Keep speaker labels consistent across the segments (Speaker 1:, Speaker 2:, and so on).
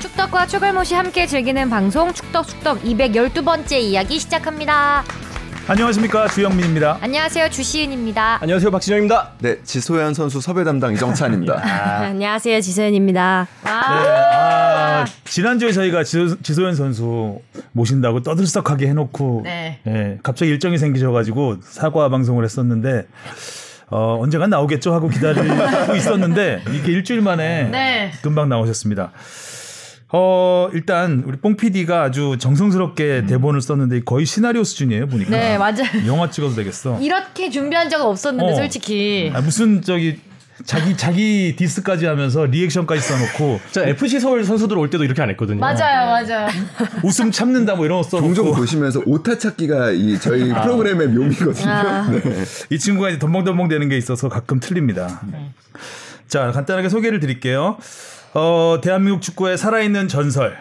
Speaker 1: 축덕과 축을모시 함께 즐기는 방송 축덕축덕 212번째 이야기 시작합니다.
Speaker 2: 안녕하십니까 주영민입니다.
Speaker 1: 안녕하세요. 주시은입니다.
Speaker 3: 안녕하세요 박진영입니다.
Speaker 4: 네, 지소연 선수 섭외 담당 이정찬입니다. 네.
Speaker 5: 안녕하세요 지소연입니다.
Speaker 2: 아, 지난주에 저희가 지, 지소연 선수 모신다고 떠들썩하게 해놓고
Speaker 6: 네.
Speaker 2: 예, 갑자기 일정이 생기셔가지고 사과 방송을 했었는데 어, 언젠간 나오겠죠 하고 기다리고 있었는데 이게 일주일 만에
Speaker 6: 네.
Speaker 2: 금방 나오셨습니다. 어 일단 우리 뽕 PD가 아주 정성스럽게 대본을 썼는데 거의 시나리오 수준이에요
Speaker 6: 음.
Speaker 2: 보니까.
Speaker 6: 네, 맞아요.
Speaker 2: 영화 찍어도 되겠어.
Speaker 6: 이렇게 준비한 적은 없었는데
Speaker 2: 어.
Speaker 7: 예.
Speaker 6: 솔직히
Speaker 2: 아, 무슨 저기 자기 자기 디스까지 하면서 리액션까지 써놓고
Speaker 3: 저 FC 서울 선수들 올 때도 이렇게 안 했거든요.
Speaker 6: 맞아요 맞아요
Speaker 2: 네. 웃음 참는다 뭐 아. 이런 거 써놓고
Speaker 4: 종종 보시면서 오타 찾기가 이 저희 프로그램의 묘미거든요.
Speaker 6: 아.
Speaker 4: 네.
Speaker 2: 이 친구가 이제 덤벙덤벙 되는 게 있어서 가끔 틀립니다. 자, 간단하게 소개를 드릴게요. 어, 대한민국 축구의 살아있는 전설.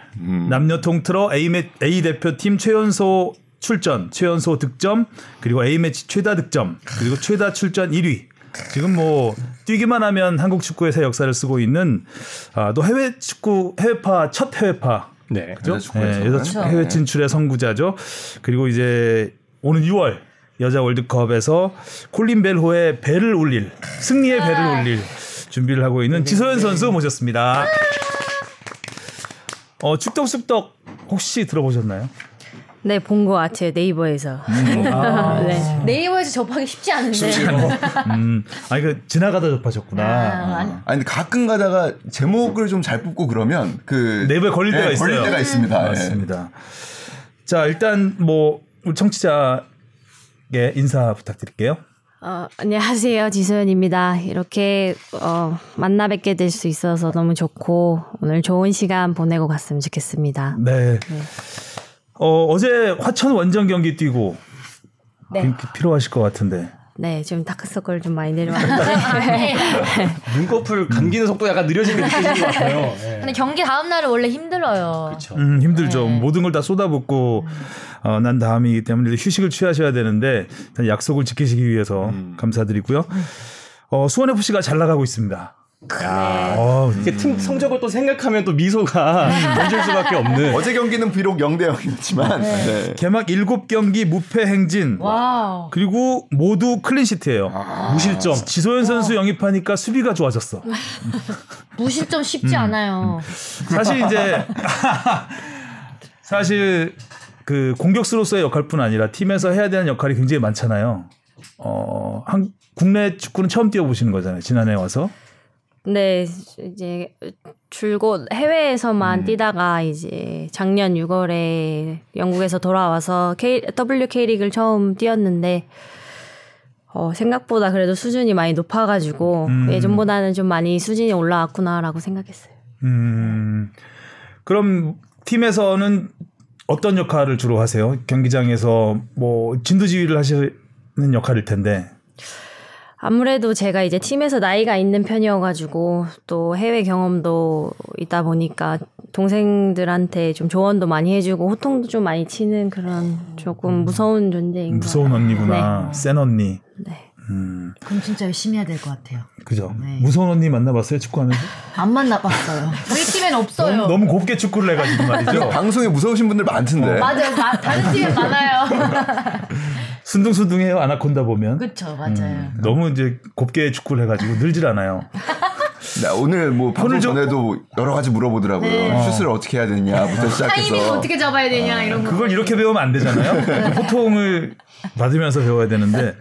Speaker 2: 남녀 통틀어 A, 매, A 대표팀 최연소 출전, 최연소 득점, 그리고 A매치 최다 득점, 그리고 최다 출전 1위. 지금 뭐 뛰기만 하면 한국 축구의 새 역사를 쓰고 있는 아, 또 해외 축구 해외파 첫 해외파
Speaker 3: 네.
Speaker 2: 그죠?
Speaker 4: 여자 축구에서.
Speaker 2: 예, 여자 축구
Speaker 6: 그렇죠.
Speaker 2: 해외 진출의 선구자죠. 그리고 이제 오는 6월 여자 월드컵에서 콜린 벨호의 배를 올릴 승리의 배를 올릴 준비를 하고 있는
Speaker 6: 네.
Speaker 2: 지소연 선수 모셨습니다. 어, 축덕숙덕 혹시 들어보셨나요?
Speaker 5: 네 본 거 같아요 네이버에서. 네.
Speaker 6: 네이버에서 접하기 쉽지 않은데
Speaker 2: 음, 아니 그 지나가다 접하셨구나.
Speaker 6: 아, 아니.
Speaker 4: 아니 근데 가끔 가다가 제목을 좀 잘 뽑고 그러면 그
Speaker 2: 네이버에 걸릴 때가
Speaker 4: 네, 걸릴
Speaker 2: 있어요.
Speaker 4: 때가 있습니다. 예.
Speaker 2: 맞습니다. 자 일단 뭐 우리 청취자에게 인사 부탁드릴게요.
Speaker 5: 어, 안녕하세요 지소연입니다. 이렇게 어, 만나 뵙게 될 수 있어서 너무 좋고 오늘 좋은 시간 보내고 갔으면 좋겠습니다.
Speaker 2: 네. 어, 어제 화천 원정 경기 뛰고
Speaker 5: 네.
Speaker 2: 그렇게 피로하실 것 같은데.
Speaker 5: 네 지금 다크서클 좀 많이 내려왔는데
Speaker 3: 눈꺼풀 감기는 속도 약간 느려지는 게 느껴지는 것 같아요. 예.
Speaker 1: 근데 경기 다음 날은 원래 힘들어요.
Speaker 2: 음, 힘들죠. 모든 걸 다 쏟아붓고 어, 난 다음이기 때문에 휴식을 취하셔야 되는데 일단 약속을 지키시기 위해서
Speaker 3: 음.
Speaker 2: 감사드리고요. 어, 수원 FC가 잘 나가고 있습니다. 어,
Speaker 3: 이게 팀 성적을 또 생각하면 또 미소가 번질 수밖에 없는.
Speaker 4: 어제 경기는 비록 0대 0이었지만 네.
Speaker 2: 개막 7경기 무패 행진.
Speaker 6: 와우
Speaker 2: 그리고 모두 클린시트예요.
Speaker 3: 아. 무실점.
Speaker 2: 지소연 선수 영입하니까 수비가 좋아졌어.
Speaker 6: 무실점
Speaker 2: 음.
Speaker 6: 쉽지 않아요
Speaker 2: 사실 이제 사실 그 공격수로서의 역할뿐 아니라 팀에서 해야 되는 역할이 굉장히 많잖아요. 어, 한 국내 축구는 처음 뛰어보시는 거잖아요. 지난해 와서.
Speaker 5: 네 이제 줄곧 해외에서만 뛰다가 이제 작년 6월에 영국에서 돌아와서 K, WK 리그를 처음 뛰었는데 어, 생각보다 그래도 수준이 많이 높아가지고
Speaker 2: 음.
Speaker 5: 예전보다는 좀 많이 수준이 올라왔구나라고 생각했어요.
Speaker 2: 음, 그럼 팀에서는 어떤 역할을 주로 하세요? 경기장에서 뭐 진두지휘를 하시는 역할일 텐데.
Speaker 5: 아무래도 제가 이제 팀에서 나이가 있는 편이어가지고 또 해외 경험도 있다 보니까 동생들한테 좀 조언도 많이 해주고 호통도 좀 많이 치는 그런 조금 무서운 존재인 것
Speaker 2: 무서운 언니구나. 센 언니.
Speaker 5: 네.
Speaker 2: 음,
Speaker 6: 그럼 진짜 열심히 해야 될 것 같아요
Speaker 2: 그죠.
Speaker 6: 네.
Speaker 2: 무서운 언니 만나봤어요? 축구하면서?
Speaker 6: 안 만나봤어요 우리 팀엔 없어요 네.
Speaker 2: 너무, 너무 곱게 축구를 해가지고 말이죠.
Speaker 4: 방송에 무서우신 분들 많던데.
Speaker 6: 어, 맞아요 마- 다른 팀엔 많아요
Speaker 2: 순둥순둥해요 아나콘다 보면
Speaker 6: 그쵸 맞아요
Speaker 2: 너무 이제 곱게 축구를 해가지고 늘질 않아요.
Speaker 4: 네, 오늘 뭐 방송
Speaker 2: 오늘 좀-
Speaker 4: 전에도 여러 가지 물어보더라고요. 슛을 어떻게 해야 되냐부터
Speaker 6: 네. 타이밍
Speaker 4: 시작해서
Speaker 6: 어떻게 잡아야 되냐 이런 거
Speaker 2: 그걸 이렇게 배우면 안 되잖아요. 호통을 받으면서 배워야 되는데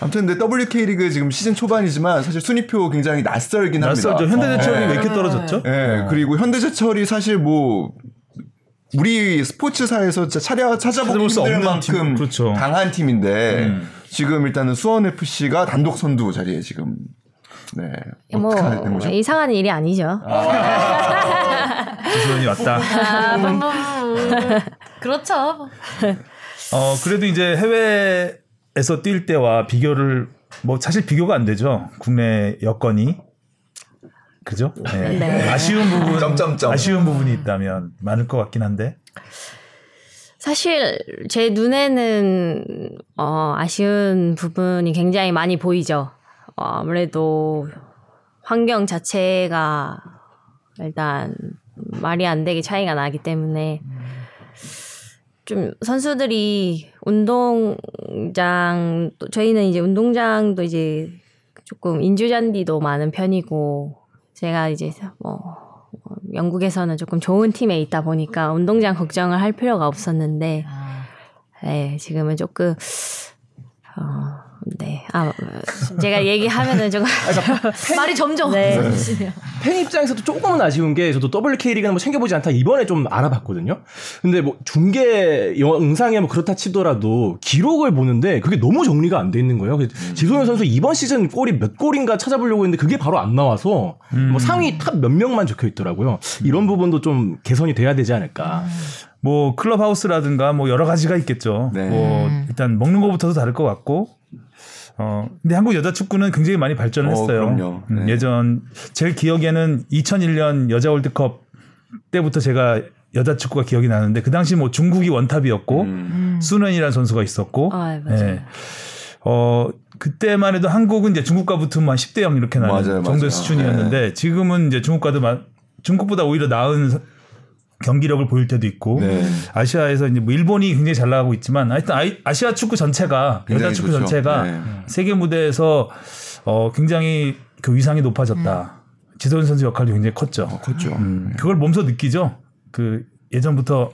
Speaker 4: 아무튼 근데 WK 리그 지금 시즌 초반이지만 사실 순위표 굉장히 낯설긴 합니다.
Speaker 2: 낯설죠. 현대제철이
Speaker 4: 네.
Speaker 2: 왜 이렇게 떨어졌죠?
Speaker 4: 예, 그리고 현대제철이 사실 뭐 우리 스포츠사에서 진짜 차려 찾아보기
Speaker 2: 찾아볼 수
Speaker 4: 힘들
Speaker 2: 없는 팀,
Speaker 4: 만큼
Speaker 2: 그렇죠.
Speaker 4: 강한 팀인데 지금 일단은 수원 FC가 단독 선두 자리에 지금 네
Speaker 5: 뭐
Speaker 4: 어떻게 된 거죠?
Speaker 5: 이상한 일이 아니죠.
Speaker 2: 지소연이 왔다.
Speaker 6: 그렇죠
Speaker 2: 어 그래도 이제 해외에서 뛸 때와 비교를 뭐 사실 비교가 안 되죠. 국내 여건이 그죠? 네.
Speaker 5: 네.
Speaker 2: 아쉬운 부분
Speaker 4: 점점점.
Speaker 2: 아쉬운 부분이 있다면 많을 것 같긴 한데
Speaker 5: 사실 제 눈에는 어, 아쉬운 부분이 굉장히 많이 보이죠. 어, 아무래도 환경 자체가 일단 말이 안 되게 차이가 나기 때문에 좀 선수들이 운동장 또 저희는 이제 운동장도 이제 조금 인조잔디도 많은 편이고 제가 이제 뭐 영국에서는 조금 좋은 팀에 있다 보니까 운동장 걱정을 할 필요가 없었는데
Speaker 6: 아.
Speaker 5: 네, 지금은 조금 어, 네. 아, 제가 얘기하면은 조금
Speaker 6: 말이 점점
Speaker 5: 네.
Speaker 6: 없어지네요.
Speaker 3: 팬 입장에서도 조금은 아쉬운 게 저도 더블 K리그는 뭐 챙겨보지 않다 이번에 좀 알아봤거든요. 근데 뭐 중계 영상에 뭐 그렇다 치더라도 기록을 보는데 그게 너무 정리가 안 돼 있는 거예요. 그래서 지소연 선수 이번 시즌 골이 몇 골인가 찾아보려고 했는데 그게 바로 안 나와서 뭐 상위 탑 몇 명만 적혀 있더라고요. 이런 부분도 좀 개선이 돼야 되지 않을까.
Speaker 6: 음.
Speaker 2: 뭐 클럽하우스라든가 뭐 여러 가지가 있겠죠.
Speaker 4: 네.
Speaker 2: 뭐
Speaker 5: 음.
Speaker 2: 일단 먹는 것부터도 다를 것 같고. 어 근데 한국 여자 축구는 굉장히 많이 발전을
Speaker 4: 어,
Speaker 2: 했어요.
Speaker 4: 그럼요. 네.
Speaker 2: 음, 예전 제 기억에는 2001년 여자 월드컵 때부터 제가 여자 축구가 기억이 나는데 그 당시 뭐 중국이 원탑이었고
Speaker 4: 음.
Speaker 2: 순원이라는 선수가 있었고.
Speaker 5: 음. 아, 맞아요.
Speaker 2: 예. 어 그때만 해도 한국은 이제 중국과 붙으면 한 10대 0 이렇게 나는
Speaker 4: 맞아요, 맞아요. 네.
Speaker 2: 정도의 수준이었는데 지금은 이제 중국과도 마- 중국보다 오히려 나은 서- 경기력을 보일 때도 있고
Speaker 4: 네.
Speaker 2: 아시아에서 이제 뭐 일본이 굉장히 잘 나가고 있지만 하여튼 아이- 아시아 축구 전체가 여자
Speaker 4: 굉장히
Speaker 2: 축구
Speaker 4: 좋죠.
Speaker 2: 전체가
Speaker 4: 네.
Speaker 2: 세계 무대에서 어 굉장히 그 위상이
Speaker 6: 음.
Speaker 2: 높아졌다. 지소연 선수 역할도 굉장히 컸죠.
Speaker 4: 그렇죠.
Speaker 2: 음, 그걸 몸소 느끼죠. 그 예전부터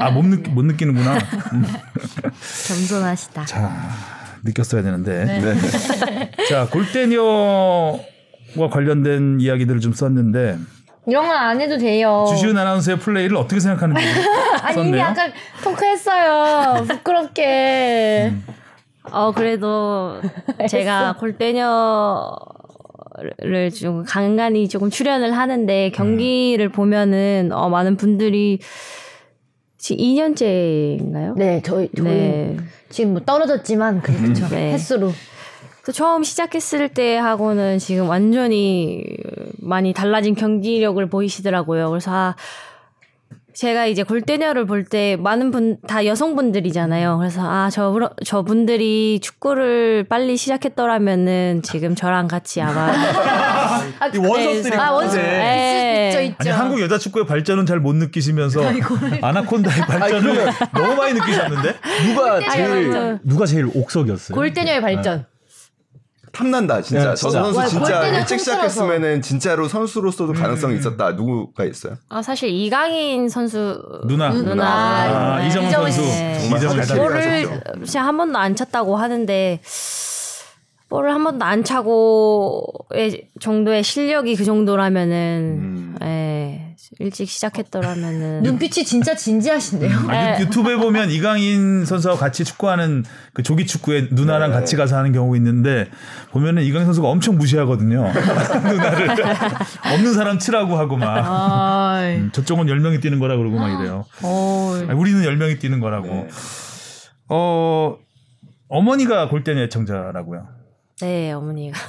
Speaker 2: 아못 느끼 못 느끼는구나.
Speaker 5: 겸손하시다.
Speaker 2: 느꼈어야 되는데.
Speaker 6: 네.
Speaker 4: 네.
Speaker 2: 자, 골대녀와 관련된 이야기들을 좀 썼는데
Speaker 6: 이런 건 안 해도 돼요.
Speaker 2: 주시은 아나운서의 플레이를 어떻게 생각하는지
Speaker 6: 아니 이미
Speaker 2: 썼네요.
Speaker 6: 아까 토크했어요. 부끄럽게.
Speaker 5: 어 그래도 제가 골대녀를 좀 간간히 조금 출연을 하는데 경기를 보면은 어 많은 분들이 지금 2년째인가요?
Speaker 7: 네, 저희 저희
Speaker 5: 네.
Speaker 7: 지금 뭐 떨어졌지만
Speaker 2: 음.
Speaker 7: 그렇죠.
Speaker 5: 네.
Speaker 7: 횟수로.
Speaker 5: 또 처음 시작했을 때 하고는 지금 완전히 많이 달라진 경기력을 보이시더라고요. 그래서 아, 제가 이제 골대녀를 볼 때 많은 분 다 여성분들이잖아요. 그래서 아, 저 저분들이 축구를 빨리 시작했더라면은 지금 저랑 같이 아마
Speaker 6: 아,
Speaker 3: 원석들이
Speaker 6: 아 원석
Speaker 5: 네.
Speaker 6: 있을 수 있죠
Speaker 2: 아니,
Speaker 6: 있죠.
Speaker 2: 한국 여자 축구의 발전은 잘 못 느끼시면서 아나콘다의 발전을 너무 많이 느끼셨는데
Speaker 3: 누가
Speaker 6: 맞아.
Speaker 3: 제일 누가 제일 옥석이었어요?
Speaker 6: 골대녀의 발전.
Speaker 4: 탐난다 진짜.
Speaker 3: 네,
Speaker 4: 저
Speaker 3: 진짜.
Speaker 4: 선수
Speaker 6: 와, 골 때는
Speaker 4: 진짜 일찍
Speaker 6: 통틀어서.
Speaker 4: 시작했으면은 진짜로 선수로서도 가능성이 있었다. 누구가 있어요?
Speaker 5: 아, 사실 이강인 선수
Speaker 2: 누나
Speaker 5: 누나
Speaker 2: 아, 이정은
Speaker 6: 이정은
Speaker 2: 선수
Speaker 5: 씨.
Speaker 2: 정말
Speaker 4: 정말
Speaker 2: 이정은
Speaker 4: 잘
Speaker 2: 선수.
Speaker 5: 네. 볼을 진짜 한 번도 안 찼다고 하는데 볼을 한 번도 안 차고의 정도의 실력이 그
Speaker 2: 음.
Speaker 5: 정도라면은 예, 일찍
Speaker 1: 음.
Speaker 5: 시작했더라면은
Speaker 6: 눈빛이 진짜 진지하신데요.
Speaker 2: 아, 유- 유튜브에 보면 이강인 선수와 같이 축구하는 그 조기 축구에 누나랑 같이 가서 하는 경우 있는데 보면은 이강인 선수가 엄청 무시하거든요. 누나를 없는 사람 치라고 하고 막
Speaker 6: 아,
Speaker 2: 음, 저쪽은 10명이 뛰는 거라 그러고 막 이래요. 아니, 우리는 10명이 뛰는 거라고. 어 어머니가 골대녀 애청자라고요.
Speaker 5: 네 어머니가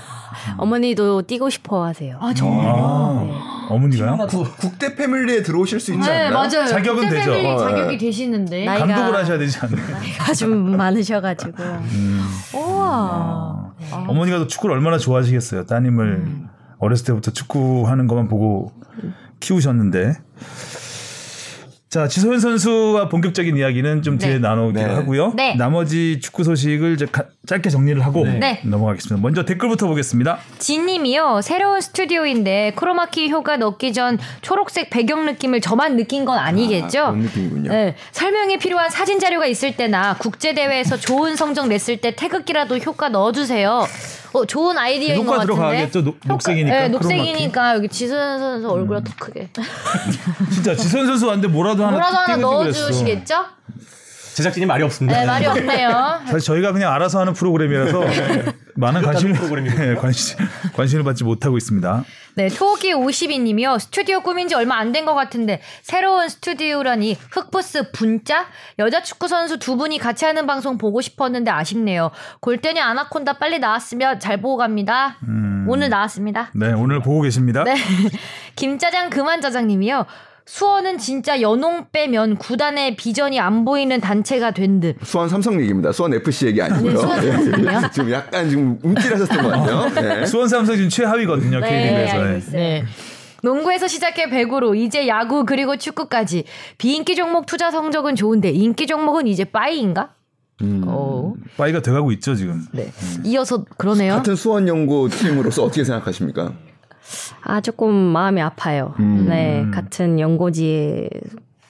Speaker 5: 어머니도 뛰고 싶어 하세요.
Speaker 2: 아, 어머니가요?
Speaker 4: 국대 패밀리에 들어오실 수 있지
Speaker 6: 네
Speaker 4: 않나요?
Speaker 6: 맞아요.
Speaker 2: 자격은
Speaker 6: 그때
Speaker 2: 되죠.
Speaker 6: 팬들이
Speaker 4: 어,
Speaker 6: 자격이
Speaker 4: 예.
Speaker 6: 되시는데.
Speaker 5: 나이가 네.
Speaker 2: 감독을 하셔야 음. 되지 않나요?
Speaker 5: 나이가 좀 많으셔가지고 우와
Speaker 2: 어머니가 또 축구를 얼마나 좋아하시겠어요. 따님을 어렸을 때부터 축구하는 것만 보고 키우셨는데. 자, 지소연 선수와 본격적인 이야기는 좀 뒤에 나누기로
Speaker 4: 네.
Speaker 2: 하고요.
Speaker 1: 네.
Speaker 2: 나머지 축구 소식을 이제 가- 짧게 정리를 하고
Speaker 1: 네.
Speaker 2: 넘어가겠습니다. 먼저 댓글부터 보겠습니다.
Speaker 1: 진님이요 새로운 스튜디오인데 크로마키 효과 넣기 전 초록색 배경 느낌을 저만 느낀 건 아니겠죠?
Speaker 4: 아, 그런 느낌이군요.
Speaker 1: 네, 설명이 필요한 사진 자료가 있을 때나 국제 대회에서 좋은 성적 냈을 때 태극기라도 효과 넣어주세요. 어, 좋은
Speaker 5: 네.
Speaker 1: 아이디어인 것
Speaker 2: 효과
Speaker 1: 같은데.
Speaker 2: 들어가겠죠? 녹-
Speaker 1: 효과-
Speaker 2: 녹색이니까,
Speaker 1: 네,
Speaker 2: 크로마키.
Speaker 1: 녹색이니까 여기 지선 선수 얼굴 더 크게.
Speaker 2: 진짜 지소연 선수한테 뭐라도 하나
Speaker 1: 뭐라도 하나
Speaker 2: 띵을 띄고 그랬어.
Speaker 1: 넣어주시겠죠?
Speaker 3: 제작진이 말이 없습니다.
Speaker 1: 네, 말이 없네요.
Speaker 2: 사실 저희가 그냥 알아서 하는 프로그램이라서 많은 관심을
Speaker 3: 프로그램이군요.
Speaker 2: 네, 관심 관심을 받지 못하고 있습니다.
Speaker 1: 네, 토기 52님이요. 스튜디오 꾸민 지 얼마 안 된 것 같은데, 새로운 스튜디오라니, 흑보스 분짜? 여자 축구 선수 두 분이 같이 하는 방송 보고 싶었는데 아쉽네요. 골대녀 아나콘다 빨리 나왔으면 잘 보고 갑니다.
Speaker 3: 음.
Speaker 1: 오늘 나왔습니다.
Speaker 2: 네, 오늘 보고 계십니다.
Speaker 1: 네. 김짜장 그만짜장님이요. 수원은 진짜 연홍 빼면 구단의 비전이 안 보이는 단체가 된 듯.
Speaker 4: 수원 삼성 얘기입니다. 수원 FC 얘기 아니고요. 네. 지금 약간 지금 움찔하셨던 것 같아요. 네.
Speaker 2: 수원 삼성 지금 최하위거든요. K리그에서.
Speaker 5: 알고
Speaker 2: 네.
Speaker 5: 있어요.
Speaker 6: 네.
Speaker 1: 농구에서 시작해 배구로 이제 야구 그리고 축구까지 비인기 종목 투자 성적은 좋은데 인기 종목은 이제 빠이인가? 어.
Speaker 2: 빠이가 돼가고 있죠 지금.
Speaker 1: 네. 이어서 그러네요.
Speaker 4: 같은 수원 연구 팀으로서 어떻게 생각하십니까?
Speaker 5: 아 조금 마음이 아파요. 네 같은 연고지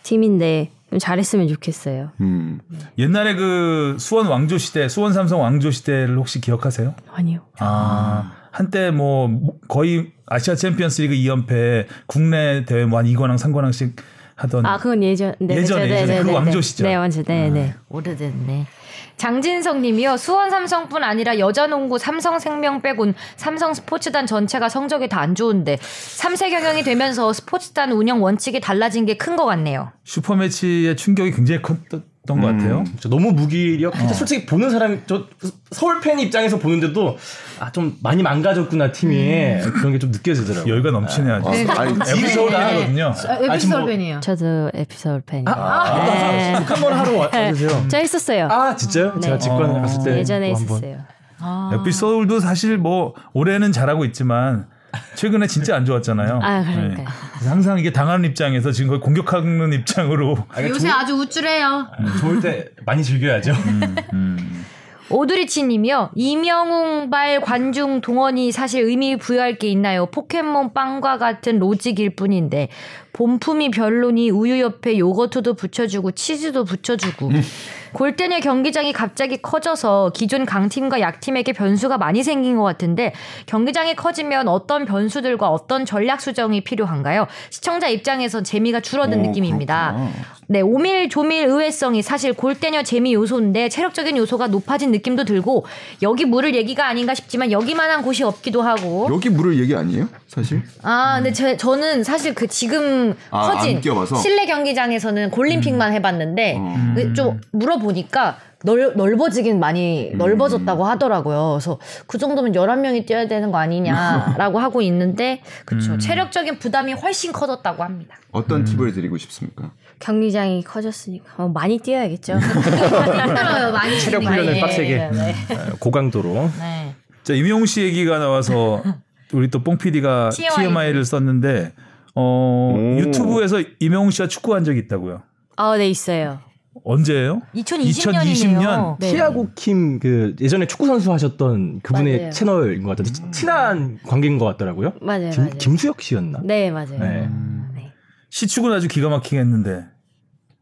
Speaker 5: 팀인데 좀 잘했으면 좋겠어요.
Speaker 4: 음.
Speaker 2: 옛날에 그 수원 왕조 시대, 수원 삼성 왕조 시대를 혹시 기억하세요?
Speaker 5: 아니요.
Speaker 2: 아. 한때 뭐 거의 아시아 챔피언스리그 2연패, 국내 대회 뭐한 2관왕, 3관왕씩 하던
Speaker 5: 아 그건 예전 네,
Speaker 2: 음. 예전에,
Speaker 5: 그죠.
Speaker 2: 예전에. 그 왕조 시절.
Speaker 5: 네 완전 네네.
Speaker 1: 오래됐네. 장진성 님이요. 수원 삼성뿐 아니라 여자 농구 삼성 생명 빼곤 삼성 스포츠단 전체가 성적이 다 안 좋은데 3세 경영이 되면서 스포츠단 운영 원칙이 달라진 게 큰 것 같네요.
Speaker 2: 슈퍼매치의 충격이 굉장히 컸던 것 같아요.
Speaker 3: 진짜 너무 무기력. 진짜 솔직히 보는 사람, 저 서울 팬 입장에서 보는데도 아 좀 많이 망가졌구나 팀이 그런 게 좀 느껴지더라고요.
Speaker 2: 여유가 넘치네 아주.
Speaker 4: 아, 아니,
Speaker 2: FC 서울 팬이거든요.
Speaker 3: 아직 뭐-
Speaker 6: 에피소드 팬이에요.
Speaker 5: 저도 에피소드 팬이에요.
Speaker 1: 네.
Speaker 3: 아, 북한번 하러 와- 와주세요.
Speaker 5: 저 했었어요.
Speaker 3: 아 진짜요? 제가 직관 갔을 때
Speaker 5: 네, 예전에
Speaker 3: 또 한번.
Speaker 5: 했었어요. 아.
Speaker 2: FC 서울도 사실 뭐 올해는 잘하고 있지만 최근에 진짜 안 좋았잖아요. 네.
Speaker 5: 아, 그러니까요.
Speaker 2: 그래서 항상 이게 당하는 입장에서 지금 거의 공격하는 입장으로
Speaker 6: 요새 아주 우쭐해요.
Speaker 3: 좋을 네, 때 많이 즐겨야죠.
Speaker 1: 오드리치님이요. 이명웅 발 관중 동원이 사실 의미 부여할 게 있나요? 포켓몬 빵과 같은 로직일 뿐인데 본품이 별로니 우유 옆에 요거트도 붙여주고 치즈도 붙여주고 골대녀 경기장이 갑자기 커져서 기존 강팀과 약팀에게 변수가 많이 생긴 것 같은데 경기장이 커지면 어떤 변수들과 어떤 전략 수정이 필요한가요? 시청자 입장에선 재미가 줄어든 느낌입니다. 네, 오밀 조밀 의외성이 사실 골대녀 재미 요소인데 체력적인 요소가 높아진 느낌도 들고 여기 물을 얘기가 아닌가 싶지만 여기만한 곳이 없기도 하고
Speaker 4: 여기 물을 얘기 아니에요? 사실?
Speaker 1: 아
Speaker 3: 음.
Speaker 1: 근데 제, 저는 사실 그 지금
Speaker 4: 아,
Speaker 1: 커진
Speaker 4: 안 끼워봐서?
Speaker 1: 실내 경기장에서는 골림픽만
Speaker 3: 음.
Speaker 1: 해봤는데
Speaker 3: 어.
Speaker 1: 그좀 물어보니까
Speaker 6: 넓, 넓어지긴 많이
Speaker 3: 음.
Speaker 6: 넓어졌다고 하더라고요. 그래서 그 정도면 11명이 뛰어야 되는 거 아니냐.
Speaker 1: 라고 하고 있는데
Speaker 3: 음.
Speaker 1: 그쵸 체력적인 부담이 훨씬 커졌다고 합니다.
Speaker 4: 어떤
Speaker 2: 음.
Speaker 4: 팁을 드리고 싶습니까?
Speaker 5: 경기장이 커졌으니까 어, 많이 뛰어야겠죠.
Speaker 6: 힘들어요, 많이.
Speaker 3: 네.
Speaker 7: 네,
Speaker 3: 체력 훈련을 빡세게 고강도로.
Speaker 1: 네.
Speaker 2: 자, 임용 씨 얘기가 나와서 우리 또 뽕 PD가
Speaker 1: TMI.
Speaker 2: TMI를 썼는데 어,
Speaker 4: 오.
Speaker 2: 유튜브에서 임용 씨와 축구한 적이 있다고요.
Speaker 5: 아, 네 있어요.
Speaker 2: 언제예요?
Speaker 1: 2020년이네요.
Speaker 2: 2020년?
Speaker 5: 네.
Speaker 3: 티아고 킴 그 예전에 축구 선수 하셨던 그분의
Speaker 5: 맞아요.
Speaker 3: 채널인 것 같은데 친- 친한 관계인 것 같더라고요.
Speaker 5: 네, 맞아요,
Speaker 3: 김,
Speaker 5: 맞아요.
Speaker 3: 김수혁 씨였나?
Speaker 5: 네 맞아요.
Speaker 3: 네.
Speaker 2: 시축은 아주 기가 막히게 했는데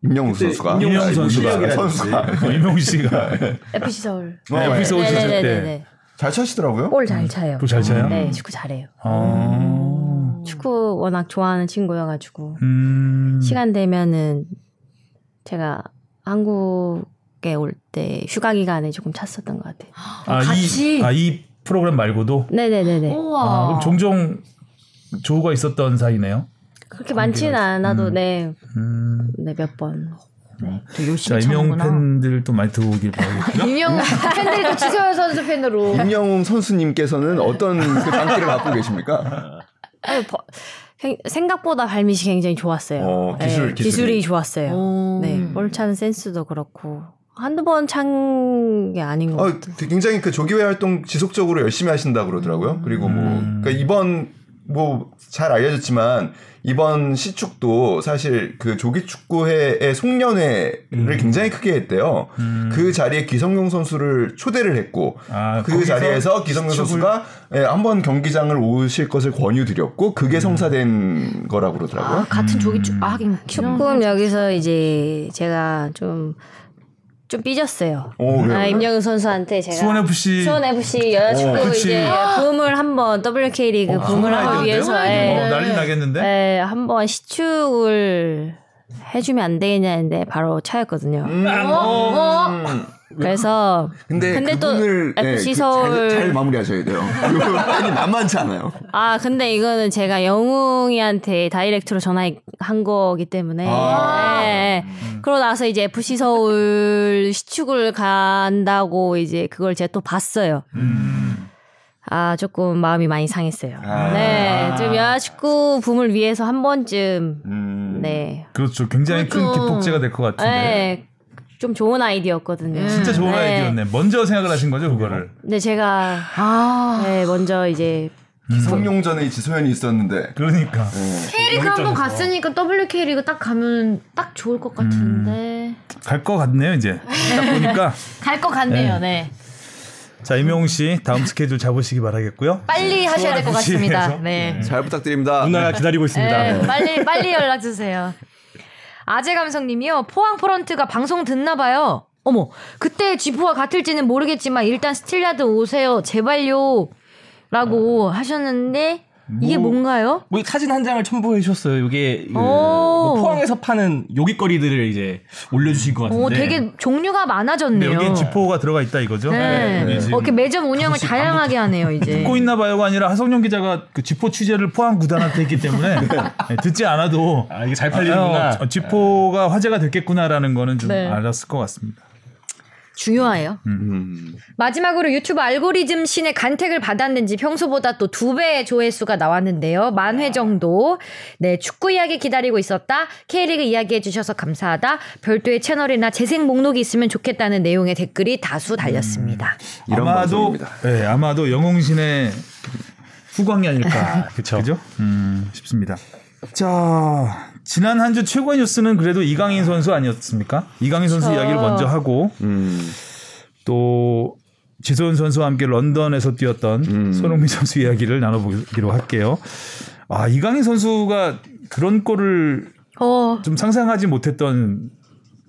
Speaker 4: 임영웅
Speaker 3: 그때
Speaker 4: 선수가.
Speaker 2: 임영웅
Speaker 4: 아니,
Speaker 2: 선수가. 어,
Speaker 4: 임영웅 선수가.
Speaker 2: 임용 씨가
Speaker 5: FC 서울.
Speaker 4: 어,
Speaker 2: 네,
Speaker 4: 네.
Speaker 2: FC 서울 시절 때
Speaker 5: 네네네네.
Speaker 4: 잘 차시더라고요.
Speaker 5: 골잘 차요.
Speaker 2: 또잘 차요?
Speaker 5: 네, 축구 잘해요.
Speaker 2: 아.
Speaker 5: 축구 워낙 좋아하는 친구여가지고
Speaker 2: 음.
Speaker 5: 시간 되면은 제가 한국에 올 때 휴가 기간에 조금 찼었던 것 같아요.
Speaker 2: 아, 이, 아, 이 프로그램 말고도
Speaker 5: 네네네네.
Speaker 2: 아, 그럼 종종 조우가 있었던 사이네요. 음.
Speaker 5: 그렇게 많지는 않아도 네, 네 몇 번.
Speaker 2: 자, 임영웅 팬들 또 많이 들어오길 바라겠고요.
Speaker 6: 유명 팬들이 또 지소연 선수
Speaker 2: 어?
Speaker 6: 팬으로.
Speaker 4: 임영웅 선수님께서는 어떤 그 단기를 갖고 계십니까?
Speaker 5: 아니, 버- 생- 생각보다 발밑이 굉장히 좋았어요. 네,
Speaker 4: 어, 기술, 기술이.
Speaker 5: 기술이 좋았어요. 네, 볼 차는 센스도 그렇고 한두 번 찬 게 아닌 것
Speaker 4: 어,
Speaker 5: 같아요.
Speaker 4: 굉장히 그 조기회 활동 지속적으로 열심히 하신다 그러더라고요. 그리고 뭐
Speaker 2: 음.
Speaker 4: 그러니까 이번 뭐 잘 알려졌지만 이번 시축도 사실 그 조기 축구회의 송년회를
Speaker 2: 음.
Speaker 4: 굉장히 크게 했대요. 그 자리에 기성용 선수를 초대를 했고
Speaker 2: 아,
Speaker 4: 그
Speaker 2: 거기서
Speaker 4: 자리에서 기성용
Speaker 2: 시축을-
Speaker 4: 선수가 예, 한번 경기장을 오실 것을 권유드렸고
Speaker 2: 음.
Speaker 4: 그게 성사된 거라고 그러더라고요.
Speaker 1: 아, 같은 조기 축 아,
Speaker 3: 음.
Speaker 1: 그냥
Speaker 5: 조금 여기서 이제 제가 좀, 좀 삐졌어요.
Speaker 4: 오, 그래요?
Speaker 5: 아, 임영웅 선수한테 제가.
Speaker 2: 수원 FC
Speaker 5: 예. 수원 FC 여자축구
Speaker 2: 그치. 어,
Speaker 5: 이제 붐을 한번 WK리그 붐을
Speaker 2: 장난
Speaker 5: 하기
Speaker 2: 아닌데요?
Speaker 5: 위해서
Speaker 2: 어,
Speaker 5: 예,
Speaker 2: 난리 나겠는데?
Speaker 5: 예, 한번 시축을 해주면 안 되겠냐는데 바로 차였거든요.
Speaker 2: 음.
Speaker 4: 음.
Speaker 5: 그래서
Speaker 4: 근데, 그분을
Speaker 5: 또
Speaker 4: 예,
Speaker 5: FC
Speaker 4: 그
Speaker 5: 서울
Speaker 4: 잘, 잘 마무리하셔야 돼요. 아니 만만치 않아요.
Speaker 5: 아 근데 이거는 제가 영웅이한테 다이렉트로 전화한 거기 때문에 예, 예. 그러고 나서 이제 FC 서울 시축을 간다고 이제 그걸 제가 또 봤어요. 아 조금 마음이 많이 상했어요. 네, 좀 여자축구 붐을 위해서 한 번쯤
Speaker 4: 음.
Speaker 5: 네,
Speaker 2: 그렇죠. 굉장히 큰 기폭제가 될 것 같은데.
Speaker 5: 네, 좀 좋은 아이디어였거든요.
Speaker 2: 진짜 좋은
Speaker 5: 네.
Speaker 2: 아이디어네. 먼저 생각을 하신 거죠, 그거를.
Speaker 5: 근데 제가
Speaker 6: 아.
Speaker 5: 네, 먼저 이제
Speaker 4: 기성용전에 지소연이 있었는데
Speaker 2: 그러니까.
Speaker 1: K리그 한 번
Speaker 2: 영입장에서.
Speaker 1: 갔으니까 WK리그 딱 가면 딱 좋을 것 같은데
Speaker 2: 갈 것 같네요 이제 딱 보니까
Speaker 1: 갈 것 같네요. 네.
Speaker 2: 자 임영웅 씨 다음 스케줄 잡으시기 바라겠고요.
Speaker 1: 빨리 하셔야 될 것 같습니다. 네.
Speaker 4: 잘 부탁드립니다.
Speaker 3: 누나가 기다리고 있습니다.
Speaker 1: 네, 빨리 빨리 연락 주세요. 아재 감성님이요. 포항 프런트가 방송 듣나 봐요. 어머, 그때 지프와 같을지는 모르겠지만 일단 스틸라드 오세요. 제발요라고 하셨는데 이게 뭔가요?
Speaker 3: 뭐 사진 한 장을 첨부해 주셨어요. 이게 그
Speaker 1: 오.
Speaker 3: 뭐 포항에서 파는 요깃거리들을 이제 올려주신 것 같은데.
Speaker 1: 오, 어, 되게 종류가
Speaker 2: 근데
Speaker 1: 많아졌네요.
Speaker 2: 여기에 지포가 들어가 있다 이거죠?
Speaker 1: 네.
Speaker 2: 우리 지금
Speaker 1: 어, 이렇게 매점 운영을 다양하게 하네요, 이제.
Speaker 2: 듣고 있나 봐요가 아니라 하성룡 기자가 그 지포 취재를 포항 구단한테 했기 때문에 네, 듣지 않아도
Speaker 3: 아, 이게 잘 팔리는구나.
Speaker 2: 어, 어, 지포가 화제가 됐겠구나라는 거는 좀
Speaker 1: 네.
Speaker 2: 알았을 것 같습니다.
Speaker 1: 중요해요.
Speaker 4: 음.
Speaker 1: 마지막으로 유튜브 알고리즘 신의 간택을 받았는지 평소보다 또 두 배의 조회수가 나왔는데요. 만 회 정도. 네, 축구 이야기 기다리고 있었다. K리그 이야기해 주셔서 감사하다. 별도의 채널이나 재생 목록이 있으면 좋겠다는 내용의 댓글이 다수 달렸습니다.
Speaker 4: 이런
Speaker 2: 아마도
Speaker 4: 방송입니다.
Speaker 2: 네, 아마도 영웅신의 후광이 아닐까
Speaker 3: 그쵸.
Speaker 2: 그죠? 음, 싶습니다. 자 지난 한 주 최고의 뉴스는 그래도 이강인 선수 아니었습니까? 이강인 선수 이야기를 먼저 하고
Speaker 4: 음.
Speaker 2: 또 지소연 선수와 함께 런던에서 뛰었던
Speaker 4: 음.
Speaker 2: 손흥민 선수 이야기를 나눠보기로 할게요. 아 이강인 선수가 그런 골을
Speaker 5: 음.
Speaker 1: 어,
Speaker 2: 좀 상상하지 못했던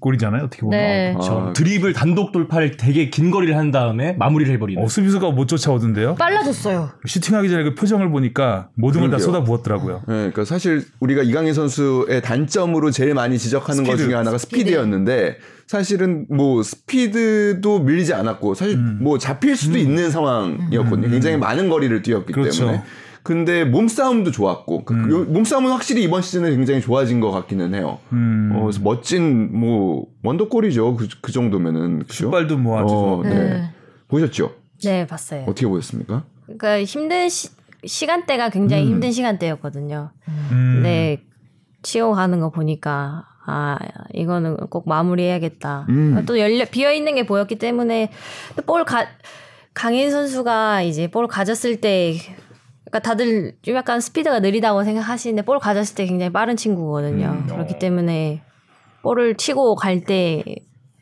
Speaker 2: 골이잖아요. 어떻게 보면
Speaker 1: 네.
Speaker 3: 그렇죠.
Speaker 4: 아,
Speaker 3: 드리블 단독 돌파를 되게 긴 거리를 한 다음에 마무리를 해버리는.
Speaker 2: 어, 수비수가 못 쫓아오던데요.
Speaker 6: 빨라졌어요.
Speaker 2: 슈팅하기 전에 그 표정을 보니까 모든 걸 다
Speaker 4: 그러게요.
Speaker 2: 쏟아부었더라고요.
Speaker 4: 네, 그러니까 사실 우리가 이강인 선수의 단점으로 제일 많이 지적하는 것
Speaker 2: 스피드.
Speaker 4: 중에 하나가 스피드였는데 사실은 뭐 스피드도 밀리지 않았고 사실 뭐 잡힐 수도 있는 상황이었거든요. 굉장히 많은 거리를 뛰었기
Speaker 2: 그렇죠.
Speaker 4: 때문에. 근데 몸싸움도 좋았고 그- 요- 몸싸움은 확실히 이번 시즌에 굉장히 좋아진 것 같기는 해요. 어, 그래서 멋진 뭐 원더골이죠. 그, 그 정도면은 그죠?
Speaker 2: 슛발도 모아주고.
Speaker 4: 어, 네. 보셨죠?
Speaker 5: 네, 봤어요.
Speaker 4: 어떻게 보셨습니까?
Speaker 5: 그러니까 힘든 시, 시간대가 굉장히 힘든 시간대였거든요.
Speaker 2: 음.
Speaker 5: 네, 치워가는 거 보니까 아 이거는 꼭 마무리해야겠다.
Speaker 4: 음.
Speaker 5: 또 열려 비어 있는 게 보였기 때문에 또 볼 가 강인 선수가 이제 볼 가졌을 때. 그러니까 다들 좀 약간 스피드가 느리다고 생각하시는데 볼 가졌을 때 굉장히 빠른 친구거든요. 그렇기 때문에 볼을 치고 갈 때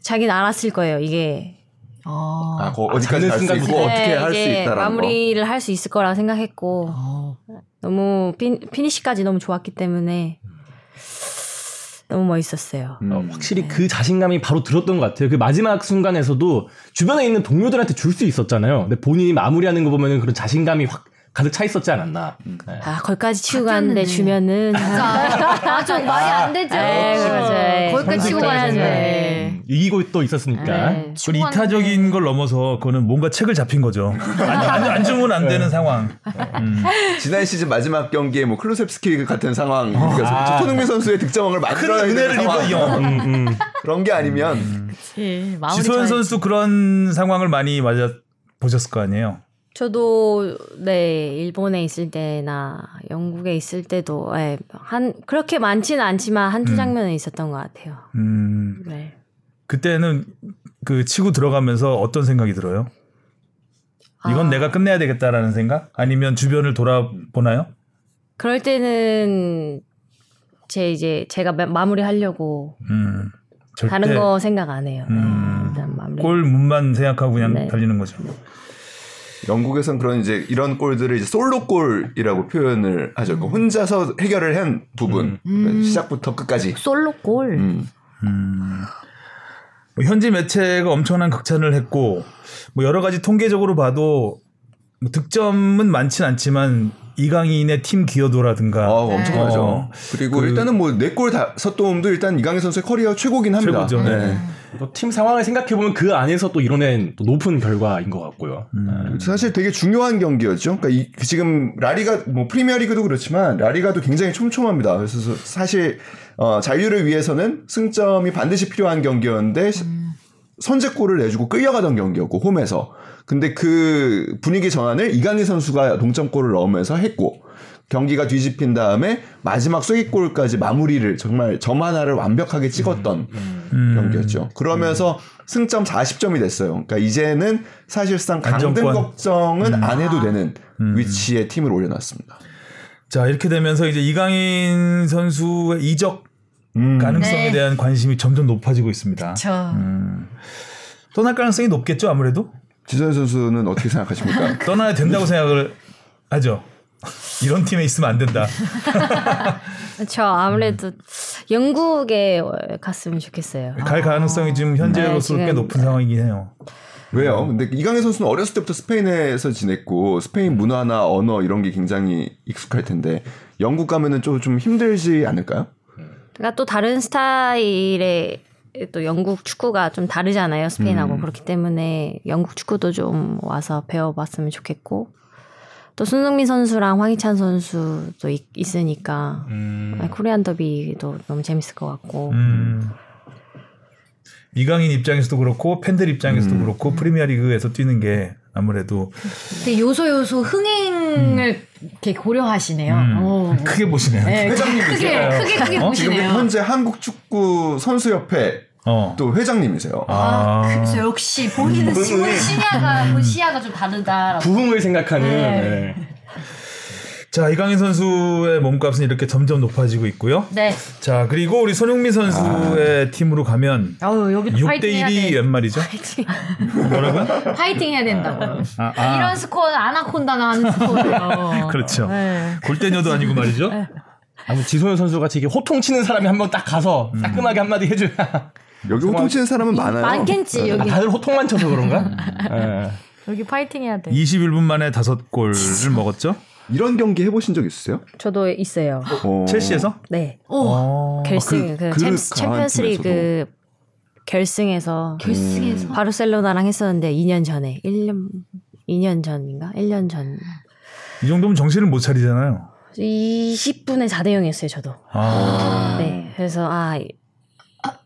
Speaker 5: 자기는 알았을 거예요. 이게
Speaker 4: 아, 거, 어디까지
Speaker 3: 잡는
Speaker 4: 갈 수 있고
Speaker 3: 순간부터.
Speaker 4: 어떻게
Speaker 5: 네,
Speaker 4: 할 수
Speaker 5: 이게
Speaker 4: 있다라는 아.
Speaker 5: 마무리를 할 수 있을 거라 생각했고 너무 피, 피니시까지 너무 좋았기 때문에 너무 멋있었어요.
Speaker 4: 거. 음.
Speaker 3: 어, 확실히 그 자신감이 바로 들었던 것 같아요. 그 마지막 순간에서도 주변에 있는 동료들한테 줄 수 있었잖아요. 근데 본인이 마무리하는 거 보면은 그런 자신감이 확 가득 차 있었지 않았나.
Speaker 4: 음.
Speaker 3: 네.
Speaker 5: 아 거기까지 치고 갔는데 주면은
Speaker 1: 아, 네, 좀 말이 안 되죠. 그렇죠.
Speaker 5: 에이,
Speaker 8: 어,
Speaker 5: 그렇죠. 에이.
Speaker 1: 거기까지 치고
Speaker 5: 정말
Speaker 1: 가야 돼.
Speaker 5: 네.
Speaker 3: 음, 이기고 또 있었으니까.
Speaker 5: 네.
Speaker 2: 그리고 이타적인 걸 넘어서 그거는 뭔가 책을 잡힌 거죠. 안, 안, 안 주면 안
Speaker 4: 네.
Speaker 2: 되는 상황.
Speaker 4: 지난 시즌 마지막 경기에 뭐 클루셉스키 같은 상황 그러니까 손흥민 선수의 득점왕을
Speaker 2: 아. 큰
Speaker 4: 만들어야 되는
Speaker 2: 은혜를
Speaker 4: 네. 상황
Speaker 2: 입은 영.
Speaker 3: 음,
Speaker 4: 그런 게 아니면
Speaker 2: 음. 지소연 선수 그런 상황을 많이 맞아 보셨을 거 아니에요.
Speaker 5: 저도 네 일본에 있을 때나 영국에 있을 때도 예, 한 그렇게 많지는 않지만
Speaker 4: 음.
Speaker 5: 한두 장면은 있었던 것 같아요.
Speaker 2: 음,
Speaker 5: 네.
Speaker 2: 그때는 그 치고 들어가면서 어떤 생각이 들어요? 이건
Speaker 5: 아.
Speaker 2: 내가 끝내야 되겠다라는 생각? 아니면 주변을 돌아보나요?
Speaker 5: 그럴 때는 제 이제 제가 마무리 하려고
Speaker 2: 음, 절대
Speaker 5: 다른 거 생각 안 해요. 네,
Speaker 2: 음.
Speaker 5: 일단 마무리.
Speaker 2: 골 문만 생각하고 그냥
Speaker 5: 네.
Speaker 2: 달리는 거죠. 뭐
Speaker 4: 영국에선 그런 이제 이런 골들을 이제 솔로 골이라고 표현을 하죠.
Speaker 2: 음.
Speaker 4: 그러니까 혼자서 해결을 한 부분 그러니까 시작부터 끝까지.
Speaker 5: 솔로 골.
Speaker 4: 음.
Speaker 2: 뭐 현지 매체가 엄청난 극찬을 했고 뭐 여러 가지 통계적으로 봐도 뭐 득점은 많진 않지만 이강인의 팀 기여도라든가
Speaker 4: 아, 엄청나죠.
Speaker 2: 어,
Speaker 4: 그리고 일단은 뭐 네골다 서도움도 일단 이강인 선수의 커리어 최고긴 합니다.
Speaker 2: 최고죠.
Speaker 4: 네.
Speaker 3: 또팀 상황을 생각해 보면 그 안에서 또 이뤄낸 또 높은 결과인 것 같고요.
Speaker 4: 음.
Speaker 3: 네.
Speaker 4: 사실 되게 중요한 경기였죠. 그러니까 이- 그 지금 라리가 뭐 프리미어리그도 그렇지만 라리가도 굉장히 촘촘합니다. 그래서 서- 사실 어, 자유를 위해서는 승점이 반드시 필요한 경기였는데 시- 선제골을 내주고 끌려가던 경기였고 홈에서 근데 그 분위기 전환을 이강인 선수가 동점골을 넣으면서 했고 경기가 뒤집힌 다음에 마지막 쐐기골까지 마무리를 정말 점 하나를 완벽하게 찍었던
Speaker 2: 음.
Speaker 4: 경기였죠. 그러면서 승점 40점이 됐어요. 그러니까 이제는 사실상 강등
Speaker 2: 안정권. 음.
Speaker 4: 걱정은 안 해도 되는 위치에 팀을 올려놨습니다.
Speaker 2: 자 이렇게 되면서 이제 이강인 선수의 이적 가능성에
Speaker 1: 네.
Speaker 2: 대한 관심이 점점 높아지고 있습니다. 음.
Speaker 1: 저
Speaker 2: 떠날 가능성이 높겠죠 아무래도
Speaker 4: 지선 선수는 어떻게 생각하십니까?
Speaker 2: 떠나야 된다고 생각을 하죠. 이런 팀에 있으면 안 된다.
Speaker 5: 저
Speaker 4: 음.
Speaker 5: 아무래도 영국에 갔으면 좋겠어요.
Speaker 4: 네,
Speaker 2: 갈 가능성이 지금 현재로서는
Speaker 5: 네,
Speaker 2: 꽤
Speaker 5: 지금-
Speaker 2: 높은 상황이긴 해요.
Speaker 4: 왜요? 근데 이강인 선수는 어렸을 때부터 스페인에서 지냈고 스페인 문화나 언어 이런 게 굉장히 익숙할 텐데 영국 가면은 좀, 좀 힘들지 않을까요?
Speaker 5: 그러니까 또 다른 스타일의 또 영국 축구가 좀 다르잖아요 스페인하고
Speaker 4: 음.
Speaker 5: 그렇기 때문에 영국 축구도 좀 와서 배워봤으면 좋겠고 또 손흥민 선수랑 황희찬 선수도 있, 으니까
Speaker 4: 음.
Speaker 5: 아, 코리안 더비도 너무 재밌을 것 같고
Speaker 2: 음. 이강인 입장에서도 그렇고 팬들 입장에서도 그렇고 프리미어리그에서 뛰는 게 아무래도
Speaker 7: 되게 요소 요소
Speaker 2: 음.
Speaker 7: 흥행을 이렇게 고려하시네요. 오.
Speaker 2: 크게 보시네요.
Speaker 7: 네, 크게 크게 크게
Speaker 2: 음. 어?
Speaker 4: 지금
Speaker 7: 보시네요.
Speaker 4: 현재 한국 축구 선수 협회
Speaker 2: 어.
Speaker 4: 또 회장님이세요.
Speaker 7: 아,
Speaker 2: 아.
Speaker 7: 그래서 역시 본인은 시야, 시야가 시야가 좀 다르다라고.
Speaker 3: 부흥을 생각하는 네.
Speaker 2: 자 이강인 선수의 몸값은 이렇게 점점 높아지고 있고요.
Speaker 7: 네.
Speaker 2: 자 그리고 우리 손흥민 선수의 팀으로 가면
Speaker 7: 아우 여기
Speaker 2: 6대
Speaker 7: 파이팅 해야 돼.
Speaker 2: 1이 웬 말이죠? 뭐라고?
Speaker 7: 파이팅 해야 된다고.
Speaker 2: 아, 아.
Speaker 7: 이런 스코어는 아나콘다 나는 스코어예요.
Speaker 2: 그렇죠.
Speaker 7: 네.
Speaker 2: 골대녀도 아니고 말이죠.
Speaker 3: 아무 지소연 선수가 되게 호통 치는 사람이 한 번 딱 가서
Speaker 2: 음.
Speaker 3: 따끔하게 한마디 해줘야
Speaker 4: 여기 호통 치는 사람은 많아요. 네.
Speaker 7: 많겠지
Speaker 3: 아,
Speaker 7: 여기
Speaker 3: 다들 호통만 쳐서 그런가? 예.
Speaker 7: 여기 파이팅 해야 돼.
Speaker 2: 21분 만에 다섯 골을 먹었죠.
Speaker 4: 이런 경기 해보신 적 있으세요?
Speaker 5: 저도 있어요
Speaker 4: 어.
Speaker 2: 첼시에서?
Speaker 5: 네
Speaker 2: 어.
Speaker 5: 결승
Speaker 4: 아,
Speaker 5: 그,
Speaker 4: 그-
Speaker 5: 챔,
Speaker 4: 그 강한
Speaker 5: 챔피언스리그 결승에서
Speaker 7: 결승에서
Speaker 5: 바르셀로나랑 했었는데 2년 전에 1년 2년 전인가 1년 전
Speaker 2: 이 정도면 정신을 못 차리잖아요.
Speaker 5: 20분에 4대 0이었어요, 저도.
Speaker 2: 아.
Speaker 5: 네. 그래서 아 이-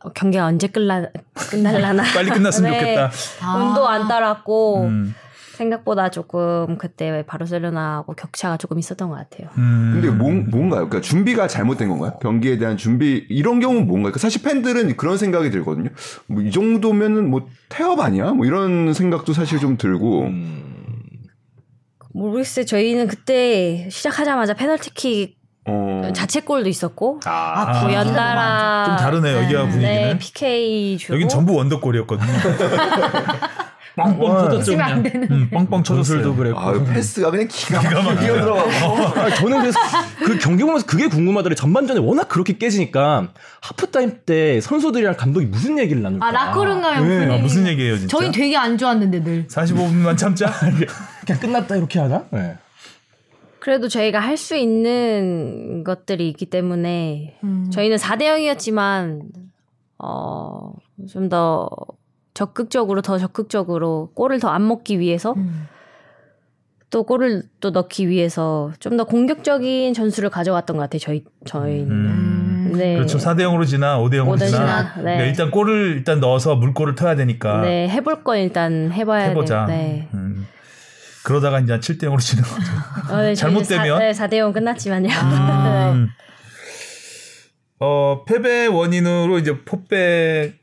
Speaker 5: 어, 경기가 언제 끝나 끝날라나.
Speaker 2: 빨리 끝났으면
Speaker 5: 네.
Speaker 2: 좋겠다.
Speaker 5: 운도 안 따랐고
Speaker 2: 아. 음.
Speaker 5: 생각보다 조금 그때 바르셀로나하고 격차가 조금 있었던 것 같아요.
Speaker 2: 음.
Speaker 4: 근데 뭔, 뭔가요? 그러니까 준비가 잘못된 건가요? 경기에 대한 준비 이런 경우는 뭔가요? 그러니까 사실 팬들은 그런 생각이 들거든요. 뭐 이 정도면은 뭐 태업 아니야? 뭐 이런 생각도 사실 좀 들고
Speaker 5: 모르겠어요. 저희는 그때 시작하자마자 페널티킥
Speaker 4: 어.
Speaker 5: 그 자책골도 있었고
Speaker 2: 아,
Speaker 5: 뭐 연달아
Speaker 2: 좀 다르네요, 여기와 분위기는.
Speaker 5: 네, PK 주고
Speaker 2: 여긴 전부 원더골이었거든요. 빵빵 터졌죠.
Speaker 7: 치면 안
Speaker 2: 그냥.
Speaker 7: 되는.
Speaker 2: 음, 빵빵 쳐졌어요. 그래.
Speaker 4: 아, 패스가 그냥 기가 막히게 들어가고.
Speaker 3: 아, 저는 그래서 그 경기 보면서 그게 궁금하더래. 전반전에 워낙 그렇게 깨지니까 하프타임 때 선수들이랑 감독이 무슨 얘기를 나눌까?
Speaker 7: 아 라커른가요?
Speaker 3: 예.
Speaker 2: 아, 무슨 얘기예요, 진짜?
Speaker 7: 저희 되게 안 좋았는데 늘.
Speaker 2: 45분만 참자.
Speaker 3: 그냥 끝났다 이렇게 하나? 네.
Speaker 5: 그래도 저희가 할 수 있는 것들이 있기 때문에
Speaker 8: 음.
Speaker 1: 음.
Speaker 5: 저희는 4대 0이었지만 어, 좀 더 적극적으로 더 적극적으로 골을 더 안 먹기 위해서 또 골을 또 넣기 위해서 좀 더 공격적인 전술을 가져왔던 것 같아요. 저희 저희는.
Speaker 2: 음.
Speaker 5: 네.
Speaker 2: 그렇죠. 4대 0으로 지나 5대 0으로
Speaker 5: 오대
Speaker 2: 지나.
Speaker 5: 지나, 네.
Speaker 2: 그러니까 일단 골을 일단 넣어서 물골을 터야 되니까
Speaker 5: 네, 해볼 건 일단 해봐야
Speaker 2: 해보자.
Speaker 5: 돼요. 네.
Speaker 2: 음. 그러다가 이제 7대 0으로 지는 거죠.
Speaker 5: 어, 네, 저희는
Speaker 2: 잘못되면?
Speaker 5: 사- 네, 4대 0 끝났지만요. 네.
Speaker 2: 음. 어, 패배 원인으로 이제 포백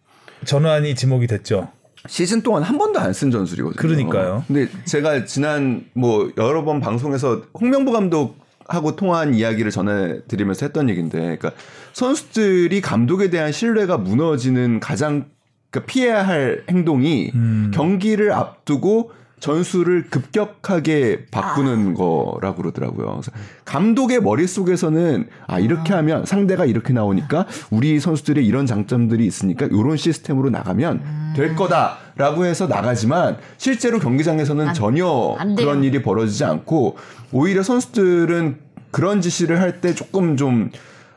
Speaker 2: 전환이 지목이 됐죠.
Speaker 4: 시즌 동안 한 번도 안 쓴 전술이거든요.
Speaker 2: 그러니까요.
Speaker 4: 근데 제가 지난 뭐 여러 번 방송에서 홍명보 감독하고 통화한 이야기를 전해드리면서 했던 얘기인데, 그러니까 선수들이 감독에 대한 신뢰가 무너지는 가장 그러니까 피해야 할 행동이 경기를 앞두고 전술을 급격하게 바꾸는 거라고 그러더라고요. 그래서 감독의 머릿속에서는 아 이렇게 하면 상대가 이렇게 나오니까 우리 선수들의 이런 장점들이 있으니까 이런 시스템으로 나가면 될 거다라고 해서 나가지만 실제로 경기장에서는 전혀
Speaker 7: 안 돼요.
Speaker 4: 그런 일이 벌어지지 않고 오히려 선수들은 그런 지시를 할 때 조금 좀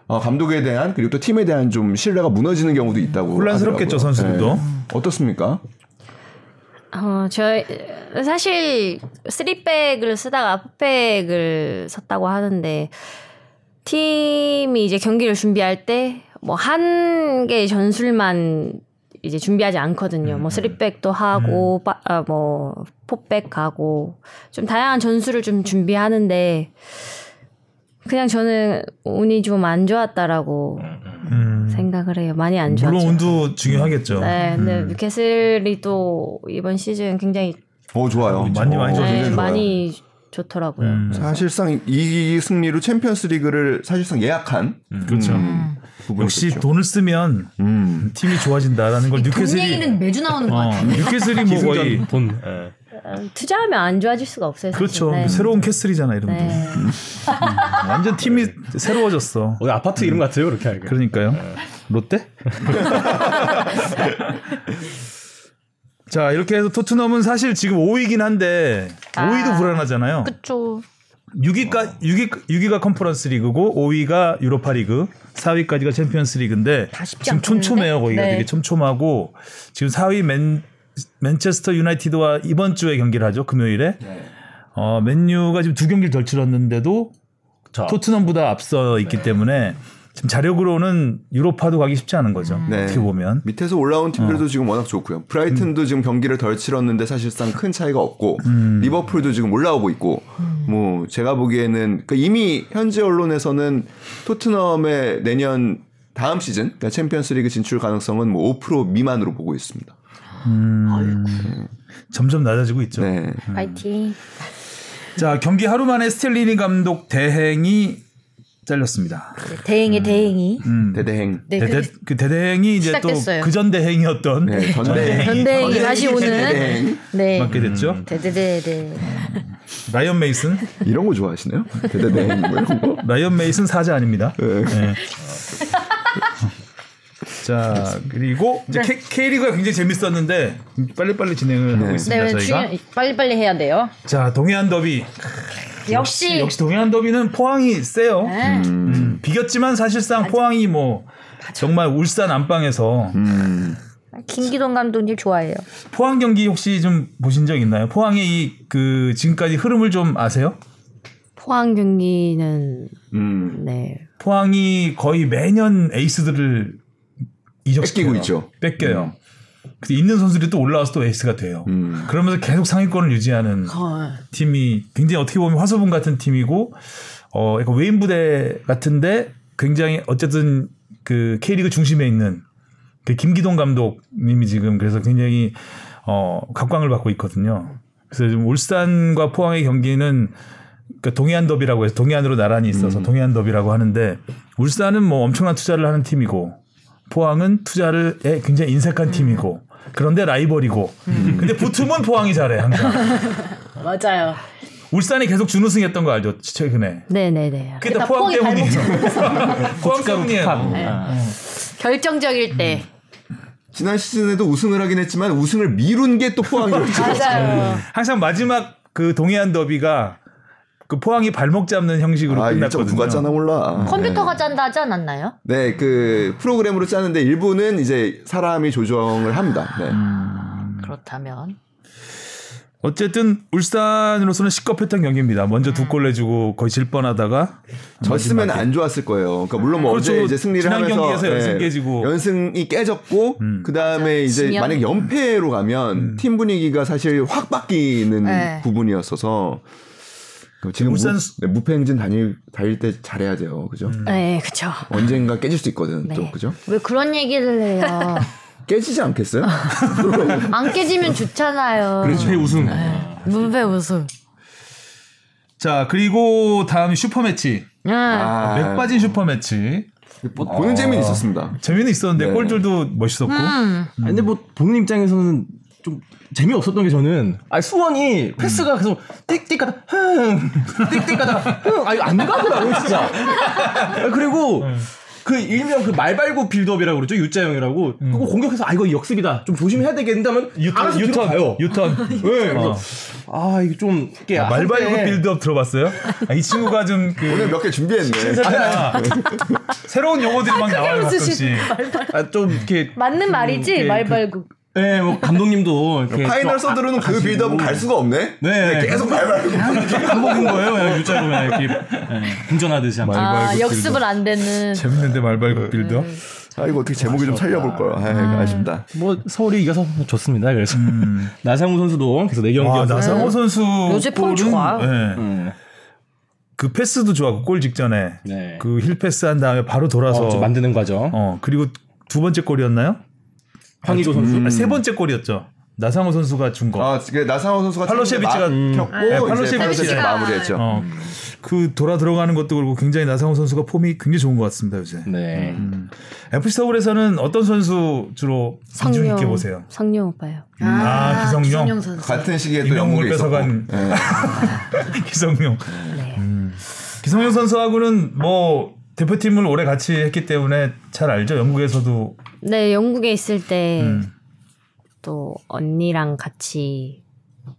Speaker 4: 어, 감독에 대한 그리고 또 팀에 대한 좀 신뢰가 무너지는 경우도 있다고
Speaker 2: 혼란스럽겠죠,
Speaker 4: 하더라고요.
Speaker 2: 선수들도.
Speaker 4: 네. 어떻습니까?
Speaker 5: 어, 저 사실 쓰리백을 쓰다가 포백을 썼다고 하는데 팀이 이제 경기를 준비할 때 뭐 한 개의 전술만 이제 준비하지 않거든요.
Speaker 2: 음.
Speaker 5: 뭐 쓰리백도 하고 빠, 아, 뭐 포백 가고 좀 다양한 전술을 좀 준비하는데 그냥 저는 운이 좀 안 좋았다라고
Speaker 2: 음.
Speaker 5: 생각을 해요. 많이 안 좋았죠.
Speaker 2: 물론 운도 음. 중요하겠죠.
Speaker 5: 네, 근데 캐슬이 또 이번 시즌 굉장히
Speaker 4: 어 좋아요.
Speaker 2: 많이 많이
Speaker 4: 어,
Speaker 2: 좋아요.
Speaker 5: 네,
Speaker 4: 굉장히 좋아요.
Speaker 5: 많이 좋더라고요.
Speaker 2: 음.
Speaker 4: 네. 사실상 이 승리로 챔피언스리그를 사실상 예약한
Speaker 2: 그렇죠.
Speaker 4: 음, 부분이
Speaker 2: 역시
Speaker 4: 있었죠.
Speaker 2: 돈을 쓰면
Speaker 4: 음.
Speaker 2: 팀이 좋아진다라는 걸
Speaker 7: 돈
Speaker 2: 뉴캐슬이
Speaker 7: 얘기는 매주 나오는 것
Speaker 2: 어,
Speaker 7: 같아요.
Speaker 2: 뉴캐슬이 뭐 거의
Speaker 3: 기승전 돈. 예.
Speaker 6: 음,
Speaker 5: 어, 투자하면 안 좋아질 수가 없어요. 사실.
Speaker 2: 그렇죠.
Speaker 5: 네.
Speaker 2: 새로운 캐슬이잖아 이름도.
Speaker 5: 네.
Speaker 2: 완전 팀이 새로워졌어.
Speaker 3: 오늘 아파트 이름 같아요, 이렇게 알게.
Speaker 2: 그러니까요. 롯데? 자 이렇게 해서 토트넘은 사실 지금 5위긴 한데 5위도 불안하잖아요.
Speaker 1: 그쵸.
Speaker 2: 6위가 6위 6위가 컨퍼런스 리그고 5위가 유로파 리그, 4위까지가 챔피언스 리그인데
Speaker 1: 쉽지
Speaker 2: 지금 촘촘해요. 거기가
Speaker 6: 네.
Speaker 2: 되게 촘촘하고 지금 4위 맨 맨체스터 유나이티드와 이번 주에 경기를 하죠. 금요일에. 어, 맨유가 지금 두 경기를 덜 치렀는데도
Speaker 3: 자,
Speaker 2: 토트넘보다 앞서 있기 때문에 지금 자력으로는 유로파도 가기 쉽지 않은 거죠.
Speaker 4: 네.
Speaker 2: 어떻게 보면.
Speaker 4: 밑에서 올라온
Speaker 2: 어.
Speaker 4: 팀들도 지금 워낙 좋고요. 브라이튼도 지금 경기를 덜 치렀는데 사실상 큰 차이가 없고
Speaker 2: 음.
Speaker 4: 리버풀도 지금 올라오고 있고 뭐 제가 보기에는 그러니까 이미 현지 언론에서는 토트넘의 내년 다음 시즌 그러니까 챔피언스리그 진출 가능성은 뭐 5% 미만으로 보고 있습니다.
Speaker 2: 점점 낮아지고 있죠.
Speaker 4: 네.
Speaker 5: 파이팅.
Speaker 2: 자, 경기 하루 만에 스텔리니 감독 대행이 잘렸습니다.
Speaker 6: 네, 대행의 대행이.
Speaker 4: 음.
Speaker 2: 음.
Speaker 4: 대대행.
Speaker 2: 대대, 그 대대행이 이제 또
Speaker 6: 네, 시작됐어요.
Speaker 2: 그 전 대행이었던
Speaker 4: 네, 전 대행.
Speaker 2: 전대행이
Speaker 6: 현대행이 다시 오는.
Speaker 4: 대대행.
Speaker 6: 네.
Speaker 2: 맡게 됐죠.
Speaker 4: 음.
Speaker 6: 대대대대.
Speaker 2: 라이언 메이슨.
Speaker 4: 이런 거 좋아하시나요? 대대행 뭐 이런 거.
Speaker 2: 라이언 메이슨 사자 아닙니다.
Speaker 4: 네.
Speaker 2: 네. 자 그리고
Speaker 6: 네.
Speaker 2: 이제 K, K리그가 굉장히 재밌었는데 빨리빨리 진행을 하고 있습니다
Speaker 6: 네,
Speaker 2: 저희가
Speaker 6: 중요, 빨리빨리 해야 돼요.
Speaker 2: 자 동해안 더비
Speaker 7: 역시,
Speaker 2: 역시 동해안 더비는 포항이 세요
Speaker 6: 네.
Speaker 2: 음, 비겼지만 사실상 포항이 뭐 정말 울산 안방에서
Speaker 4: 음.
Speaker 6: 김기동 감독님 좋아해요.
Speaker 2: 포항 경기 혹시 좀 보신 적 있나요? 포항의 이그 지금까지 흐름을 좀 아세요?
Speaker 5: 포항 경기는
Speaker 4: 음.
Speaker 5: 네.
Speaker 2: 포항이 거의 매년 에이스들을 이적시키고
Speaker 4: 뺏기고 있죠.
Speaker 2: 뺏겨요. 근데 있는 선수들이 또 올라와서 또 에이스가 돼요.
Speaker 4: 음.
Speaker 2: 그러면서 계속 상위권을 유지하는 팀이 굉장히 어떻게 보면 화소분 같은 팀이고 어 약간 외인 부대 같은데 굉장히 어쨌든 그 K리그 중심에 있는 그 김기동 감독님이 지금 그래서 굉장히 어 각광을 받고 있거든요. 그래서 지금 울산과 포항의 경기는 그러니까 동해안 더비라고 해서 동해안으로 나란히 있어서 동해안 더비라고 하는데 울산은 뭐 엄청난 투자를 하는 팀이고 포항은 투자를 에 굉장히 인색한 팀이고 그런데 라이벌이고 근데 붙으면 포항이 잘해 항상
Speaker 7: 맞아요.
Speaker 2: 울산이 계속 준우승했던 거 알죠 최근에
Speaker 5: 네, 네, 네.
Speaker 2: 그게 다 그러니까 포항 때문이에요 네. 포항 때문이에요
Speaker 7: 결정적일 때.
Speaker 4: 지난 시즌에도 우승을 하긴 했지만 우승을 미룬 게 또 포항이었죠.
Speaker 7: 맞아요.
Speaker 2: 항상 마지막 그 동해안 더비가 그 포항이 발목 잡는 형식으로
Speaker 4: 아, 일정
Speaker 2: 끝났거든요
Speaker 4: 부가 짜나 몰라.
Speaker 6: 컴퓨터가 짠다 하지 않았나요?
Speaker 4: 네, 그 프로그램으로 짜는데 일부는 이제 사람이 조정을 합니다. 네.
Speaker 2: 음.
Speaker 6: 그렇다면.
Speaker 2: 어쨌든 울산으로서는 시겁했던 경기입니다 먼저 두 골 내주고 거의 질 뻔하다가
Speaker 4: 졌으면 안 좋았을 거예요. 그러니까 물론 뭐
Speaker 2: 그렇죠.
Speaker 4: 어제 이제 승리를
Speaker 2: 지난
Speaker 4: 하면서
Speaker 2: 경기에서 연승
Speaker 4: 네,
Speaker 2: 깨지고.
Speaker 4: 연승이 깨졌고 그다음에 이제
Speaker 6: 지면.
Speaker 4: 만약 연패로 가면
Speaker 2: 음.
Speaker 4: 팀 분위기가 사실 확 바뀌는
Speaker 6: 네.
Speaker 4: 부분이었어서 그 지금
Speaker 2: 울산
Speaker 4: 무,
Speaker 2: 수- 음.
Speaker 4: 네, 무패 행진 다닐 다닐 때 잘해야 돼요. 그죠?
Speaker 5: 네, 그렇죠.
Speaker 4: 언젠가 깨질 수 있거든. 또 그죠?
Speaker 6: 네. 왜 그런 얘기를 해요?
Speaker 4: 깨지지 않겠어요?
Speaker 6: 안 깨지면 좋잖아요.
Speaker 2: 그렇죠.
Speaker 3: 최 우승.
Speaker 5: 무배 우승.
Speaker 2: 자 그리고 다음 슈퍼매치
Speaker 6: 네.
Speaker 4: 아, 뭐,
Speaker 2: 맥 빠진 슈퍼매치
Speaker 4: 보- 보는 재미는 있었습니다.
Speaker 2: 재미는 있었는데
Speaker 4: 네.
Speaker 2: 골들도 멋있었고
Speaker 6: 음.
Speaker 3: 아니, 근데 뭐 보는 입장에서는 좀 재미없었던 게 저는 아 수원이 패스가 계속 띡띡 가다 흥 띡띡 가다 흥 아니 안 가더라고 진짜 아, 그리고 그 일명 그 말발굽 빌드업이라고 그러죠 유자형이라고 그거 공격해서 아 이거 역습이다 좀 조심해야 되겠는데 하면 알아서 뒤로 가요
Speaker 2: 유턴
Speaker 3: 네, 그래서 아 이게 좀 이게
Speaker 2: 어.
Speaker 6: 아, 네.
Speaker 2: 말발굽 빌드업 들어봤어요? 아, 이 친구가
Speaker 4: 오늘
Speaker 2: 좀그
Speaker 4: 몇 개 준비했네. 아,
Speaker 2: 새로운 용어들이 막 나와요 가끔씩.
Speaker 3: 아, 좀 이렇게
Speaker 6: 맞는 말이지
Speaker 3: 그-
Speaker 6: 말발굽.
Speaker 3: 네, 뭐 감독님도 이렇게
Speaker 4: 파이널
Speaker 3: 좀
Speaker 4: 서드로는 그 빌드업은 갈 수가 없네.
Speaker 3: 네.
Speaker 4: 계속 말발굽.
Speaker 3: 안 아, 먹은 거예요 그냥 유자로 그냥 이렇게 네, 운전하듯이 아마
Speaker 6: 아, 역습을 안 되는.
Speaker 2: 재밌는데
Speaker 3: 네.
Speaker 2: 말발굽 빌드업.
Speaker 4: 아 이거 어떻게 제목이 좀 살려볼 걸. 아, 아쉽다.
Speaker 3: 뭐 서울이 이겨서 좋습니다. 그래서 음. 아, 나상우 선수도 계속 4경기
Speaker 2: 와 나상호 선수
Speaker 6: 네. 요새 폼
Speaker 2: 골은,
Speaker 6: 좋아.
Speaker 2: 예. 그 패스도 좋았고 골 직전에
Speaker 3: 네.
Speaker 2: 그 힐 패스 한 다음에 바로 돌아서
Speaker 3: 어, 좀 만드는 과정.
Speaker 2: 어 그리고 두 번째 골이었나요?
Speaker 3: 황희조 선수. 음.
Speaker 2: 아, 세 번째 골이었죠. 나상호 선수가 준 거.
Speaker 4: 아, 그 나상호 선수가
Speaker 2: 팔로셰비치가
Speaker 4: 켰고
Speaker 2: 네,
Speaker 4: 이제
Speaker 2: 팔로셰비치가-
Speaker 4: 팔로셰비치가 마무리했죠.
Speaker 2: 어,
Speaker 3: 음.
Speaker 2: 그 돌아 들어가는 것도 그렇고 굉장히 나상호 선수가 폼이 굉장히 좋은 것 같습니다 요새.
Speaker 3: 네.
Speaker 2: FC 서울에서는 어떤 선수 주로 비중 있게 보세요?
Speaker 5: 상룡 오빠요.
Speaker 2: 아, 기성용.
Speaker 7: 선수.
Speaker 4: 같은 시기에 또
Speaker 2: 이명웅을
Speaker 4: 영국에 있었고.
Speaker 2: 뺏어간-
Speaker 4: 예.
Speaker 2: 기성용. 음. 기성용 선수하고는 뭐 대표팀을 오래 같이 했기 때문에 잘 알죠. 영국에서도
Speaker 5: 네, 영국에 있을 때
Speaker 2: 음.
Speaker 5: 또 언니랑 같이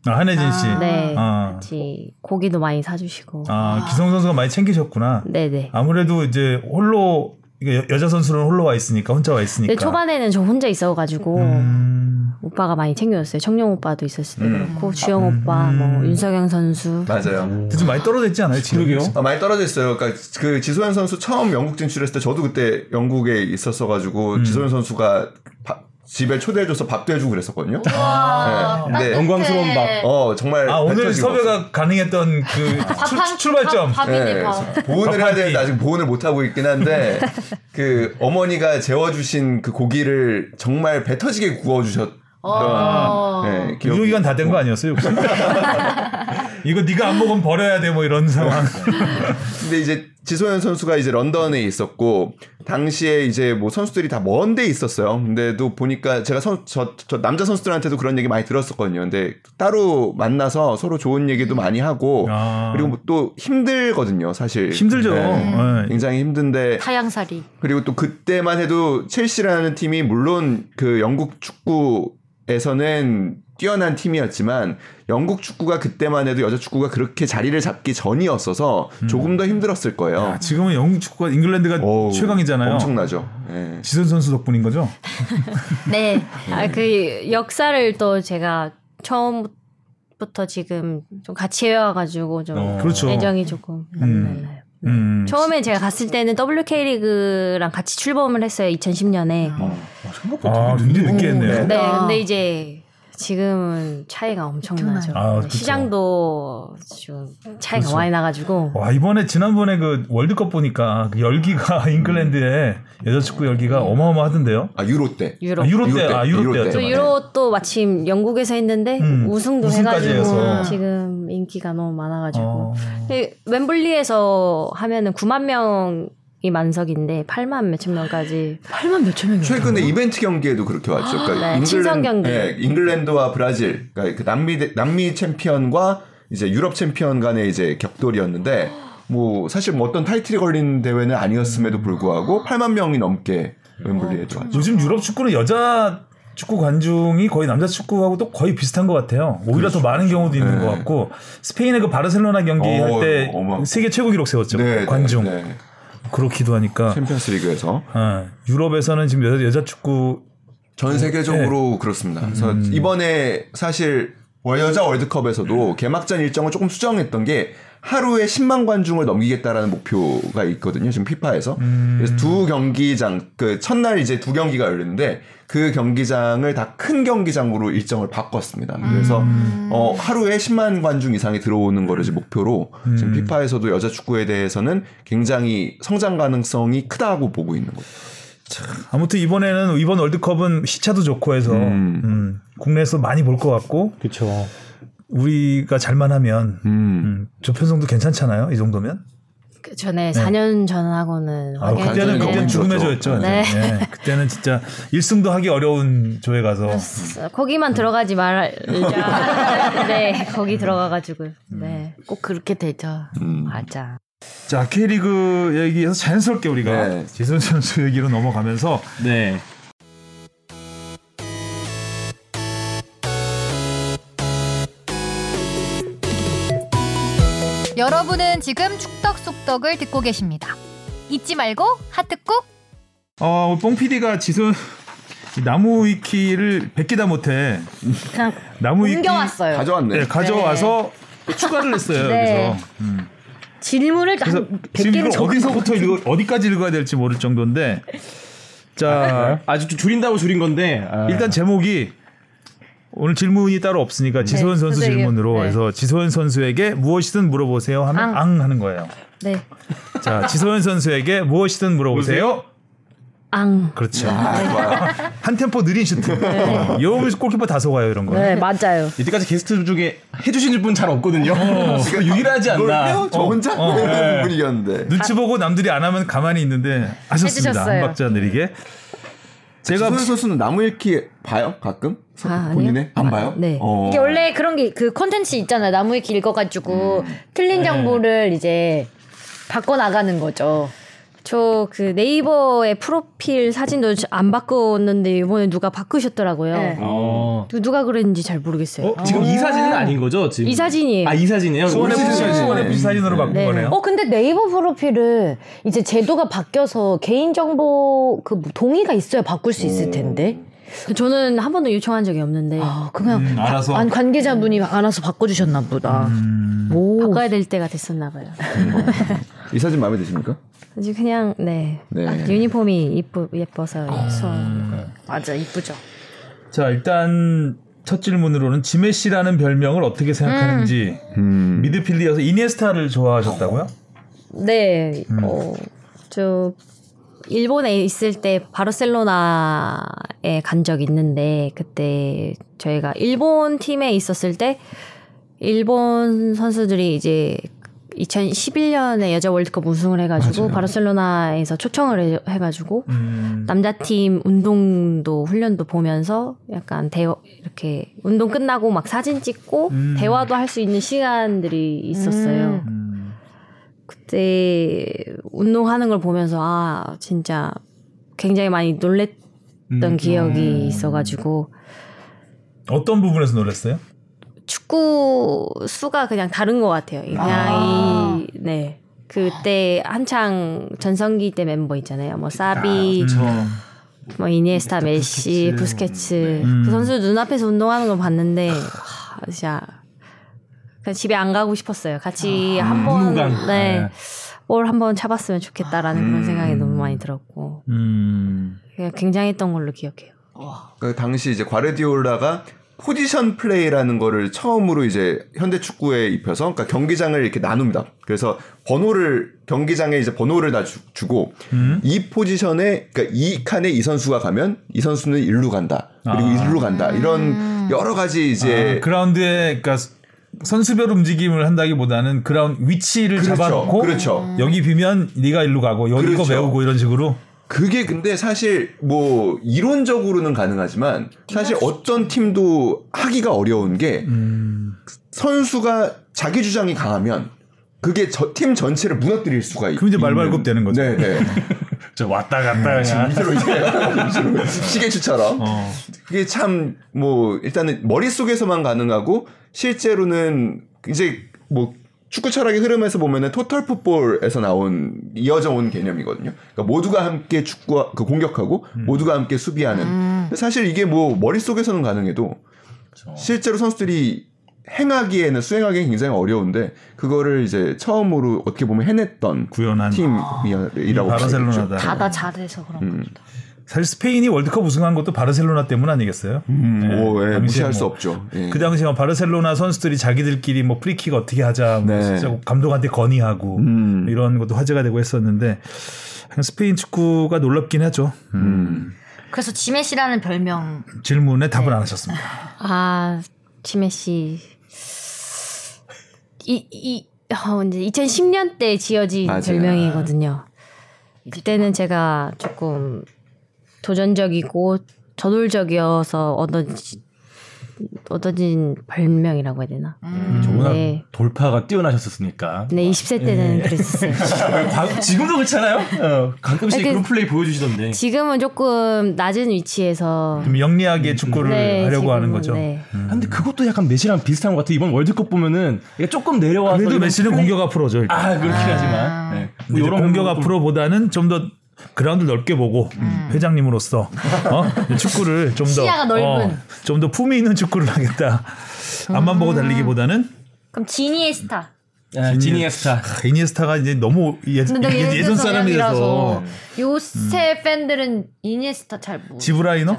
Speaker 2: 아, 한혜진 씨. 아,
Speaker 5: 네
Speaker 2: 아.
Speaker 5: 같이 고기도 많이 사주시고
Speaker 2: 기성 선수가 많이 챙기셨구나.
Speaker 5: 네네.
Speaker 2: 아무래도 이제 홀로 이게 여- 여자 선수는 홀로 와 있으니까 혼자 와 있으니까.
Speaker 5: 근데 네, 초반에는 저 혼자 있어가지고
Speaker 2: 그러니까. 음.
Speaker 5: 오빠가 많이 챙겨줬어요. 청룡 오빠도 있었을 때
Speaker 4: 음.
Speaker 5: 그렇고 주영 오빠,
Speaker 2: 음.
Speaker 5: 뭐 윤석영 선수.
Speaker 4: 맞아요.
Speaker 2: 근데 좀 많이 떨어져 있지 않아요? 지금?
Speaker 3: 그러게요.
Speaker 4: 아, 많이 떨어져 있어요. 그러니까 그 지소연 선수 처음 영국 진출했을 때 저도 그때 영국에 있었어 가지고
Speaker 2: 음.
Speaker 4: 지소연 선수가 밥- 집에 초대해줘서 밥도 해주고 그랬었거든요. 네. 근데
Speaker 3: 영광스러운 밥.
Speaker 4: 어 정말
Speaker 2: 아 오늘
Speaker 4: 밝혀지고 없어요.
Speaker 2: 섭외가 가능했던 그 출,
Speaker 7: 한-
Speaker 2: 출발점.
Speaker 7: 밥, 밥이네,
Speaker 4: 예,
Speaker 7: 밥.
Speaker 4: 그래서 보온을 해야 되는데 아직 보온을 못 하고 있긴 한데 그 어머니가 재워주신 그 고기를 정말 배 터지게 구워주셨던
Speaker 7: 어.
Speaker 4: 예, 기억이-
Speaker 2: 유효기간 다 된 거 아니었어요? 혹시? 이거 네가 안 먹으면 버려야 돼 뭐 이런 상황.
Speaker 4: 네. 근데 이제 지소연 선수가 이제 런던에 있었고 당시에 이제 뭐 선수들이 다 먼데 있었어요. 근데도 보니까 제가 선, 저, 저 남자 선수들한테도 그런 얘기 많이 들었었거든요. 근데 따로 만나서 서로 좋은 얘기도 많이 하고
Speaker 2: 아.
Speaker 4: 그리고 뭐또 힘들거든요, 사실.
Speaker 2: 힘들죠. 네.
Speaker 4: 굉장히 힘든데
Speaker 7: 타양살이.
Speaker 4: 그리고 또 그때만 해도 첼시라는 팀이 물론 그 영국 축구에서는 뛰어난 팀이었지만 영국 축구가 그때만 해도 여자 축구가 그렇게 자리를 잡기 전이었어서
Speaker 2: 음.
Speaker 4: 조금 더 힘들었을 거예요.
Speaker 2: 지금은 영국 축구가 잉글랜드가
Speaker 4: 어우,
Speaker 2: 최강이잖아요.
Speaker 4: 엄청나죠. 예.
Speaker 2: 지선 선수 덕분인 거죠?
Speaker 5: 네. 아, 그 역사를 또 제가 처음부터 지금 좀 같이 해와가지고 좀
Speaker 2: 어, 그렇죠.
Speaker 5: 애정이 조금
Speaker 2: 음.
Speaker 5: 달라요.
Speaker 2: 음.
Speaker 5: 처음에 제가 갔을 때는 WK 리그랑 같이 출범을 했어요. 2010년에.
Speaker 3: 아, 생각보다
Speaker 2: 아,
Speaker 3: 되게
Speaker 2: 굉장히
Speaker 3: 늦네.
Speaker 2: 늦게 했네요.
Speaker 5: 네,
Speaker 7: 아.
Speaker 5: 근데 이제 지금은 차이가 엄청나죠.
Speaker 2: 엄청나요. 아, 그쵸.
Speaker 5: 시장도 좀 차이가
Speaker 2: 그렇죠.
Speaker 5: 많이 나가지고.
Speaker 2: 와 이번에 지난번에 그 월드컵 보니까 그 열기가 잉글랜드의 여자 축구 열기가 어마어마하던데요.
Speaker 4: 아 유로 때.
Speaker 5: 유럽.
Speaker 2: 아, 유로 때,
Speaker 4: 유로 때,
Speaker 2: 아
Speaker 4: 유로
Speaker 2: 유로 때였죠.
Speaker 5: 또
Speaker 4: 때.
Speaker 5: 유로 또 마침 영국에서 했는데
Speaker 2: 음,
Speaker 5: 우승도
Speaker 2: 우승까지
Speaker 5: 해가지고
Speaker 2: 해서.
Speaker 5: 지금 인기가 너무 많아가지고
Speaker 2: 어.
Speaker 5: 근데 웸블리에서 하면은 9만 명이 만석인데 8만 몇천 명까지
Speaker 7: 8만 몇천 명이요.
Speaker 4: 최근에 이벤트 경기에도 그렇게 왔죠. 그러니까
Speaker 5: 네, 친선 경기.
Speaker 4: 예, 잉글랜드와 브라질, 그러니까 그 남미 대- 남미 챔피언과 이제 유럽 챔피언 간의 이제 격돌이었는데 뭐 사실 뭐 어떤 타이틀이 걸린 대회는 아니었음에도 불구하고 8만 명이 넘게 웸블리에 들어왔죠.
Speaker 2: 요즘 유럽 축구는 여자 축구 관중이 거의 남자 축구하고 또 거의 비슷한 것 같아요. 오히려 더 많은 경우도 있는
Speaker 4: 네.
Speaker 2: 것 같고 스페인의 그 바르셀로나 경기
Speaker 4: 어,
Speaker 2: 할 때
Speaker 4: 어마-
Speaker 2: 세계 최고 기록 세웠죠. 관중
Speaker 4: 네.
Speaker 2: 그렇기도 하니까
Speaker 4: 챔피언스리그에서
Speaker 2: 어, 유럽에서는 지금 여자, 여자 축구
Speaker 4: 전 세계적으로 그렇습니다. 그래서 이번에 사실 여자 월드컵에서도 개막전 일정을 조금 수정했던 게 하루에 10만 관중을 넘기겠다라는 목표가 있거든요. 지금 피파에서. 그래서 두 경기장 그 첫날 이제 두 경기가 열리는데 그 경기장을 다 큰 경기장으로 일정을 바꿨습니다. 그래서 어 하루에 10만 관중 이상이 들어오는 거를 이제 목표로 지금 피파에서도 여자 축구에 대해서는 굉장히 성장 가능성이 크다고 보고 있는 거죠.
Speaker 2: 아무튼 이번에는 이번 월드컵은 시차도 좋고 해서
Speaker 4: 음.
Speaker 2: 음, 국내에서 많이 볼 것 같고
Speaker 3: 그쵸.
Speaker 2: 우리가 잘만 하면
Speaker 4: 음.
Speaker 2: 음, 조편성도 괜찮잖아요. 이 정도면.
Speaker 5: 그 전에 4년 전하고는
Speaker 2: 네. 아,
Speaker 5: 확연히
Speaker 2: 그때는
Speaker 4: 완전히
Speaker 2: 그때는
Speaker 4: 너무
Speaker 2: 죽음의
Speaker 4: 좋았죠.
Speaker 2: 조였죠.
Speaker 5: 네.
Speaker 2: 예, 그때는 진짜 1승도 하기 어려운 조에 가서
Speaker 5: 거기만 들어가지 말자. 네, 거기 들어가가지고. 네.
Speaker 7: 꼭 그렇게 되죠.
Speaker 4: 음.
Speaker 7: 맞아.
Speaker 2: 자 K리그 얘기에서 자연스럽게 우리가
Speaker 4: 네.
Speaker 2: 지선 선수 얘기로 넘어가면서
Speaker 3: 네.
Speaker 8: 여러분은 지금 축덕 속덕을 듣고 계십니다. 잊지 말고 하트 꾹.
Speaker 2: 어, 뽕 PD가 지선 이 나무 위키를 베끼다 못해
Speaker 6: 그냥
Speaker 2: 나무 위키
Speaker 6: 옮겨왔어요.
Speaker 4: 가져왔네.
Speaker 2: 네, 가져와서 추가를 했어요.
Speaker 6: 네.
Speaker 2: 여기서. 음.
Speaker 6: 질문을 한
Speaker 2: 그래서
Speaker 6: 100개는
Speaker 2: 지금 이걸 어디서부터 읽어 어디까지 읽어야 될지 모를 정도인데 자
Speaker 3: 네.
Speaker 2: 네.
Speaker 3: 아주 줄인다고 줄인 건데. 아,
Speaker 2: 일단 제목이 오늘 질문이 따로 없으니까
Speaker 6: 네,
Speaker 2: 지소연 선수
Speaker 1: 선생님.
Speaker 2: 질문으로
Speaker 1: 네.
Speaker 2: 해서 지소연 선수에게 무엇이든 물어보세요 하면
Speaker 1: 앙.
Speaker 2: 앙, 하는 거예요.
Speaker 1: 네.
Speaker 2: 자, 지소연 선수에게 무엇이든 물어보세요.
Speaker 5: 앙.
Speaker 2: 그렇죠.
Speaker 4: 아,
Speaker 2: 한 템포 느린 슈트.
Speaker 1: 네.
Speaker 2: 여우 골키퍼 다 속아요 이런 거.
Speaker 5: 네, 맞아요.
Speaker 3: 이때까지 게스트 중에 해주신 분 잘 없거든요. 그거 유일하지
Speaker 4: 이걸
Speaker 3: 않나.
Speaker 4: 해요?
Speaker 2: 어,
Speaker 4: 저 혼자
Speaker 2: 네.
Speaker 4: 분위기였는데.
Speaker 2: 눈치 보고 남들이 안 하면 가만히 있는데 하셨습니다.
Speaker 1: 아. 해주셨어요.
Speaker 2: 한 박자 느리게. 제가
Speaker 4: 제가 선수는 나무 읽기 봐요? 가끔? 서-
Speaker 5: 아, 아니요.
Speaker 4: 본인의 안 봐요?
Speaker 5: 네.
Speaker 4: 어.
Speaker 6: 이게 원래 그런 게 그 콘텐츠 있잖아요. 나무 위키 읽어가지고 틀린 정보를 이제 바꿔 나가는 거죠.
Speaker 5: 저 그 네이버의 프로필 사진도 저- 안 바꿨는데 이번에 누가 바꾸셨더라고요.
Speaker 6: 네.
Speaker 3: 어.
Speaker 5: 누- 누가 그랬는지 잘 모르겠어요.
Speaker 3: 어, 지금 이 사진은 아닌 거죠? 지금.
Speaker 5: 이 사진이에요.
Speaker 3: 아이 어, 사진이에요.
Speaker 2: 수원의
Speaker 4: 오.
Speaker 2: 부시 수원의 부시 사진으로
Speaker 4: 네.
Speaker 2: 바꾼
Speaker 5: 네.
Speaker 2: 거네요.
Speaker 6: 어 근데 네이버 프로필을 이제 제도가 바뀌어서 개인 정보 그
Speaker 7: 뭐
Speaker 6: 동의가 있어야 바꿀 수 있을 텐데.
Speaker 5: 저는 한 번도 요청한 적이 없는데
Speaker 6: 아 그냥
Speaker 2: 음, 알아서.
Speaker 6: 안 관계자분이 알아서 바꿔주셨나 보다.
Speaker 3: 음.
Speaker 6: 오.
Speaker 5: 바꿔야 될 때가 됐었나 봐요.
Speaker 4: 이 사진 마음에 드십니까?
Speaker 5: 아주 그냥 네,
Speaker 4: 네.
Speaker 5: 아, 유니폼이 이쁘 예뻐서
Speaker 6: 아.
Speaker 5: 입소.
Speaker 6: 음. 맞아 이쁘죠.
Speaker 2: 자 일단 첫 질문으로는 지메시라는 별명을 어떻게 생각하는지
Speaker 1: 음.
Speaker 2: 음. 미드필드여서 이니에스타를 좋아하셨다고요?
Speaker 5: 네,
Speaker 6: 음.
Speaker 5: 어, 저 일본에 있을 때 바르셀로나에 간 적 있는데 그때 저희가 일본 팀에 있었을 때 일본 선수들이 이제 2011년에 여자 월드컵 우승을 해가지고 바르셀로나에서 초청을 해, 해가지고
Speaker 2: 음,
Speaker 5: 남자팀 운동도 훈련도 보면서 약간 대화 이렇게 운동 끝나고 막 사진 찍고
Speaker 2: 음.
Speaker 5: 대화도 할 수 있는 시간들이 있었어요.
Speaker 2: 음.
Speaker 5: 그때 운동하는 걸 보면서 아 진짜 굉장히 많이 놀랬던
Speaker 2: 음.
Speaker 5: 기억이 있어가지고
Speaker 2: 어떤 부분에서 놀랐어요?
Speaker 5: 축구 수가 그냥 다른 것 같아요. 그냥 이, 네 그때 한창 전성기 때 멤버 있잖아요. 뭐
Speaker 2: 그러니까.
Speaker 5: 사비,
Speaker 3: 음.
Speaker 5: 뭐 이니에스타, 메시, 부스케츠 아.
Speaker 2: 음.
Speaker 5: 그 선수 눈앞에서 운동하는 걸 봤는데 와, 진짜 그냥 집에 안 가고 싶었어요. 아. 같이 한번
Speaker 3: 운동강.
Speaker 5: 네.
Speaker 3: 네.
Speaker 5: 뭘 한번 잡았으면 좋겠다라는
Speaker 4: 음.
Speaker 5: 그런 생각이 너무 많이 들었고
Speaker 2: 음,
Speaker 5: 그냥 굉장했던 걸로 기억해요.
Speaker 4: 그 당시 이제 과르디올라가 포지션 플레이라는 거를 처음으로 이제 현대 축구에 입혀서 그러니까 경기장을 이렇게 나눕니다. 그래서 번호를 경기장에 이제 번호를 다 주, 고이
Speaker 2: 음.
Speaker 4: 포지션에 그러니까 이 칸에 이 선수가 가면 이 선수는 일로 간다. 그리고
Speaker 2: 아.
Speaker 4: 일로 간다.
Speaker 5: 음.
Speaker 4: 이런 여러 가지 이제
Speaker 2: 아, 그라운드에 그러니까 선수별 움직임을 한다기보다는 그라운드 위치를
Speaker 4: 그렇죠.
Speaker 2: 잡아놓고
Speaker 4: 그렇죠.
Speaker 2: 여기 비면 네가 일로 가고 여기 거
Speaker 4: 그렇죠.
Speaker 2: 메우고 이런 식으로
Speaker 4: 그게 근데 사실 뭐 이론적으로는 가능하지만 사실 어떤 팀도 하기가 어려운 게
Speaker 2: 음.
Speaker 4: 선수가 자기 주장이 강하면 그게 저 팀 전체를 무너뜨릴 수가 있
Speaker 2: 그럼 이제 말발굽 되는 거죠.
Speaker 4: 네, 네.
Speaker 2: 저 왔다 갔다 그냥.
Speaker 4: 밑으로 이제 밑으로 시계추처럼.
Speaker 2: 어.
Speaker 4: 그게 참 뭐 일단은 머릿속에서만 가능하고 실제로는 이제 뭐 축구 철학의 흐름에서 보면은 토탈 풋볼에서 나온 이어져 온 개념이거든요. 그러니까 모두가 함께 축구 그 공격하고
Speaker 2: 음.
Speaker 4: 모두가 함께 수비하는. 사실 이게 뭐 머릿속에서는 가능해도
Speaker 2: 그렇죠.
Speaker 4: 실제로 선수들이 행하기에는 수행하기는 굉장히 어려운데 그거를 이제 처음으로 어떻게 보면 해냈던
Speaker 2: 구현한
Speaker 4: 팀이라고
Speaker 2: 바르셀로나다.
Speaker 4: 봐야겠죠.
Speaker 7: 다 잘해서
Speaker 4: 음.
Speaker 7: 그런 거.
Speaker 2: 사실 스페인이 월드컵 우승한 것도 바르셀로나 때문 아니겠어요?
Speaker 4: 음,
Speaker 2: 네.
Speaker 4: 오, 예,
Speaker 2: 당시에
Speaker 4: 무시할 수
Speaker 2: 뭐
Speaker 4: 없죠. 예.
Speaker 2: 그 당시에 막 바르셀로나 선수들이 자기들끼리 뭐 프리킥 어떻게 하자 뭐
Speaker 4: 네.
Speaker 2: 진짜 감독한테 건의하고
Speaker 4: 음.
Speaker 2: 이런 것도 화제가 되고 했었는데 그냥 스페인 축구가 놀랍긴 하죠. 음,
Speaker 7: 그래서 지메시라는 별명
Speaker 2: 질문에 답을 안 하셨습니다.
Speaker 5: 아 치메 씨. 이, 이, 어, 이제 2010년 때 지어진
Speaker 4: 맞아요.
Speaker 5: 별명이거든요. 그때는 제가 조금 도전적이고 저돌적이어서 얻어지, 얻어진 별명이라고 해야 되나?
Speaker 3: 워낙
Speaker 5: 네.
Speaker 3: 돌파가 뛰어나셨었으니까.
Speaker 5: 네, 20세 때는 그랬었어요.
Speaker 3: 과- 지금도 그렇잖아요. 어, 가끔씩
Speaker 5: 그-
Speaker 3: 그런 플레이 보여주시던데.
Speaker 5: 지금은 조금 낮은 위치에서
Speaker 2: 좀 영리하게 축구를
Speaker 5: 네,
Speaker 2: 음. 하려고 하는
Speaker 5: 지금은
Speaker 2: 거죠.
Speaker 5: 네.
Speaker 3: 근데 그것도 약간 메시랑 비슷한 것 같아. 이번 월드컵 보면은 이게 조금 내려와서
Speaker 2: 그래도
Speaker 3: 이런
Speaker 2: 메시는
Speaker 3: 플레이-
Speaker 2: 공격 앞으로죠. 일단.
Speaker 3: 아 그렇긴 하지만 네.
Speaker 2: 근데 이제
Speaker 3: 요런
Speaker 2: 공격
Speaker 3: 부분도
Speaker 2: 앞으로보다는 좀 더 그라운드 넓게 보고 회장님으로서 어? 축구를 좀 더 어,
Speaker 7: 시야가 넓은.
Speaker 2: 좀 더 품위 있는 축구를 하겠다. 앞만 보고 달리기보다는
Speaker 7: 그럼 지니에스타.
Speaker 3: 좀- 아, 지니에스타.
Speaker 2: 아, 이니에스타가 이제 너무 예,
Speaker 7: 근데
Speaker 2: 예-
Speaker 7: 예전
Speaker 2: 예전 사람이라서 음.
Speaker 7: 사람이라서. 요새 팬들은 이니에스타 잘 모르.
Speaker 2: 지브라이너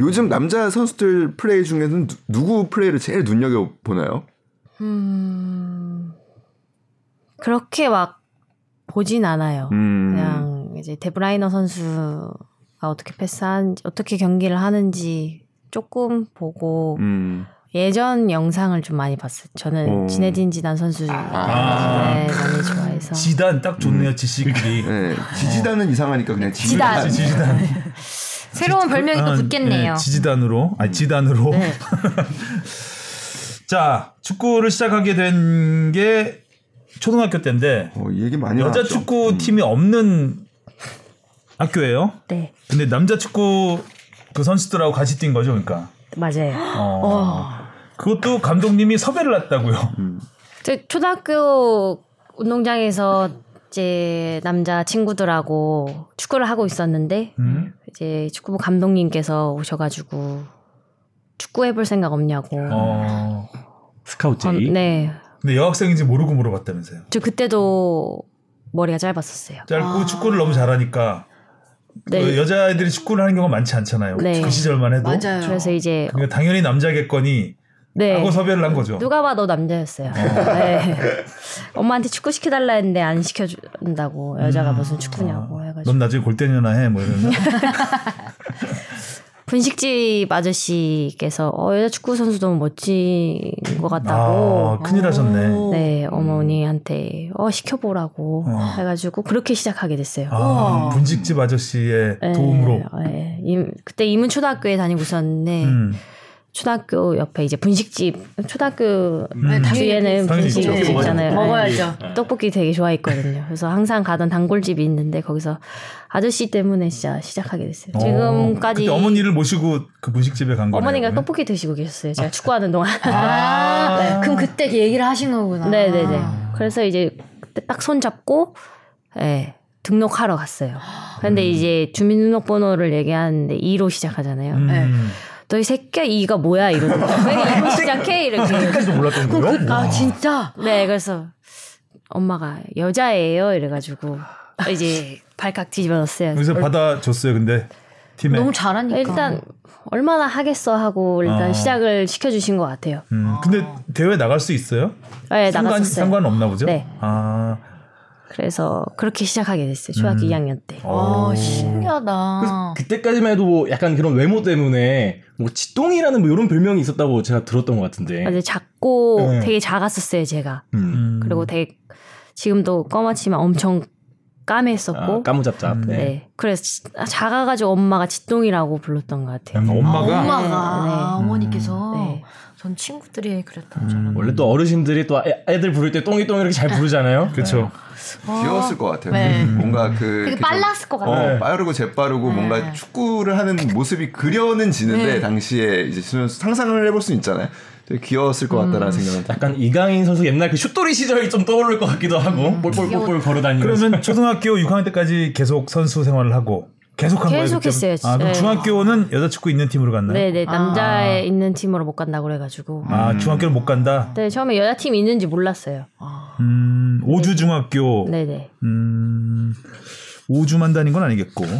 Speaker 4: 요즘 남자 선수들 플레이 중에는 누- 누구 플레이를 제일 눈여겨 보나요?
Speaker 5: 음, 그렇게 막 보진 않아요.
Speaker 4: 음.
Speaker 5: 그냥 이제 데브라이너 선수가 어떻게 패스하는지, 어떻게 경기를 하는지 조금 보고
Speaker 4: 음.
Speaker 5: 예전 영상을 좀 많이 봤어요. 저는
Speaker 4: 어.
Speaker 5: 지네딘 지단 선수 네, 많이 좋아해서
Speaker 2: 지단 딱 좋네요 지식이.
Speaker 4: 네, 지지단은 이상하니까
Speaker 8: 네,
Speaker 4: 그냥
Speaker 1: 지단.
Speaker 4: 지지단.
Speaker 2: 지지단.
Speaker 1: 새로운 별명이 또
Speaker 2: 아,
Speaker 1: 붙겠네요.
Speaker 2: 네, 지지단으로. 아 지단으로.
Speaker 5: 네.
Speaker 2: 자 축구를 시작하게 된 게 초등학교 때인데
Speaker 4: 어, 이 얘기 많이
Speaker 2: 여자
Speaker 4: 나왔죠. 음,
Speaker 2: 축구 팀이 없는 학교예요.
Speaker 5: 네
Speaker 2: 근데 남자 축구 그 선수들하고 같이 뛴 거죠, 그러니까.
Speaker 5: 맞아요.
Speaker 2: 어. 그것도 감독님이 섭외를 했다고요.
Speaker 5: 저 초등학교 운동장에서 이제 남자 친구들하고 축구를 하고 있었는데
Speaker 2: 음.
Speaker 5: 이제 축구부 감독님께서 오셔가지고 축구 해볼 생각 없냐고.
Speaker 2: 어.
Speaker 3: 스카우트
Speaker 5: 전-
Speaker 3: 제이.
Speaker 5: 네.
Speaker 2: 근데 여학생인지 모르고 물어봤다면서요.
Speaker 5: 저 그때도 머리가 짧았었어요.
Speaker 2: 짧고 축구를 너무 잘하니까
Speaker 5: 아. 네.
Speaker 2: 그 여자애들이 축구를 하는 경우가 많지 않잖아요.
Speaker 5: 네.
Speaker 2: 그 시절만 해도.
Speaker 7: 맞아요.
Speaker 5: 그래서 이제
Speaker 2: 그러니까 당연히 남자겠거니
Speaker 5: 네.
Speaker 2: 하고 섭외를 한 거죠.
Speaker 5: 누가 봐도 남자였어요. 네. 엄마한테 축구 시켜달라 했는데 안 시켜준다고 여자가
Speaker 2: 음.
Speaker 5: 무슨
Speaker 2: 아.
Speaker 5: 축구냐고 해가지고
Speaker 2: 넌 나중에 골대녀나 해. 뭐 이런.
Speaker 5: 분식집 아저씨께서 어, 여자 축구 선수 너무 멋진 것 같다고
Speaker 2: 아, 큰일 하셨네.
Speaker 5: 네 어머니한테 어 시켜보라고
Speaker 2: 어.
Speaker 5: 해가지고 그렇게 시작하게 됐어요.
Speaker 2: 아, 분식집 아저씨의
Speaker 5: 네,
Speaker 2: 도움으로.
Speaker 5: 네. 임- 그때 이문 초등학교에 다니고 있었는데
Speaker 2: 음.
Speaker 5: 초등학교 옆에 이제 분식집 초등학교
Speaker 2: 음.
Speaker 5: 주에는
Speaker 6: 네,
Speaker 2: 당연히
Speaker 5: 분식집
Speaker 2: 있죠.
Speaker 5: 있잖아요.
Speaker 7: 먹어야죠.
Speaker 5: 네. 떡볶이 되게 좋아했거든요. 그래서 항상 가던 단골집이 있는데 거기서 아저씨 때문에 진짜 시작하게 됐어요.
Speaker 2: 어,
Speaker 5: 지금까지
Speaker 2: 그때 어머니를 모시고 그 분식집에 간 거예요.
Speaker 5: 어머니가 떡볶이 드시고 계셨어요. 제가 축구하는 동안.
Speaker 7: 아, 그럼 그때 그 얘기를 하신 거구나.
Speaker 5: 네네네.
Speaker 2: 아.
Speaker 5: 그래서 이제 딱 손 잡고 예, 등록하러 갔어요. 근데
Speaker 2: 음.
Speaker 5: 이제 주민등록번호를 얘기하는데 2로 시작하잖아요.
Speaker 2: 음.
Speaker 5: 너 이 새끼야 이가 뭐야 이러는 거야. 왜 이거 시작해 이렇게.
Speaker 3: 그때까지도 몰랐던 거예요?
Speaker 7: 아 진짜?
Speaker 5: 네 그래서 엄마가 여자예요 이래가지고 이제 발칵 뒤집어놨어요.
Speaker 2: 그래서 받아줬어요. 근데
Speaker 3: 네.
Speaker 2: 팀에.
Speaker 7: 너무 잘하니까.
Speaker 5: 일단 얼마나 하겠어 하고 일단
Speaker 2: 어.
Speaker 5: 시작을 시켜주신 것 같아요.
Speaker 2: 음, 근데 대회 나갈 수 있어요?
Speaker 5: 네
Speaker 2: 상관
Speaker 5: 나갔었어요.
Speaker 2: 상관 없나 보죠?
Speaker 5: 네.
Speaker 2: 아,
Speaker 5: 그래서 그렇게 시작하게 됐어요. 초등학교 2학년 때.
Speaker 7: 아,
Speaker 2: 어.
Speaker 7: 신기하다.
Speaker 3: 그때까지만 해도 뭐 약간 그런 외모 때문에 뭐 지똥이라는 뭐 이런 별명이 있었다고 제가 들었던 것 같은데.
Speaker 5: 아주 작고
Speaker 3: 네.
Speaker 5: 되게 작았었어요 제가.
Speaker 3: 음.
Speaker 2: 음.
Speaker 5: 그리고 되게 지금도 검었지만 엄청
Speaker 3: 아,
Speaker 5: 까매했었고.
Speaker 3: 까무잡잡.
Speaker 5: 네. 그래서 지- 작아가지고 엄마가 짓똥이라고 불렀던 것 같아요.
Speaker 2: 음, 엄마가
Speaker 7: 엄마가
Speaker 5: 네, 네.
Speaker 7: 어머니께서
Speaker 5: 네.
Speaker 7: 전 친구들이 그랬던 줄 알았는데.
Speaker 3: 원래 또 어르신들이 또 애- 애들 부를 때 똥이 똥 이렇게 잘 부르잖아요. 네.
Speaker 2: 그렇죠.
Speaker 4: 귀여웠을 것 같아요.
Speaker 7: 네.
Speaker 4: 뭔가 그
Speaker 8: 되게
Speaker 4: 이렇게 좀-
Speaker 8: 빨랐을 것 같아요. 네.
Speaker 4: 어, 빠르고 재빠르고 뭔가 축구를 하는 모습이 그려는 지는데 당시에 이제 수면 상상을 해볼 수 있잖아요. 되게 귀여웠을 것
Speaker 8: 음.
Speaker 4: 같다라는 생각은 딱.
Speaker 3: 약간 이강인 선수 옛날 그 슛돌이 시절이 좀 떠오를 것 같기도 하고 볼볼볼볼 걸어다니면서
Speaker 2: 그러면 초등학교 6학년 때까지 계속 선수 생활을 하고 계속 한 거예요.
Speaker 5: 계속했어요,
Speaker 2: 그때부터? 아, 그럼
Speaker 5: 네.
Speaker 2: 중학교는 여자 축구 있는 팀으로 갔나요?
Speaker 5: 네네 남자에 있는 팀으로 못 간다고 그래가지고.
Speaker 2: 아, 중학교를 못 간다.
Speaker 5: 네 처음에 여자 팀 있는지 몰랐어요.
Speaker 2: 음, 오주 중학교.
Speaker 5: 네네.
Speaker 2: 음. 5주만 다닌 건 아니겠고. 자,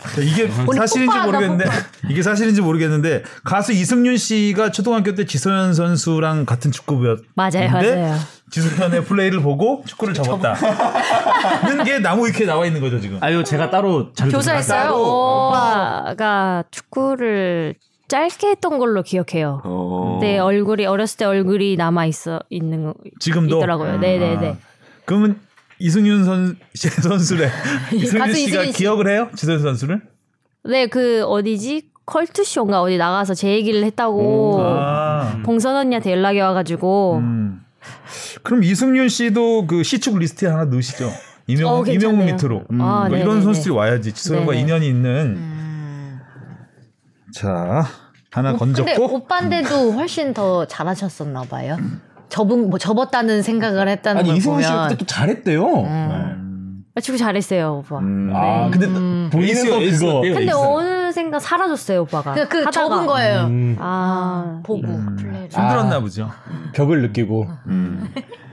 Speaker 2: 음. 이게 사실인지 모르겠는데, 이게 사실인지 모르겠는데, 가수 이승윤 씨가 초등학교 때 지소연 선수랑 같은 축구부였.
Speaker 5: 맞아요, 맞아요.
Speaker 2: 지소연의 플레이를 보고 축구를 접었다. 는게 나무 위키에 나와 있는 거죠, 지금.
Speaker 3: 아유 제가 따로 자료
Speaker 7: 교사했어요. 오.
Speaker 5: 오빠가 축구를 짧게 했던 걸로 기억해요.
Speaker 4: 어.
Speaker 5: 네 얼굴이 어렸을 때 얼굴이 남아 있어 있는 거-
Speaker 2: 지금도? 아.
Speaker 5: 있더라고요. 네네네.
Speaker 2: 그러면 이승윤 선, 선수래. 이승윤
Speaker 7: 가수
Speaker 2: 씨가
Speaker 7: 이승윤 씨.
Speaker 2: 기억을 해요? 지소연 선수를?
Speaker 5: 네 그 어디지 컬투 쇼인가 어디 나가서 제 얘기를 했다고
Speaker 2: 아.
Speaker 5: 봉선 언니한테 연락이 와가지고
Speaker 2: 음. 그럼 이승윤 씨도 그 시축 리스트에 하나 넣으시죠. 이명,
Speaker 5: 어, 괜찮네요.
Speaker 2: 이명훈 밑으로.
Speaker 5: 아,
Speaker 2: 뭐
Speaker 5: 네네네.
Speaker 2: 이런 선수들이 와야지. 지소연과
Speaker 5: 네네. 음.
Speaker 2: 인연이 있는. 자,
Speaker 5: 어,
Speaker 2: 하나
Speaker 6: 근데
Speaker 2: 건졌고.
Speaker 6: 오빠인데도 훨씬 더 잘하셨었나 봐요. 접은 뭐 접었다는 생각을 했다는
Speaker 3: 아니
Speaker 6: 걸
Speaker 3: 이승훈 씨가
Speaker 6: 보면
Speaker 3: 그때 또 잘했대요.
Speaker 5: 아, 축구 잘했어요 오빠.
Speaker 2: 음.
Speaker 3: 네. 아 근데 보이는 거 그거.
Speaker 5: 음. 근데 어느 생각 사라졌어요 오빠가.
Speaker 6: 그러니까 그
Speaker 5: 하다가.
Speaker 6: 접은 거예요.
Speaker 3: 음,
Speaker 5: 아
Speaker 6: 보고
Speaker 2: 힘들었나 보죠.
Speaker 3: 벽을 느끼고
Speaker 5: 어.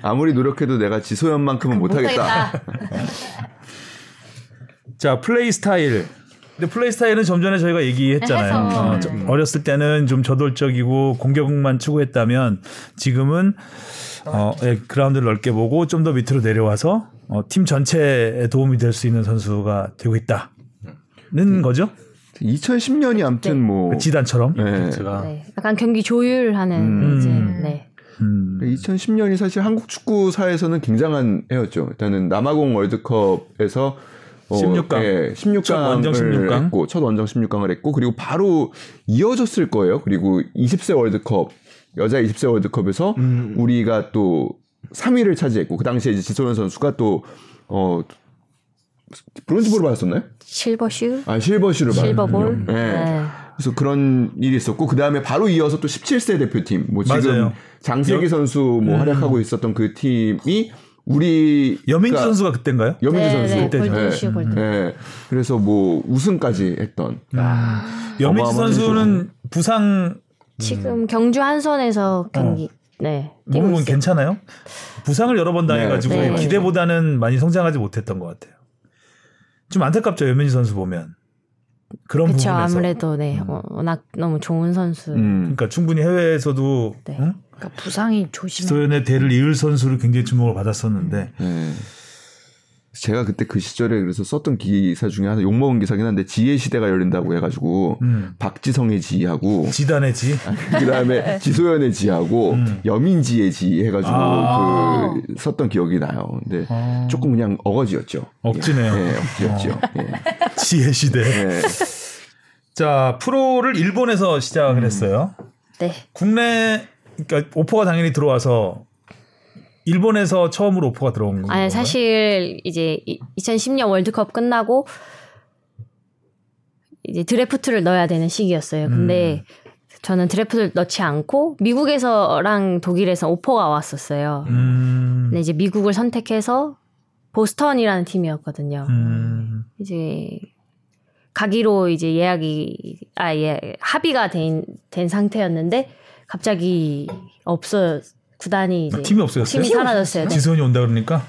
Speaker 4: 아무리 노력해도 내가
Speaker 8: 그
Speaker 4: 지소연만큼은 못하겠다.
Speaker 2: 자, 플레이 스타일. 근데 플레이 스타일은 좀 전에 저희가 얘기했잖아요.
Speaker 8: 해서. 네.
Speaker 2: 어, 좀 어렸을 때는 좀 저돌적이고 공격만 추구했다면 지금은 어, 예, 그라운드를 넓게 보고 좀 더 밑으로 내려와서 어, 팀 전체에 도움이 될 수 있는 선수가 되고 있다는
Speaker 4: 음.
Speaker 2: 거죠.
Speaker 4: 2010년이
Speaker 8: 네.
Speaker 4: 아무튼 뭐
Speaker 2: 그 지단처럼.
Speaker 4: 예.
Speaker 3: 제가
Speaker 5: 네. 약간 경기 조율하는
Speaker 4: 음.
Speaker 5: 이제
Speaker 2: 음.
Speaker 5: 네.
Speaker 2: 음.
Speaker 4: 2010년이 사실 한국 축구사에서는 굉장한 해였죠. 일단은 남아공 월드컵에서
Speaker 2: 16강.
Speaker 4: 예,
Speaker 2: 첫 원정
Speaker 4: 16강을
Speaker 2: 16강.
Speaker 4: 했고 첫 원정 16강을 했고 그리고 바로 이어졌을 거예요. 그리고 20세 월드컵 여자 20세 월드컵에서
Speaker 2: 음.
Speaker 4: 우리가 또 3위를 차지했고 그 당시에 이제 지소연 선수가 또어 브론즈볼을 받았었나요?
Speaker 5: 실버슈, 네.
Speaker 4: 아 실버슈를 받았
Speaker 5: 실버볼.
Speaker 4: 예.
Speaker 2: 음.
Speaker 4: 그래서 그런 일이 있었고 그 다음에 바로 이어서 또 17세 대표팀 뭐 지금
Speaker 2: 맞아요. 음.
Speaker 4: 장세기 선수 뭐 활약하고 있었던 그 팀이 우리
Speaker 2: 여민주
Speaker 4: 그러니까
Speaker 2: 선수가 그땐가요?
Speaker 4: 여민주 선수
Speaker 5: 네,
Speaker 2: 그때죠.
Speaker 5: 골든슈, 골든.
Speaker 4: 예. 그래서 뭐 우승까지 했던
Speaker 2: 여민주
Speaker 4: 어마어마한
Speaker 2: 선수는 부상
Speaker 5: 지금 경주 한선에서 경기 네. 뛰고
Speaker 2: 어. 몸은
Speaker 5: 있어요.
Speaker 2: 괜찮아요? 부상을 여러 번 당해가지고
Speaker 5: 네.
Speaker 2: 기대보다는 많이 성장하지 못했던 것 같아요. 좀 안타깝죠 여민지 선수 보면 그런
Speaker 5: 그렇죠.
Speaker 2: 부분에서. 음.
Speaker 5: 아무래도 네. 어, 워낙 너무 좋은 선수.
Speaker 4: 음.
Speaker 2: 그러니까 충분히 해외에서도
Speaker 5: 네.
Speaker 2: 응?
Speaker 7: 그러니까 부상이 조심.
Speaker 2: 지소연의 대를 이을 선수를 굉장히 주목을 받았었는데
Speaker 5: 네.
Speaker 4: 예. 제가 그때 그 시절에 그래서 썼던 기사 중에 하나 욕먹은 기사긴 한데 지혜 시대가 열린다고 해가지고
Speaker 2: 음.
Speaker 4: 박지성의 지하고
Speaker 2: 지단의 지
Speaker 5: 네.
Speaker 4: 그다음에 지소연의 지하고
Speaker 2: 음.
Speaker 4: 여민지의 지 해가지고
Speaker 2: 아.
Speaker 4: 그 썼던 기억이 나요. 근데
Speaker 2: 아.
Speaker 4: 조금 그냥 어거지였죠.
Speaker 2: 억지네요. 어.
Speaker 4: 예, 예, 억지였죠. 예.
Speaker 2: 지혜
Speaker 5: 네.
Speaker 2: 시대.
Speaker 4: 예.
Speaker 2: 자 프로를 일본에서
Speaker 5: 음.
Speaker 2: 시작을 했어요.
Speaker 5: 네.
Speaker 2: 국내 그러니까 오퍼가 당연히 들어와서 일본에서 처음으로 오퍼가 들어온 거예요.
Speaker 5: 아니 사실 이제 2010년 월드컵 끝나고 이제 드래프트를 넣어야 되는
Speaker 2: 음.
Speaker 5: 시기였어요. 근데 저는 드래프트를 넣지 않고 미국에서랑 독일에서 오퍼가 왔었어요.
Speaker 2: 음.
Speaker 5: 근데 이제 미국을 선택해서 보스턴이라는 팀이었거든요.
Speaker 2: 음.
Speaker 5: 이제 가기로 이제 예약이 아예 합의가 된, 된 상태였는데 갑자기 없어 구단이 이제
Speaker 2: 아, 팀이 없어졌어요?
Speaker 5: 팀이 사라졌어요. 네.
Speaker 2: 지소연이 온다 그러니까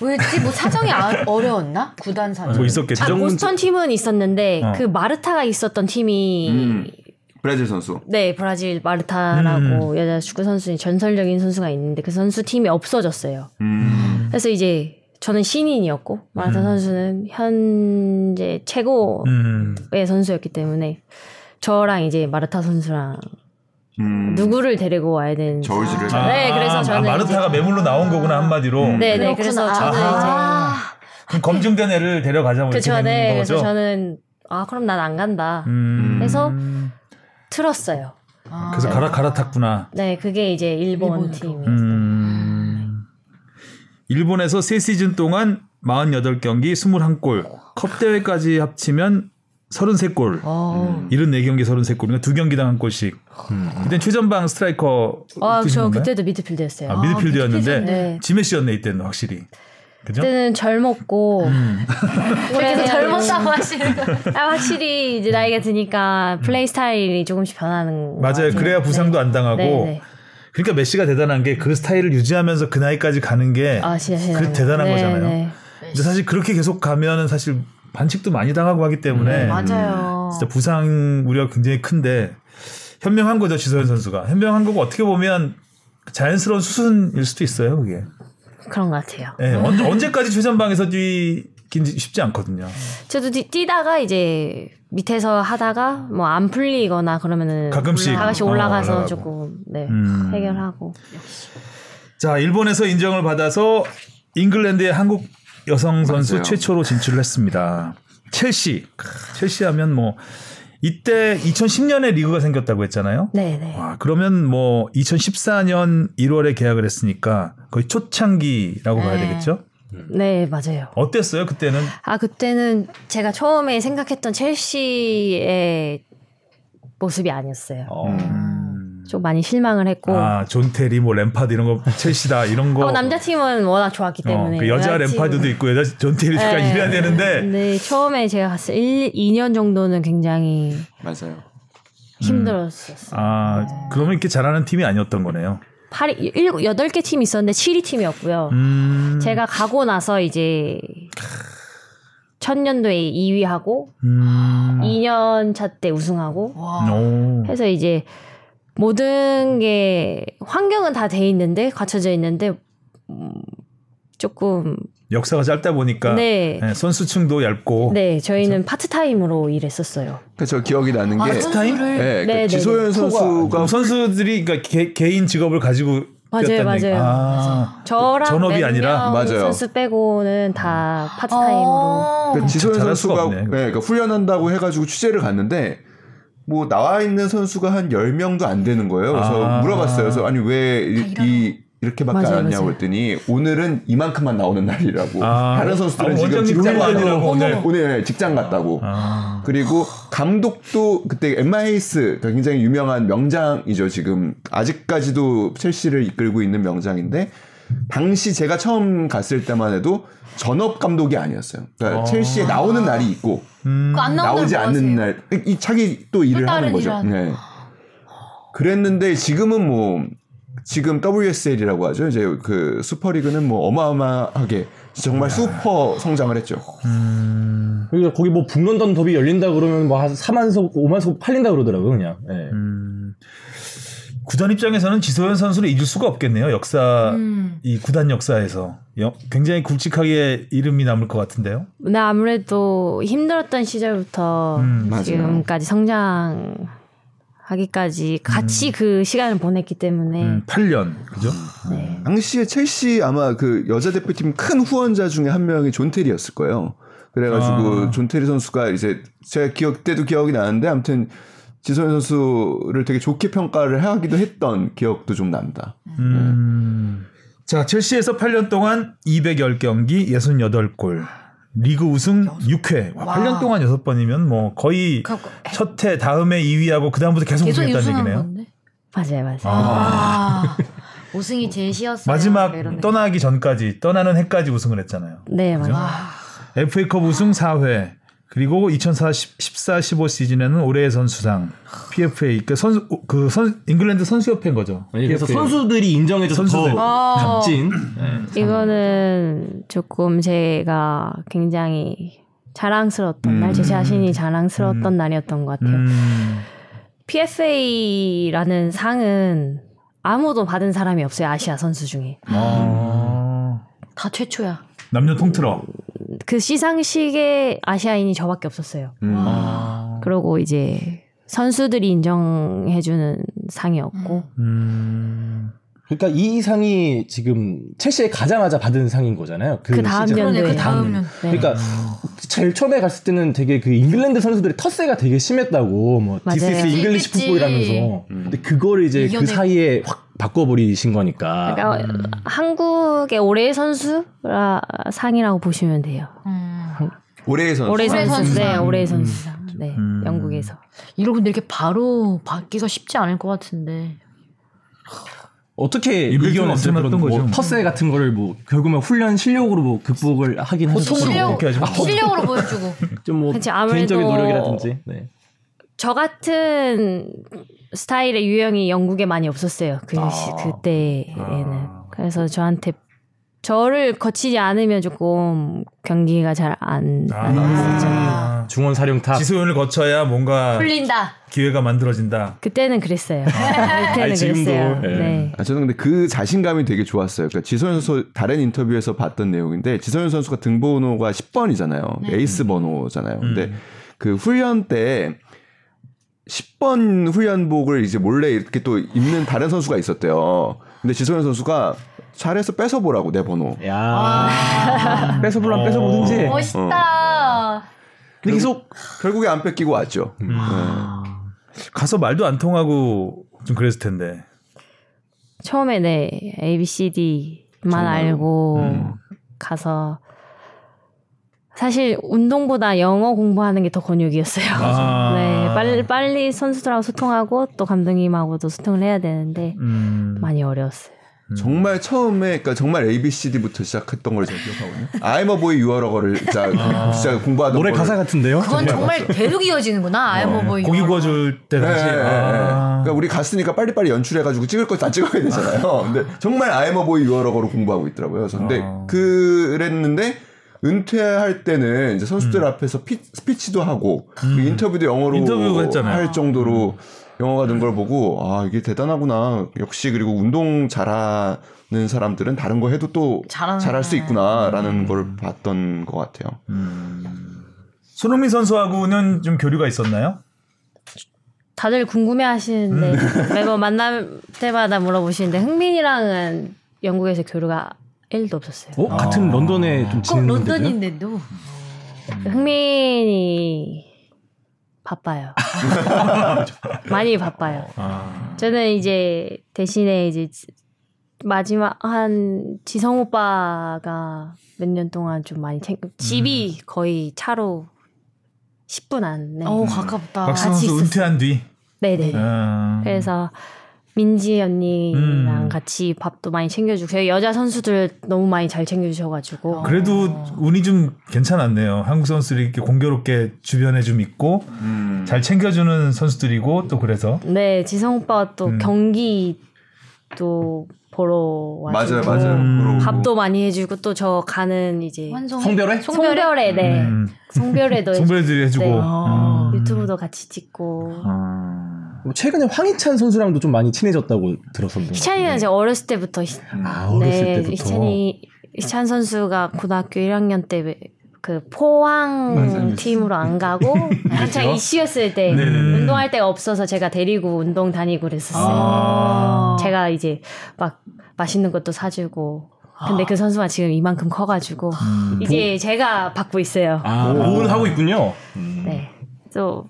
Speaker 7: 왜지? 뭐 사정이 아- 어려웠나? 구단 사정.
Speaker 2: 뭐 있었겠죠.
Speaker 5: 아, 보스턴 팀은 있었는데
Speaker 2: 어.
Speaker 5: 그 마르타가 있었던 팀이
Speaker 4: 음. 브라질 선수.
Speaker 5: 네 브라질 마르타라고
Speaker 2: 음.
Speaker 5: 여자 축구 선수인 전설적인 선수가 있는데 그 선수 팀이 없어졌어요.
Speaker 4: 음.
Speaker 5: 그래서 이제 저는 신인이었고 마르타 선수는 현재 최고의
Speaker 2: 음.
Speaker 5: 선수였기 때문에 저랑 이제 마르타 선수랑
Speaker 4: 음.
Speaker 5: 누구를 데리고 와야 되는지
Speaker 4: 저울질을.
Speaker 2: 아,
Speaker 5: 네, 그래서 저는 이제- 음.
Speaker 2: 마르타가 매물로 나온 거구나 아. 한마디로.
Speaker 5: 네네 그래서
Speaker 7: 그렇구나.
Speaker 5: 저는 이제
Speaker 2: 그럼 검증된 애를 데려가자 뭐 이렇게
Speaker 5: 그쵸
Speaker 2: 되는
Speaker 5: 네 그래서
Speaker 2: 거죠.
Speaker 5: 저는 아 그럼 난 안 간다
Speaker 2: 음.
Speaker 5: 그래서 틀었어요.
Speaker 2: 그래서 갈아 갈아탔구나.
Speaker 5: 네, 그게 이제
Speaker 7: 일본으로.
Speaker 5: 일본 팀이.
Speaker 2: 음. 일본에서 세 시즌 동안 48경기 21골, 컵 대회까지 합치면 33골.
Speaker 5: 아.
Speaker 4: 음.
Speaker 2: 74경기 33골. 그러니까 두 경기당 한 골씩. 그땐 최전방 스트라이커
Speaker 5: 음. 아, 저
Speaker 2: 뛰신 건가요?
Speaker 5: 그때도 미드필드였어요.
Speaker 2: 아, 미드필드였는데
Speaker 5: 네.
Speaker 2: 지메시였네 이때는 확실히. 그죠?
Speaker 5: 그때는 젊었고
Speaker 2: 음.
Speaker 5: 그래서
Speaker 7: 젊었다고 하시는 거.
Speaker 5: 아, 확실히 이제 나이가 드니까 플레이 스타일이 조금씩 변하는 것
Speaker 2: 음. 맞아요.
Speaker 5: 같아요.
Speaker 2: 그래야 부상도 안 당하고.
Speaker 5: 네, 네.
Speaker 2: 그러니까 메시가 대단한 게 그 스타일을 유지하면서 그 나이까지 가는 게
Speaker 5: 아, 진짜
Speaker 2: 그
Speaker 5: 대단한
Speaker 2: 대단한
Speaker 5: 거. 네,
Speaker 2: 거잖아요.
Speaker 5: 네.
Speaker 2: 근데 사실 그렇게 계속 가면은 사실 반칙도 많이 당하고 하기
Speaker 5: 네,
Speaker 2: 때문에
Speaker 7: 맞아요.
Speaker 5: 음.
Speaker 2: 진짜 부상 우려가 굉장히 큰데 현명한 거죠 지소연 선수가 현명한 거고 어떻게 보면 자연스러운 수순일 수도 있어요 그게
Speaker 5: 그런 것 같아요.
Speaker 2: 예, 언- 언제까지 최전방에서 뛰긴 쉽지 않거든요
Speaker 5: 저도 뛰, 뛰다가 이제 밑에서 하다가 뭐 안 풀리거나 그러면은
Speaker 2: 가끔씩
Speaker 5: 다 같이
Speaker 2: 어,
Speaker 5: 올라가서
Speaker 2: 올라가고.
Speaker 5: 조금 네,
Speaker 2: 음.
Speaker 5: 해결하고
Speaker 2: 자 일본에서 인정을 받아서 잉글랜드의 한국 여성 선수
Speaker 4: 맞아요.
Speaker 2: 최초로 진출을 했습니다 첼시 크, 첼시 하면 뭐 이때 2010년에 리그가 생겼다고 했잖아요
Speaker 5: 네, 네.
Speaker 2: 와, 그러면 뭐 2014년 1월에 계약을 했으니까 거의 초창기라고 봐야
Speaker 7: 네.
Speaker 2: 되겠죠?
Speaker 5: 네, 맞아요.
Speaker 2: 어땠어요 그때는?
Speaker 5: 아 그때는 제가 처음에 생각했던 첼시의 모습이 아니었어요. 음. 좀 많이 실망을 했고
Speaker 2: 음. 아, 존 테리, 뭐 램파드 이런 거 첼시다 이런 거.
Speaker 5: 어, 남자 팀은 워낙 좋았기
Speaker 2: 어,
Speaker 5: 때문에
Speaker 2: 그 여자 램파드도 있고 여자 존 테리가
Speaker 5: 네.
Speaker 2: 이래야 되는데
Speaker 5: 네 처음에 제가 갔을 1, 2년 정도는 굉장히
Speaker 2: 음.
Speaker 4: 맞아요.
Speaker 5: 힘들었었어요.
Speaker 2: 아 그러면 이렇게 잘하는 팀이 아니었던 거네요.
Speaker 5: 팔 8개 팀이 있었는데 7위 팀이었고요.
Speaker 2: 음,
Speaker 5: 제가 가고 나서 이제 2000년도에 2위하고
Speaker 2: 음.
Speaker 5: 2년 차 때 우승하고
Speaker 2: 오.
Speaker 5: 해서 이제 모든 게 환경은 다 돼 있는데 갖춰져 있는데 음, 조금
Speaker 2: 역사가 짧다 보니까
Speaker 5: 네.
Speaker 2: 네, 뭐 선수층도 얇고
Speaker 5: 네, 저희는 파트타임으로 일했었어요.
Speaker 4: 그래서 기억이 나는 게
Speaker 2: 파트타임
Speaker 4: 예, 그러니까
Speaker 5: 아, 네, 네,
Speaker 4: 지소연 선수가
Speaker 2: 그럼 뭐 선수들이 그러니까 개, 개인 직업을 가지고
Speaker 5: 맞아요,
Speaker 2: 뛰었다는
Speaker 5: 맞아요.
Speaker 2: 얘기. 아,
Speaker 5: 저랑
Speaker 2: 전업이
Speaker 5: 몇명
Speaker 2: 아니라? 음.
Speaker 4: 맞아요.
Speaker 5: 선수 빼고는 다 파트타임으로
Speaker 4: 그러니까 지소연
Speaker 2: 잘할 수가
Speaker 4: 선수가
Speaker 2: 없네.
Speaker 4: 예, 그러니까 훈련한다고 해가지고 취재를 갔는데 뭐 나와 있는 선수가 한 10명도 안 되는 거예요. 그래서
Speaker 2: 아.
Speaker 4: 물어봤어요. 그래서 아니 왜 이, 이- 이렇게밖에
Speaker 5: 맞아요,
Speaker 4: 안 왔냐고
Speaker 5: 맞아요.
Speaker 4: 했더니 오늘은 이만큼만 나오는 날이라고
Speaker 2: 아.
Speaker 4: 다른
Speaker 2: 아,
Speaker 4: 선수들은
Speaker 2: 원정
Speaker 4: 지금 직장
Speaker 2: 직장이라고
Speaker 4: 갔다고
Speaker 2: 오늘.
Speaker 4: 오늘 오늘 직장 갔다고
Speaker 2: 아.
Speaker 4: 그리고 감독도 그때 엠마 헤이스 그러니까 굉장히 유명한 명장이죠 지금 아직까지도 첼시를 이끌고 있는 명장인데 당시 제가 처음 갔을 때만 해도 전업 감독이 아니었어요. 그러니까
Speaker 2: 어.
Speaker 4: 칠시에 나오는 날이 있고
Speaker 2: 음.
Speaker 7: 그안 나오는
Speaker 4: 나오지
Speaker 7: 날 뭐
Speaker 4: 않는
Speaker 7: 하세요?
Speaker 4: 날, 이 자기 또 일을 하는
Speaker 7: 다른
Speaker 4: 거죠.
Speaker 7: 일을
Speaker 4: 네. 그랬는데 지금은 뭐 지금 WSL이라고 하죠. 이제 그 슈퍼리그는 뭐 어마어마하게 정말 슈퍼 성장을 했죠.
Speaker 3: 그리고 거기 뭐 북런던 더비 열린다 그러면 뭐 한 4만석, 5만석 팔린다 그러더라고요, 그냥. 예.
Speaker 2: 구단 입장에서는 지소연 선수를 잊을 수가 없겠네요. 역사
Speaker 5: 음.
Speaker 2: 이 구단 역사에서 여- 굉장히 굵직하게 이름이 남을 것 같은데요.
Speaker 5: 근데 아무래도 힘들었던 시절부터
Speaker 2: 음,
Speaker 4: 맞아요.
Speaker 5: 지금까지 성장하기까지 같이 그 시간을 보냈기 때문에
Speaker 2: 음, 8년 그죠?
Speaker 4: 당시에 첼시 아마 그 여자 대표팀 큰 후원자 중에 한 명이 존 테리였을 거예요. 그래가지고
Speaker 2: 아.
Speaker 4: 존 테리 선수가 이제 제가 기억 때도 기억이 나는데 아무튼 지소연 선수를 되게 좋게 평가를 하기도 했던 기억도 좀 납니다.
Speaker 2: 음. 자, 첼시에서 8년 동안 210경기 68골. 리그 우승 6회. 와, 8년 동안 6번이면 뭐 거의
Speaker 7: 그거-
Speaker 2: 첫 해 다음에 2위하고 그다음부터 계속,
Speaker 7: 계속
Speaker 2: 우승했다는
Speaker 7: 우승한
Speaker 2: 얘기네요.
Speaker 7: 건데.
Speaker 5: 맞아요, 맞아요.
Speaker 2: 아.
Speaker 7: 아, 우승이 제일 쉬웠어요.
Speaker 2: 마지막
Speaker 7: 이러네.
Speaker 2: 떠나기 전까지 떠나는 해까지 우승을 했잖아요.
Speaker 5: 네, 맞아요.
Speaker 2: FA컵 우승 4회 그리고 2014-15 시즌에는 올해의 선수상 PFA 그 선수 그 선 잉글랜드 선수협회인 거죠.
Speaker 3: 아니, 그래서
Speaker 2: PFA.
Speaker 3: 선수들이 네. 인정해줘서
Speaker 2: 선수들.
Speaker 5: 아.
Speaker 3: 더 값진.
Speaker 5: 이거는 조금 제가 굉장히 자랑스러웠던 날, 제 자신이 자랑스러웠던 날이었던 것 같아요.
Speaker 2: 음,
Speaker 5: PFA라는 상은 아무도 받은 사람이 없어요, 아시아 선수 중에.
Speaker 2: 아,
Speaker 7: 다 최초야.
Speaker 2: 남녀 통틀어.
Speaker 5: 그 시상식에 아시아인이 저밖에 없었어요.
Speaker 4: 음.
Speaker 5: 그러고 이제 선수들이 인정해주는 상이었고
Speaker 2: 음,
Speaker 3: 그러니까 이 상이 지금 첼시에 가자마자 받은 상인 거잖아요. 그,
Speaker 5: 그 다음
Speaker 3: 시즌.
Speaker 5: 연도에.
Speaker 7: 그
Speaker 5: 네.
Speaker 7: 다음 년.
Speaker 5: 네.
Speaker 3: 그러니까 제일 처음에 갔을 때는 되게 그 잉글랜드 선수들이 텃세가 되게 심했다고 뭐
Speaker 5: 맞아요. 음.
Speaker 3: 디스 이스 잉글리시
Speaker 7: 그치.
Speaker 3: 풋볼이라면서 근데 그거를 이제 그
Speaker 7: 이겨내-
Speaker 3: 사이에 확 바꿔버리신 거니까
Speaker 5: 그러니까
Speaker 3: 아.
Speaker 5: 한국의 올해의 선수라 상이라고 보시면 돼요.
Speaker 7: 음.
Speaker 4: 올해의
Speaker 3: 그렇죠.
Speaker 4: 선수.
Speaker 5: 올해의 선수,
Speaker 7: 선수상.
Speaker 5: 네,
Speaker 3: 음.
Speaker 5: 올해의 선수상, 네, 영국에서.
Speaker 7: 여러분들 이렇게 바로 받기가 쉽지 않을 것 같은데.
Speaker 3: 어떻게
Speaker 2: 임팩트는
Speaker 3: 이겨냈을
Speaker 2: 엄청났던
Speaker 3: 그런 뭐
Speaker 2: 거죠.
Speaker 3: 텃세 같은 거를 뭐 결국은 훈련 실력으로 뭐 극복을 하긴
Speaker 2: 실력-
Speaker 3: 하셨죠. 뭐
Speaker 2: 어떻게 하죠?
Speaker 7: 아, 실력으로 보여주고.
Speaker 3: 좀뭐
Speaker 5: 뭐 그치, 아무래도-
Speaker 3: 개인적인 노력이라든지. 네.
Speaker 5: 저 같은 스타일의 유형이 영국에 많이 없었어요. 그
Speaker 3: 아.
Speaker 5: 시- 그때에는. 그래서 저한테 저를 거치지 않으면 조금 경기가 잘안
Speaker 4: 음.
Speaker 2: 아,
Speaker 3: 중원 사령탑.
Speaker 2: 지소연을 거쳐야 뭔가
Speaker 7: 풀린다.
Speaker 2: 기회가 만들어진다.
Speaker 5: 그때는 그랬어요. 그때는
Speaker 3: 아. 아니, 지금도,
Speaker 5: 그랬어요.
Speaker 3: 예.
Speaker 5: 네.
Speaker 4: 아, 저는 근데 그 자신감이 되게 좋았어요. 그러니까 지소연 선수 다른 인터뷰에서 봤던 내용인데 지소연 선수가 등번호가 10번이잖아요. 에이스 번호잖아요.
Speaker 3: 음.
Speaker 4: 근데 그 훈련 때 10번 훈련복을 이제 몰래 이렇게 또 입는 다른 선수가 있었대요. 근데 지소연 선수가 잘해서 뺏어 보라고 내 번호.
Speaker 3: 야.
Speaker 5: 아.
Speaker 3: 뺏어 보면 뺏어 보든지. 근데
Speaker 7: 음. 멋있다.
Speaker 3: 계속
Speaker 4: 결국에 안 뺏기고 왔죠.
Speaker 3: 음.
Speaker 4: 네.
Speaker 2: 가서 말도 안 통하고 좀 그랬을 텐데.
Speaker 5: 처음에 네 A B C D만 알고 가서 사실 운동보다 영어 공부하는 게 더 곤욕이었어요.
Speaker 2: 아.
Speaker 5: 네, 빨리 빨리 선수들하고 소통하고 또 감독님하고도 소통을 해야 되는데
Speaker 2: 음,
Speaker 5: 많이 어려웠어요.
Speaker 4: 정말 처음에 그러니까 정말 ABCD부터 시작했던 걸 제가 기억하거든요. I'm a boy 유어러거를 진짜, 진짜 공부하던
Speaker 3: 아. 노래
Speaker 4: 거를.
Speaker 3: 가사 같은데요?
Speaker 7: 그건 정말 계속 이어지는구나. 아이 뭐 뭐.
Speaker 2: 고기
Speaker 7: 이거.
Speaker 2: 구워줄 때
Speaker 4: 네,
Speaker 2: 당시.
Speaker 4: 네, 네.
Speaker 2: 아.
Speaker 4: 그러니까 우리 갔으니까 빨리빨리 연출해가지고 찍을 거 다 찍어야
Speaker 2: 아.
Speaker 4: 되잖아요. 근데 정말 아이머보이 유어러거로 공부하고 있더라고요. 그래서 근데 그랬는데 은퇴할 때는 이제 선수들 앞에서 피- 스피치도 하고 그 인터뷰도 영어로
Speaker 2: 음. 인터뷰 했잖아요. 음.
Speaker 4: 할 정도로 영어가 된 걸 보고 아 이게 대단하구나 역시 그리고 운동 잘하는 사람들은 다른 거 해도 또
Speaker 7: 잘하는구나.
Speaker 4: 잘할 수 있구나라는
Speaker 2: 음.
Speaker 4: 걸 봤던 것 같아요.
Speaker 2: 손흥민 선수하고는 좀 교류가 있었나요?
Speaker 5: 다들 궁금해 하시는데 매번 만날 때마다 물어보시는데 흥민이랑은 영국에서 교류가 1도 없었어요.
Speaker 3: 어?
Speaker 2: 아.
Speaker 3: 같은 런던에 좀
Speaker 7: 꼭
Speaker 3: 지내는 분들이요?
Speaker 7: 런던인데도
Speaker 5: 흥민이 바빠요. 많이 바빠요.
Speaker 2: 아.
Speaker 5: 저는 이제 대신에 이제 지- 마지막 한 지성 오빠가 몇 년 동안 좀 많이 챙 집이 거의 차로 10분 안에
Speaker 7: 어 가깝다.
Speaker 2: 박수 선수 은퇴한 뒤.
Speaker 5: 아, 네네.
Speaker 2: 아.
Speaker 5: 그래서 민지 언니랑
Speaker 2: 음.
Speaker 5: 같이 밥도 많이 챙겨주고 저희 여자 선수들 너무 많이 잘 챙겨주셔가지고
Speaker 2: 아, 그래도 운이 좀 괜찮았네요. 한국 선수들이 이렇게 공교롭게 주변에 좀 있고
Speaker 4: 음.
Speaker 2: 잘 챙겨주는 선수들이고 또 그래서
Speaker 5: 네 지성 오빠가 또
Speaker 2: 음.
Speaker 5: 경기 또 보러 와주고
Speaker 4: 맞아요, 맞아요.
Speaker 2: 음.
Speaker 4: 그러고.
Speaker 5: 밥도 많이 해주고 또 저 가는 이제
Speaker 3: 성별에?
Speaker 5: 송별회 네
Speaker 2: 음,
Speaker 5: 송별회도 해주고
Speaker 2: 송별회들이 해주고
Speaker 5: 네.
Speaker 2: 음.
Speaker 5: 유튜브도 같이 찍고
Speaker 3: 아,
Speaker 2: 아.
Speaker 3: 뭐 최근에 황희찬 선수랑도 좀 많이 친해졌다고 들었었는데.
Speaker 5: 희찬이는 제가 어렸을 때부터 희-
Speaker 3: 아, 네. 어렸을
Speaker 5: 네,
Speaker 3: 때부터.
Speaker 5: 희찬이 희찬 선수가 고등학교 1학년 때 그 포항 팀으로 안 가고 한창 이슈였을 때
Speaker 2: 네네네.
Speaker 5: 운동할 데가 없어서 제가 데리고 운동 다니고 그랬었어요.
Speaker 2: 아.
Speaker 5: 제가 이제 막 맛있는 것도 사주고.
Speaker 3: 아.
Speaker 5: 근데 그 선수가 지금 이만큼 커가지고
Speaker 3: 음.
Speaker 5: 이제 제가 받고 있어요.
Speaker 3: 아, 보은 하고 있군요.
Speaker 5: 네. 또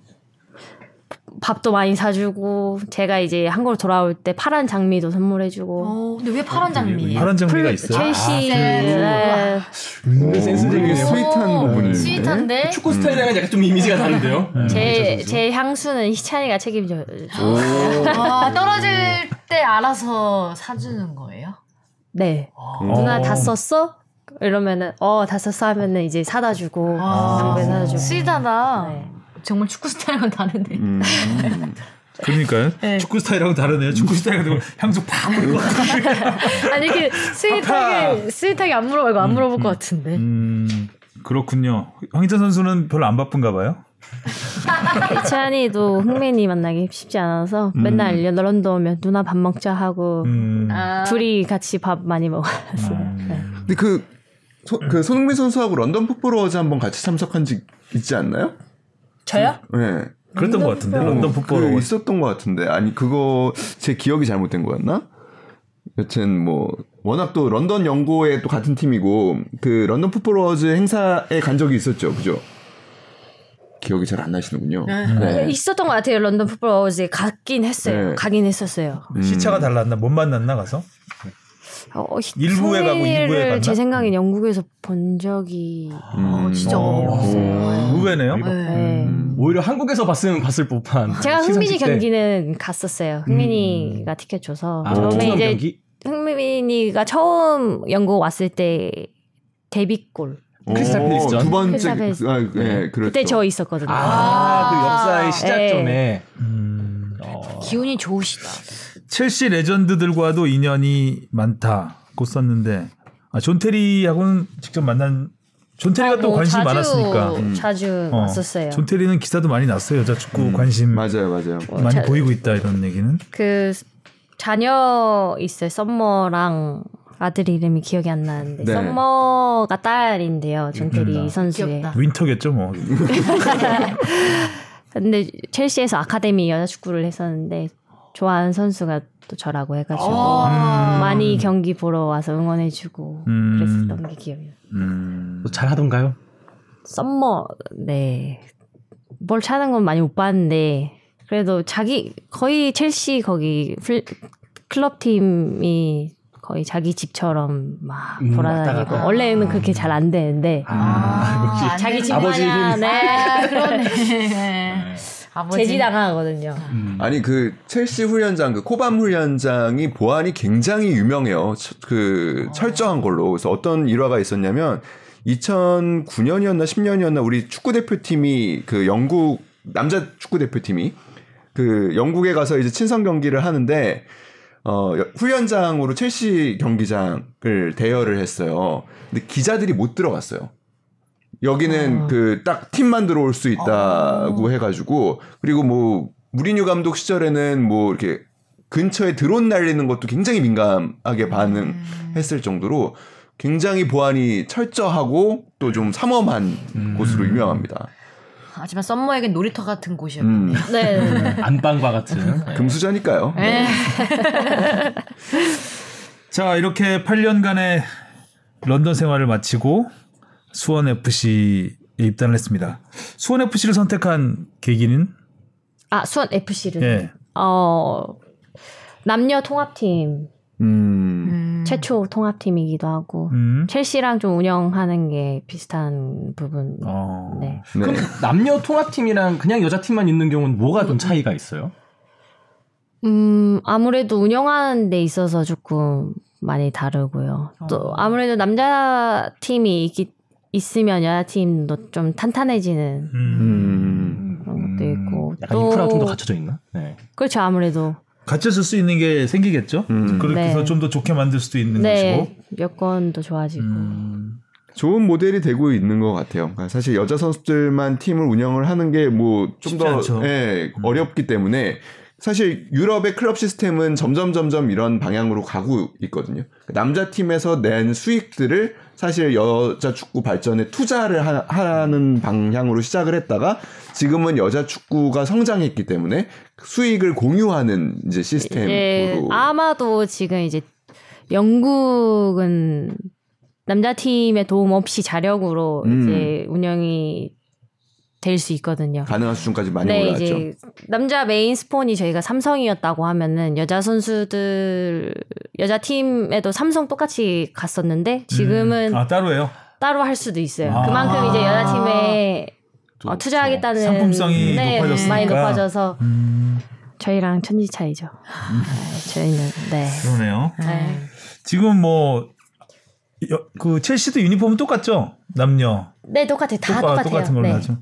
Speaker 5: 밥도 많이 사주고 제가 이제 한국으로 돌아올 때 파란 장미도 선물해주고
Speaker 7: 어, 근데 왜 파란 장미?
Speaker 2: 파란 장미가
Speaker 5: 풀-
Speaker 2: 있어요.
Speaker 5: 첼시 네.
Speaker 4: 오,
Speaker 3: 센스쟁이네요.
Speaker 4: 되게 스윗한 부분이
Speaker 5: 네.
Speaker 7: 스윗한데
Speaker 3: 그 축구 스타일이랑은 약간 좀 이미지가 다른데요.
Speaker 5: 음.
Speaker 3: 음.
Speaker 5: 제, 제 향수는 희찬이가 책임져.
Speaker 7: 아, 떨어질 때 알아서 사주는 거예요?
Speaker 5: 네. 누나 다 썼어? 이러면은 어 다 썼어 하면은 이제 사다 주고 담배 사다 주고.
Speaker 7: 스윗하다.
Speaker 5: 네.
Speaker 7: 정말 축구 스타일과는 다른데.
Speaker 4: 음.
Speaker 2: 그러니까요. 축구 스타일하고 다르네요. 축구 스타일하고 향수 팍 뿌리고.
Speaker 7: 아니 이게 스윗하게 스윗하게 안 물어보고 안 물어볼 것 같은데.
Speaker 2: 음, 그렇군요. 황희찬 선수는 별로 안 바쁜가 봐요.
Speaker 5: 희찬이도 흥민이 만나기 쉽지 않아서 맨날 런던 오면 누나 밥 먹자 하고
Speaker 2: 음.
Speaker 5: 둘이 같이 밥 많이 먹었어요. 네.
Speaker 4: 근데 그, 소, 그 손흥민 선수하고 런던 풋볼어워즈 한번 같이 참석한 적 있지 않나요?
Speaker 7: 저요?
Speaker 4: 네.
Speaker 2: 그랬던 것 같은데. 런던
Speaker 4: 그
Speaker 2: 풋볼
Speaker 4: 있었던 것 같은데 아니 그거 제 기억이 잘못된 거였나? 여튼 뭐 워낙 또 런던 연고에 또 같은 팀이고 그 런던 풋볼워즈 행사에 간 적이 있었죠, 그죠? 기억이 잘 안 나시는군요.
Speaker 5: 아.
Speaker 4: 네.
Speaker 5: 있었던 것 같아요. 런던 풋볼 어워즈에 갔긴 했어요.
Speaker 4: 네.
Speaker 5: 가긴 했었어요.
Speaker 2: 시차가 달랐나? 못 만났나 가서?
Speaker 5: 어,
Speaker 2: 일부에 가고 일부에 갔나?
Speaker 5: 를제 생각엔 영국에서 본 적이 어,
Speaker 4: 음.
Speaker 7: 진짜
Speaker 4: 오.
Speaker 2: 의외네요.
Speaker 5: 네.
Speaker 4: 음.
Speaker 3: 오히려 한국에서 봤으면 봤을 법한.
Speaker 5: 제가 흥민이
Speaker 3: 시상식 때.
Speaker 5: 경기는 갔었어요. 흥민이가 티켓 줘서
Speaker 3: 아,
Speaker 5: 처음에
Speaker 3: 토트넘
Speaker 5: 이제
Speaker 3: 경기?
Speaker 5: 흥민이가 처음 영국 왔을 때 데뷔골
Speaker 3: 크리스탈
Speaker 4: 오,
Speaker 3: 펠리스전.
Speaker 4: 어, 두 번째
Speaker 5: 크리스탈 펠리스.
Speaker 4: 아, 네, 그렇죠.
Speaker 5: 그때 저 있었거든요.
Speaker 3: 아, 그 역사의 시작점에. 어,
Speaker 2: 음.
Speaker 7: 기운이 좋으시다.
Speaker 2: 첼시 레전드들과도 인연이 많다고 썼는데 아, 존 테리하고는 직접 만난 존 테리가 또
Speaker 5: 뭐
Speaker 2: 관심이
Speaker 5: 자주, 네.
Speaker 2: 많았으니까
Speaker 5: 자주
Speaker 2: 어,
Speaker 5: 왔었어요.
Speaker 2: 존 테리는 기사도 많이 났어요. 여자 축구 관심
Speaker 4: 맞아요, 맞아요.
Speaker 2: 많이
Speaker 5: 자-
Speaker 2: 보이고 있다 이런 얘기는.
Speaker 5: 그 자녀 있어요. 썸머랑 아들 이름이 기억이 안 나는데
Speaker 4: 네.
Speaker 5: 썸머가 딸인데요. 존테리
Speaker 2: 음.
Speaker 5: 선수의.
Speaker 7: 귀엽다.
Speaker 2: 윈터겠죠 뭐.
Speaker 5: 근데 첼시에서 아카데미 여자 축구를 했었는데 좋아하는 선수가 또 저라고 해가지고 많이 경기 보러 와서 응원해주고
Speaker 2: 아. 음.
Speaker 5: 그랬었던 게 기억이 나요.
Speaker 2: 음.
Speaker 3: 잘 하던가요?
Speaker 5: 썸머 네뭘 차는 건 많이 못 봤는데 그래도 자기 거의 첼시 거기 플- 클럽 팀이 거의 자기 집처럼 막
Speaker 3: 음, 왔다
Speaker 5: 돌아다니고
Speaker 3: 갔다.
Speaker 5: 원래는 그렇게 잘 안 되는데
Speaker 3: 아, 역시.
Speaker 5: 자기 집
Speaker 3: 아버지
Speaker 5: 마냥 네.
Speaker 7: 네. 아버지.
Speaker 5: 제지당하거든요.
Speaker 3: 음,
Speaker 4: 아니 그 첼시 훈련장 그 코밤 훈련장이 보안이 굉장히 유명해요. 처- 그 철저한 걸로. 그래서 어떤 일화가 있었냐면 2009년이었나 10년이었나 우리 축구 대표팀이 그 영국 남자 축구 대표팀이 그 영국에 가서 이제 친선 경기를 하는데 어 여- 훈련장으로 첼시 경기장을 대여를 했어요. 근데 기자들이 못 들어갔어요. 여기는
Speaker 3: 아.
Speaker 4: 그 딱 팀만 들어올 수 있다고 해가지고 그리고 뭐 무리뉴 감독 시절에는 뭐 이렇게 근처에 드론 날리는 것도 굉장히
Speaker 3: 음.
Speaker 4: 민감하게 반응했을 정도로 굉장히 보안이 철저하고 또 좀 삼엄한 곳으로 유명합니다.
Speaker 7: 하지만 썸머에겐 놀이터 같은 곳이요.
Speaker 4: 음,
Speaker 5: 네.
Speaker 3: 안방과 같은.
Speaker 4: 네. 금수저니까요.
Speaker 3: 네.
Speaker 2: 자, 이렇게 8년간의 런던 생활을 마치고 수원 FC에 입단을 했습니다. 수원 FC를 선택한 계기는
Speaker 5: 아 수원 FC를
Speaker 3: 네.
Speaker 2: 예.
Speaker 5: 어 남녀 통합팀
Speaker 4: 음,
Speaker 5: 최초 통합팀이기도 하고
Speaker 2: 음.
Speaker 5: 첼시랑 좀 운영하는 게 비슷한 부분.
Speaker 2: 어.
Speaker 5: 네.
Speaker 4: 네.
Speaker 3: 음. 그럼 남녀 통합팀이랑 그냥 여자팀만 있는 경우는 뭐가 좀 차이가 있어요?
Speaker 5: 음, 아무래도 운영하는 데 있어서 조금 많이 다르고요. 또 아무래도 남자 팀이 있기, 있으면 여자 팀도 좀 탄탄해지는
Speaker 2: 음.
Speaker 4: 음,
Speaker 5: 그런 것도 있고
Speaker 3: 약간
Speaker 5: 또
Speaker 3: 인프라가 좀 더 갖춰져 있나? 네.
Speaker 5: 그렇죠 아무래도
Speaker 2: 같이 쓸 수 있는 게 생기겠죠.
Speaker 4: 음.
Speaker 2: 그렇게 해서
Speaker 5: 네.
Speaker 2: 좀 더 좋게 만들 수도 있는
Speaker 5: 네
Speaker 2: 것이고.
Speaker 5: 여건도 좋아지고
Speaker 2: 음.
Speaker 4: 좋은 모델이 되고 있는 것 같아요. 그러니까 사실 여자 선수들만 팀을 운영을 하는 게 뭐
Speaker 2: 쉽지
Speaker 4: 좀더
Speaker 2: 않죠. 음.
Speaker 4: 예, 어렵기 때문에 사실 유럽의 클럽 시스템은 점점 점점 이런 방향으로 가고 있거든요. 그러니까 남자 팀에서 낸 수익들을 사실 여자 축구 발전에 투자를 하, 는 방향으로 시작을 했다가 지금은 여자 축구가 성장했기 때문에 수익을 공유하는 이제 시스템으로
Speaker 3: 네,
Speaker 5: 이제 예,
Speaker 3: 뭐
Speaker 5: 아마도 지금 이제 영국은 남자 팀의 도움 없이 자력으로
Speaker 4: 음.
Speaker 5: 이제 운영이 될 수 있거든요.
Speaker 4: 가능한 수준까지 많이
Speaker 5: 네,
Speaker 4: 올라왔죠.
Speaker 5: 이제 남자 메인 스폰이 저희가 삼성이었다고 하면은 여자 선수들 여자 팀에도 삼성 똑같이 갔었는데 지금은
Speaker 2: 아 따로예요.
Speaker 5: 따로 할 수도 있어요.
Speaker 2: 아.
Speaker 5: 그만큼 이제 여자 팀에
Speaker 3: 또-
Speaker 5: 어, 투자하겠다는
Speaker 2: 상품성이
Speaker 5: 네,
Speaker 2: 높아졌으니까.
Speaker 5: 많이 높아져서
Speaker 2: 음,
Speaker 5: 저희랑 천지 차이죠. 네, 저희는 네.
Speaker 2: 그러네요.
Speaker 5: 네.
Speaker 2: 지금 뭐 그 첼시도 유니폼은 똑같죠. 남녀
Speaker 5: 네, 똑같아요. 다
Speaker 2: 똑같-
Speaker 5: 똑같아요.
Speaker 2: 똑같은 걸로
Speaker 5: 네. 음.
Speaker 2: 하죠.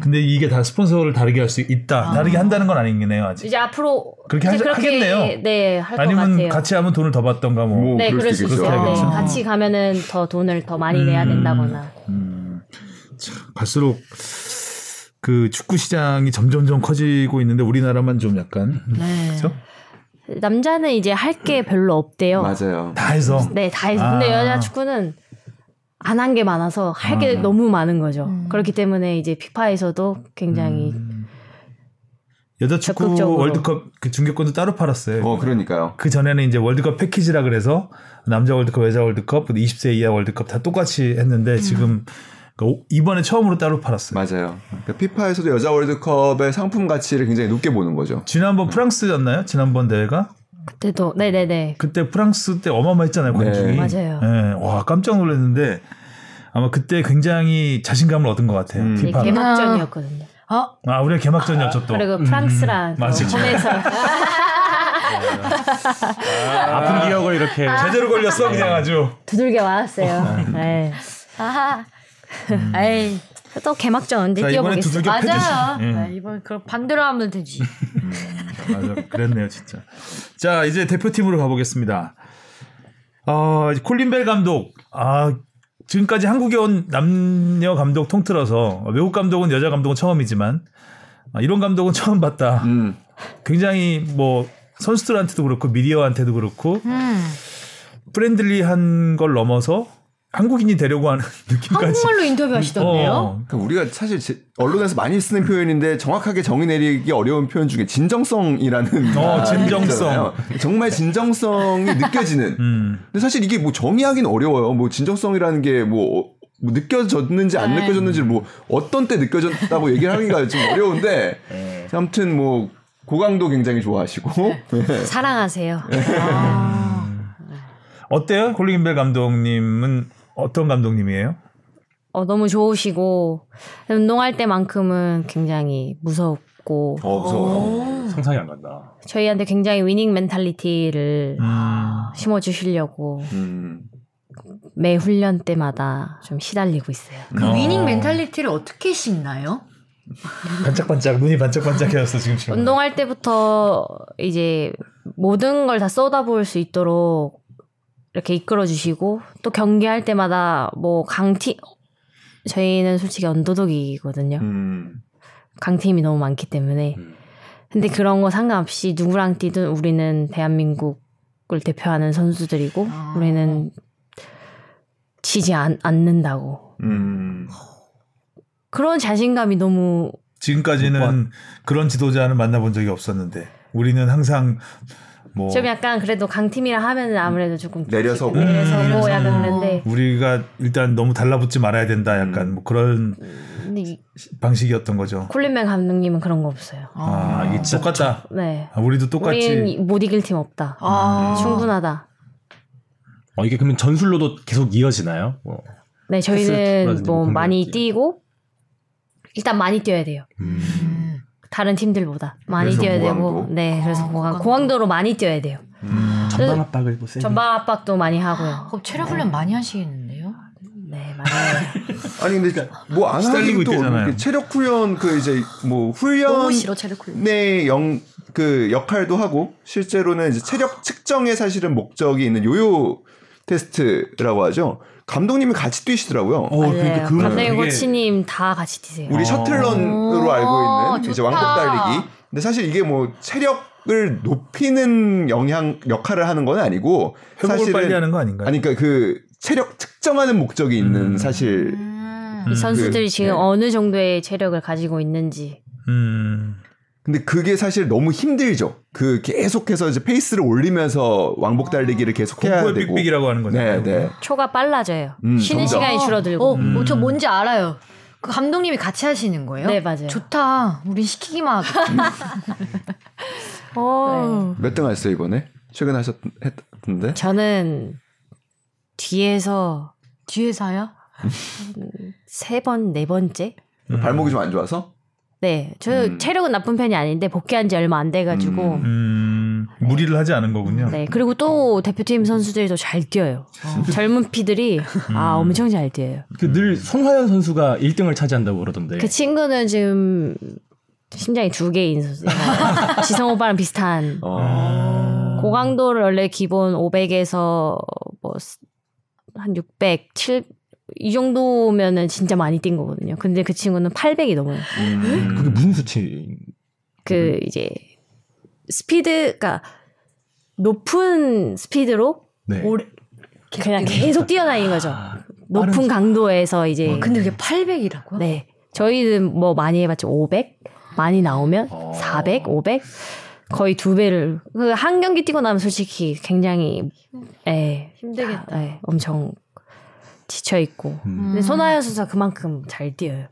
Speaker 2: 근데 이게 다 스폰서를 다르게 할 수
Speaker 5: 아.
Speaker 2: 있다. 다르게 한다는 건 아니겠네요 아직.
Speaker 5: 이제 앞으로
Speaker 2: 그렇게
Speaker 5: 이제
Speaker 2: 하자- 하겠네요.
Speaker 5: 네, 할 것
Speaker 2: 아니면
Speaker 5: 같아요.
Speaker 2: 같이 하면 돈을 더 받던가 뭐.
Speaker 4: 뭐
Speaker 5: 네,
Speaker 4: 그럴
Speaker 5: 그럴 수
Speaker 4: 수도
Speaker 5: 있어요.
Speaker 4: 있겠죠.
Speaker 5: 네,
Speaker 2: 그렇죠.
Speaker 5: 같이 가면은 더 돈을 더 많이 내야
Speaker 2: 음.
Speaker 5: 된다거나.
Speaker 2: 음, 참, 갈수록 그 축구 시장이 점점점 커지고 있는데 우리나라만 좀 약간
Speaker 5: 네.
Speaker 2: 그렇죠?
Speaker 5: 남자는 이제 할 게 별로
Speaker 4: 음.
Speaker 5: 없대요.
Speaker 4: 맞아요.
Speaker 2: 다 해서
Speaker 5: 네, 다 해서. 근데
Speaker 2: 아.
Speaker 5: 여자 축구는 안 한 게 많아서 할 게
Speaker 2: 음.
Speaker 5: 너무 많은 거죠.
Speaker 7: 음.
Speaker 5: 그렇기 때문에 이제 피파에서도 굉장히
Speaker 2: 음. 여자 축구
Speaker 5: 적극적으로.
Speaker 2: 월드컵 그 중계권도 따로 팔았어요.
Speaker 4: 어 그러니까요.
Speaker 2: 그 전에는 이제 월드컵 패키지라 그래서 남자 월드컵, 여자 월드컵, 20세 이하 월드컵 다 똑같이 했는데
Speaker 5: 음.
Speaker 2: 지금 그 오- 이번에 처음으로 따로 팔았어요.
Speaker 4: 맞아요. 그러니까 피파에서도 여자 월드컵의 상품 가치를 굉장히 높게 보는 거죠.
Speaker 2: 지난번 프랑스였나요? 지난번 대회가
Speaker 5: 그때도 네, 네, 네.
Speaker 2: 그때 프랑스 때 어마어마했잖아요 관중이.
Speaker 4: 네.
Speaker 5: 맞아요.
Speaker 2: 예, 와 깜짝 놀랐는데 아마 그때 굉장히 자신감을 얻은 것 같아요.
Speaker 4: 음.
Speaker 5: 되게
Speaker 2: 피파가.
Speaker 5: 네, 개막전이었거든요.
Speaker 2: 아 우리가 개막전이었죠 또. 음.
Speaker 5: 그리고 프랑스랑 또
Speaker 2: 맞아요.
Speaker 5: 홈에서
Speaker 3: 아픈 기억을 이렇게
Speaker 2: 제대로 걸렸어 그냥 아주.
Speaker 5: 두들겨 맞았어요. 네.
Speaker 7: 아하. 에이.
Speaker 5: 또 개막전
Speaker 2: 음.
Speaker 5: 언제
Speaker 2: 자 이번에
Speaker 5: 뛰어보겠어요?
Speaker 2: 두들겨 패주시.
Speaker 7: 맞아요.
Speaker 2: 예.
Speaker 7: 네, 이번 그럼 반대로 하면 되지.
Speaker 2: 맞아, 그랬네요, 진짜. 자, 이제 대표팀으로 가보겠습니다. 어, 이제 콜린벨 감독. 아, 지금까지 한국에 온 남녀 감독 통틀어서 외국 감독은 여자 감독은 처음이지만 아, 이런 감독은 처음 봤다.
Speaker 4: 음.
Speaker 2: 굉장히 뭐 선수들한테도 그렇고 미디어한테도 그렇고
Speaker 7: 음.
Speaker 2: 프렌들리한 걸 넘어서 한국인이 되려고 하는 느낌까지.
Speaker 7: 정말로 인터뷰하시던데요.
Speaker 2: 어,
Speaker 4: 그러니까 우리가 사실 제- 언론에서 많이 쓰는 표현인데 정확하게 정의 내리기 어려운 표현 중에 진정성이라는
Speaker 2: 어,
Speaker 4: 말이
Speaker 2: 진정성.
Speaker 4: 있잖아요. 정말 진정성이 느껴지는.
Speaker 2: 음.
Speaker 4: 근데 사실 이게 뭐 정의하긴 어려워요. 뭐 진정성이라는 게 뭐 느껴졌는지 안 느껴졌는지 뭐 어떤 때 느껴졌다고 얘기를 하기가 좀 어려운데
Speaker 2: 네.
Speaker 4: 아무튼 뭐 고강도 굉장히 좋아하시고
Speaker 5: 사랑하세요.
Speaker 2: 네.
Speaker 5: 아.
Speaker 7: 아.
Speaker 2: 어때요? 콜린벨 감독님은 어떤 감독님이에요?
Speaker 5: 어, 너무 좋으시고 운동할 때만큼은 굉장히 무섭고
Speaker 4: 어 무서워.
Speaker 3: 상상이 안 간다.
Speaker 5: 저희한테 굉장히 위닝 멘탈리티를
Speaker 2: 음.
Speaker 5: 심어주시려고
Speaker 4: 음.
Speaker 5: 매 훈련 때마다 좀 시달리고 있어요.
Speaker 7: 그
Speaker 2: 어.
Speaker 7: 위닝 멘탈리티를 어떻게 심나요?
Speaker 2: 반짝반짝 눈이 반짝반짝해졌어 지금 지금.
Speaker 5: 운동할 때부터 이제 모든 걸 다 쏟아부을 수 있도록 이렇게 이끌어 주시고 또 경기할 때마다 뭐 강팀 저희는 솔직히 언더독이거든요.
Speaker 4: 음.
Speaker 5: 강팀이 너무 많기 때문에.
Speaker 4: 음.
Speaker 5: 근데 그런 거 상관없이 누구랑 뛰든 우리는 대한민국을 대표하는 선수들이고 우리는 지지 않, 않는다고.
Speaker 4: 음.
Speaker 5: 그런 자신감이 너무
Speaker 2: 지금까지는 그런 지도자는 만나본 적이 없었는데 우리는 항상 뭐
Speaker 5: 좀 약간 그래도 강팀이라 하면 아무래도 조금
Speaker 4: 어. 음, 내려서 음. 오고.
Speaker 5: 내려서 고 약간 그런데
Speaker 2: 우리가 일단 너무 달라붙지 말아야 된다 약간 뭐 그런
Speaker 5: 근데 이-
Speaker 2: 방식이었던 거죠.
Speaker 5: 콜린맨 감독님은 그런 거 없어요.
Speaker 2: 아, 이게 똑같다.
Speaker 5: 네.
Speaker 2: 아, 우리도 똑같이
Speaker 5: 우린 못 이길 팀 없다.
Speaker 7: 아. 음.
Speaker 5: 충분하다.
Speaker 3: 어, 이게 그러면 전술로도 계속 이어지나요? 어.
Speaker 5: 네, 저희는
Speaker 3: 패스
Speaker 5: 뭐
Speaker 3: 공격
Speaker 5: 많이
Speaker 3: 있지.
Speaker 5: 뛰고 일단 많이 뛰어야 돼요. 다른 팀들보다 많이
Speaker 4: 그래서
Speaker 5: 뛰어야 되고,
Speaker 4: 고강도?
Speaker 5: 네, 그래서 고강 공항도로 많이 뛰어야 돼요.
Speaker 3: 전방 압박을 뭐 세게.
Speaker 5: 전방 압박도 많이 하고요.
Speaker 7: 그럼 체력 훈련 많이 하시겠는데요?
Speaker 5: 네, 맞아요.
Speaker 4: 아니 근데 뭐 안
Speaker 2: 시달리고
Speaker 4: 하긴 또
Speaker 2: 있대잖아요.
Speaker 4: 이렇게 체력 훈련 그 이제 뭐
Speaker 7: 음.
Speaker 4: 훈련
Speaker 7: 체력 훈련.
Speaker 4: 내 영 그 역할도 하고 실제로는 이제 체력 측정에 사실은 목적이 있는 요요 테스트라고 하죠. 감독님이 같이 뛰시더라고요.
Speaker 3: 어, 그러니까
Speaker 5: 맞아요. 네.
Speaker 3: 그
Speaker 5: 감독님,
Speaker 3: 되게
Speaker 5: 코치님 다 같이 뛰세요.
Speaker 4: 우리 셔틀런으로
Speaker 7: 오,
Speaker 4: 알고 있는 이제
Speaker 7: 좋다.
Speaker 4: 왕복 달리기. 근데 사실 이게 뭐 체력을 높이는 영향 역할을 하는 건 아니고
Speaker 2: 회복을
Speaker 4: 사실은
Speaker 2: 빨리 하는 거 아닌가요?
Speaker 4: 아니 그러니까 그 체력 측정하는 목적이 있는
Speaker 7: 음.
Speaker 4: 사실
Speaker 5: 이 선수들이
Speaker 4: 그,
Speaker 5: 지금
Speaker 4: 네.
Speaker 5: 어느 정도의 체력을 가지고 있는지.
Speaker 2: 음.
Speaker 4: 근데 그게 사실 너무 힘들죠. 그 계속해서 이제 페이스를 올리면서 왕복 달리기를 계속 해야
Speaker 2: 공포의
Speaker 4: 되고.
Speaker 2: 삑삑이라고 하는 거잖아요.
Speaker 4: 네, 네.
Speaker 5: 초가 빨라져요.
Speaker 4: 음,
Speaker 5: 쉬는
Speaker 4: 점점.
Speaker 5: 시간이 줄어들고. 네,
Speaker 7: 어, 어, 저 뭔지 알아요. 그 감독님이 같이 하시는 거예요?
Speaker 5: 네, 맞아요.
Speaker 7: 좋다. 우린 시키기만 하고.
Speaker 5: 네.
Speaker 4: 몇 등 하셨어요, 이번에? 최근 하셨 했던데.
Speaker 5: 저는 뒤에서
Speaker 7: 뒤에서요?
Speaker 5: 세 번, 네 번째?
Speaker 2: 음.
Speaker 4: 발목이 좀 안 좋아서?
Speaker 5: 네, 저
Speaker 4: 음.
Speaker 5: 체력은 나쁜 편이 아닌데 복귀한 지 얼마 안 돼가지고.
Speaker 4: 음.
Speaker 2: 음. 무리를 하지 않은 거군요.
Speaker 5: 네, 그리고 또 대표팀 선수들도 잘 뛰어요. 젊은 피들이 아
Speaker 4: 음.
Speaker 5: 엄청 잘 뛰어요.
Speaker 3: 그늘 송하연 선수가 1등을 차지한다고 그러던데.
Speaker 4: 네.
Speaker 5: 그 친구는 지금 심장이 두 개인 선수. 지성 오빠랑 비슷한.
Speaker 4: 어.
Speaker 2: 아. 음.
Speaker 5: 고강도를 원래 기본 500에서 뭐한 600, 7. 이 정도면은 진짜 많이 뛴 거거든요. 근데 그 친구는 800이 넘어요.
Speaker 3: 그게 무슨 수치? 음.
Speaker 5: 그 이제 스피드가 높은 스피드로
Speaker 3: 네. 아,
Speaker 5: 오래 그냥 계속 뛰어다니는 거죠. 높은
Speaker 3: 빠른 어,
Speaker 5: 강도에서 이제
Speaker 7: 근데 그게 800이라고요?
Speaker 5: 네 저희는 뭐 많이 해봤자 500 많이 나오면
Speaker 3: 어.
Speaker 5: 400, 500 거의 두 배를 그 한 경기 뛰고 나면 솔직히 굉장히 예
Speaker 7: 힘들겠다.
Speaker 5: 예, 엄청 지쳐 있고
Speaker 3: 음.
Speaker 5: 근데 손아연 선수가 그만큼 잘 뛰어요.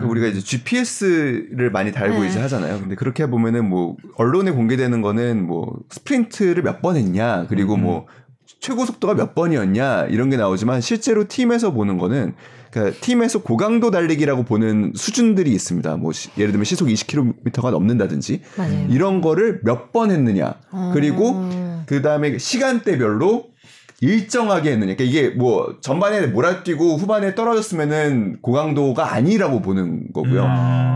Speaker 4: 그 우리가 이제 GPS를 많이 달고 이제 하잖아요. 근데 그렇게 보면은 뭐 언론에 공개되는 거는 뭐 스프린트를 몇 번 했냐 그리고 뭐 최고 속도가 몇 번이었냐 이런 게 나오지만 실제로 팀에서 보는 거는 그러니까 팀에서 고강도 달리기라고 보는 수준들이 있습니다. 뭐 시- 예를 들면 시속 20km가 넘는다든지
Speaker 3: 음.
Speaker 5: 맞아요.
Speaker 4: 이런 거를 몇 번 했느냐 그리고 그 다음에 시간대별로 일정하게 했느냐 그러니까 이게 뭐 전반에 몰아뛰고 후반에 떨어졌으면은 고강도가 아니라고 보는 거고요.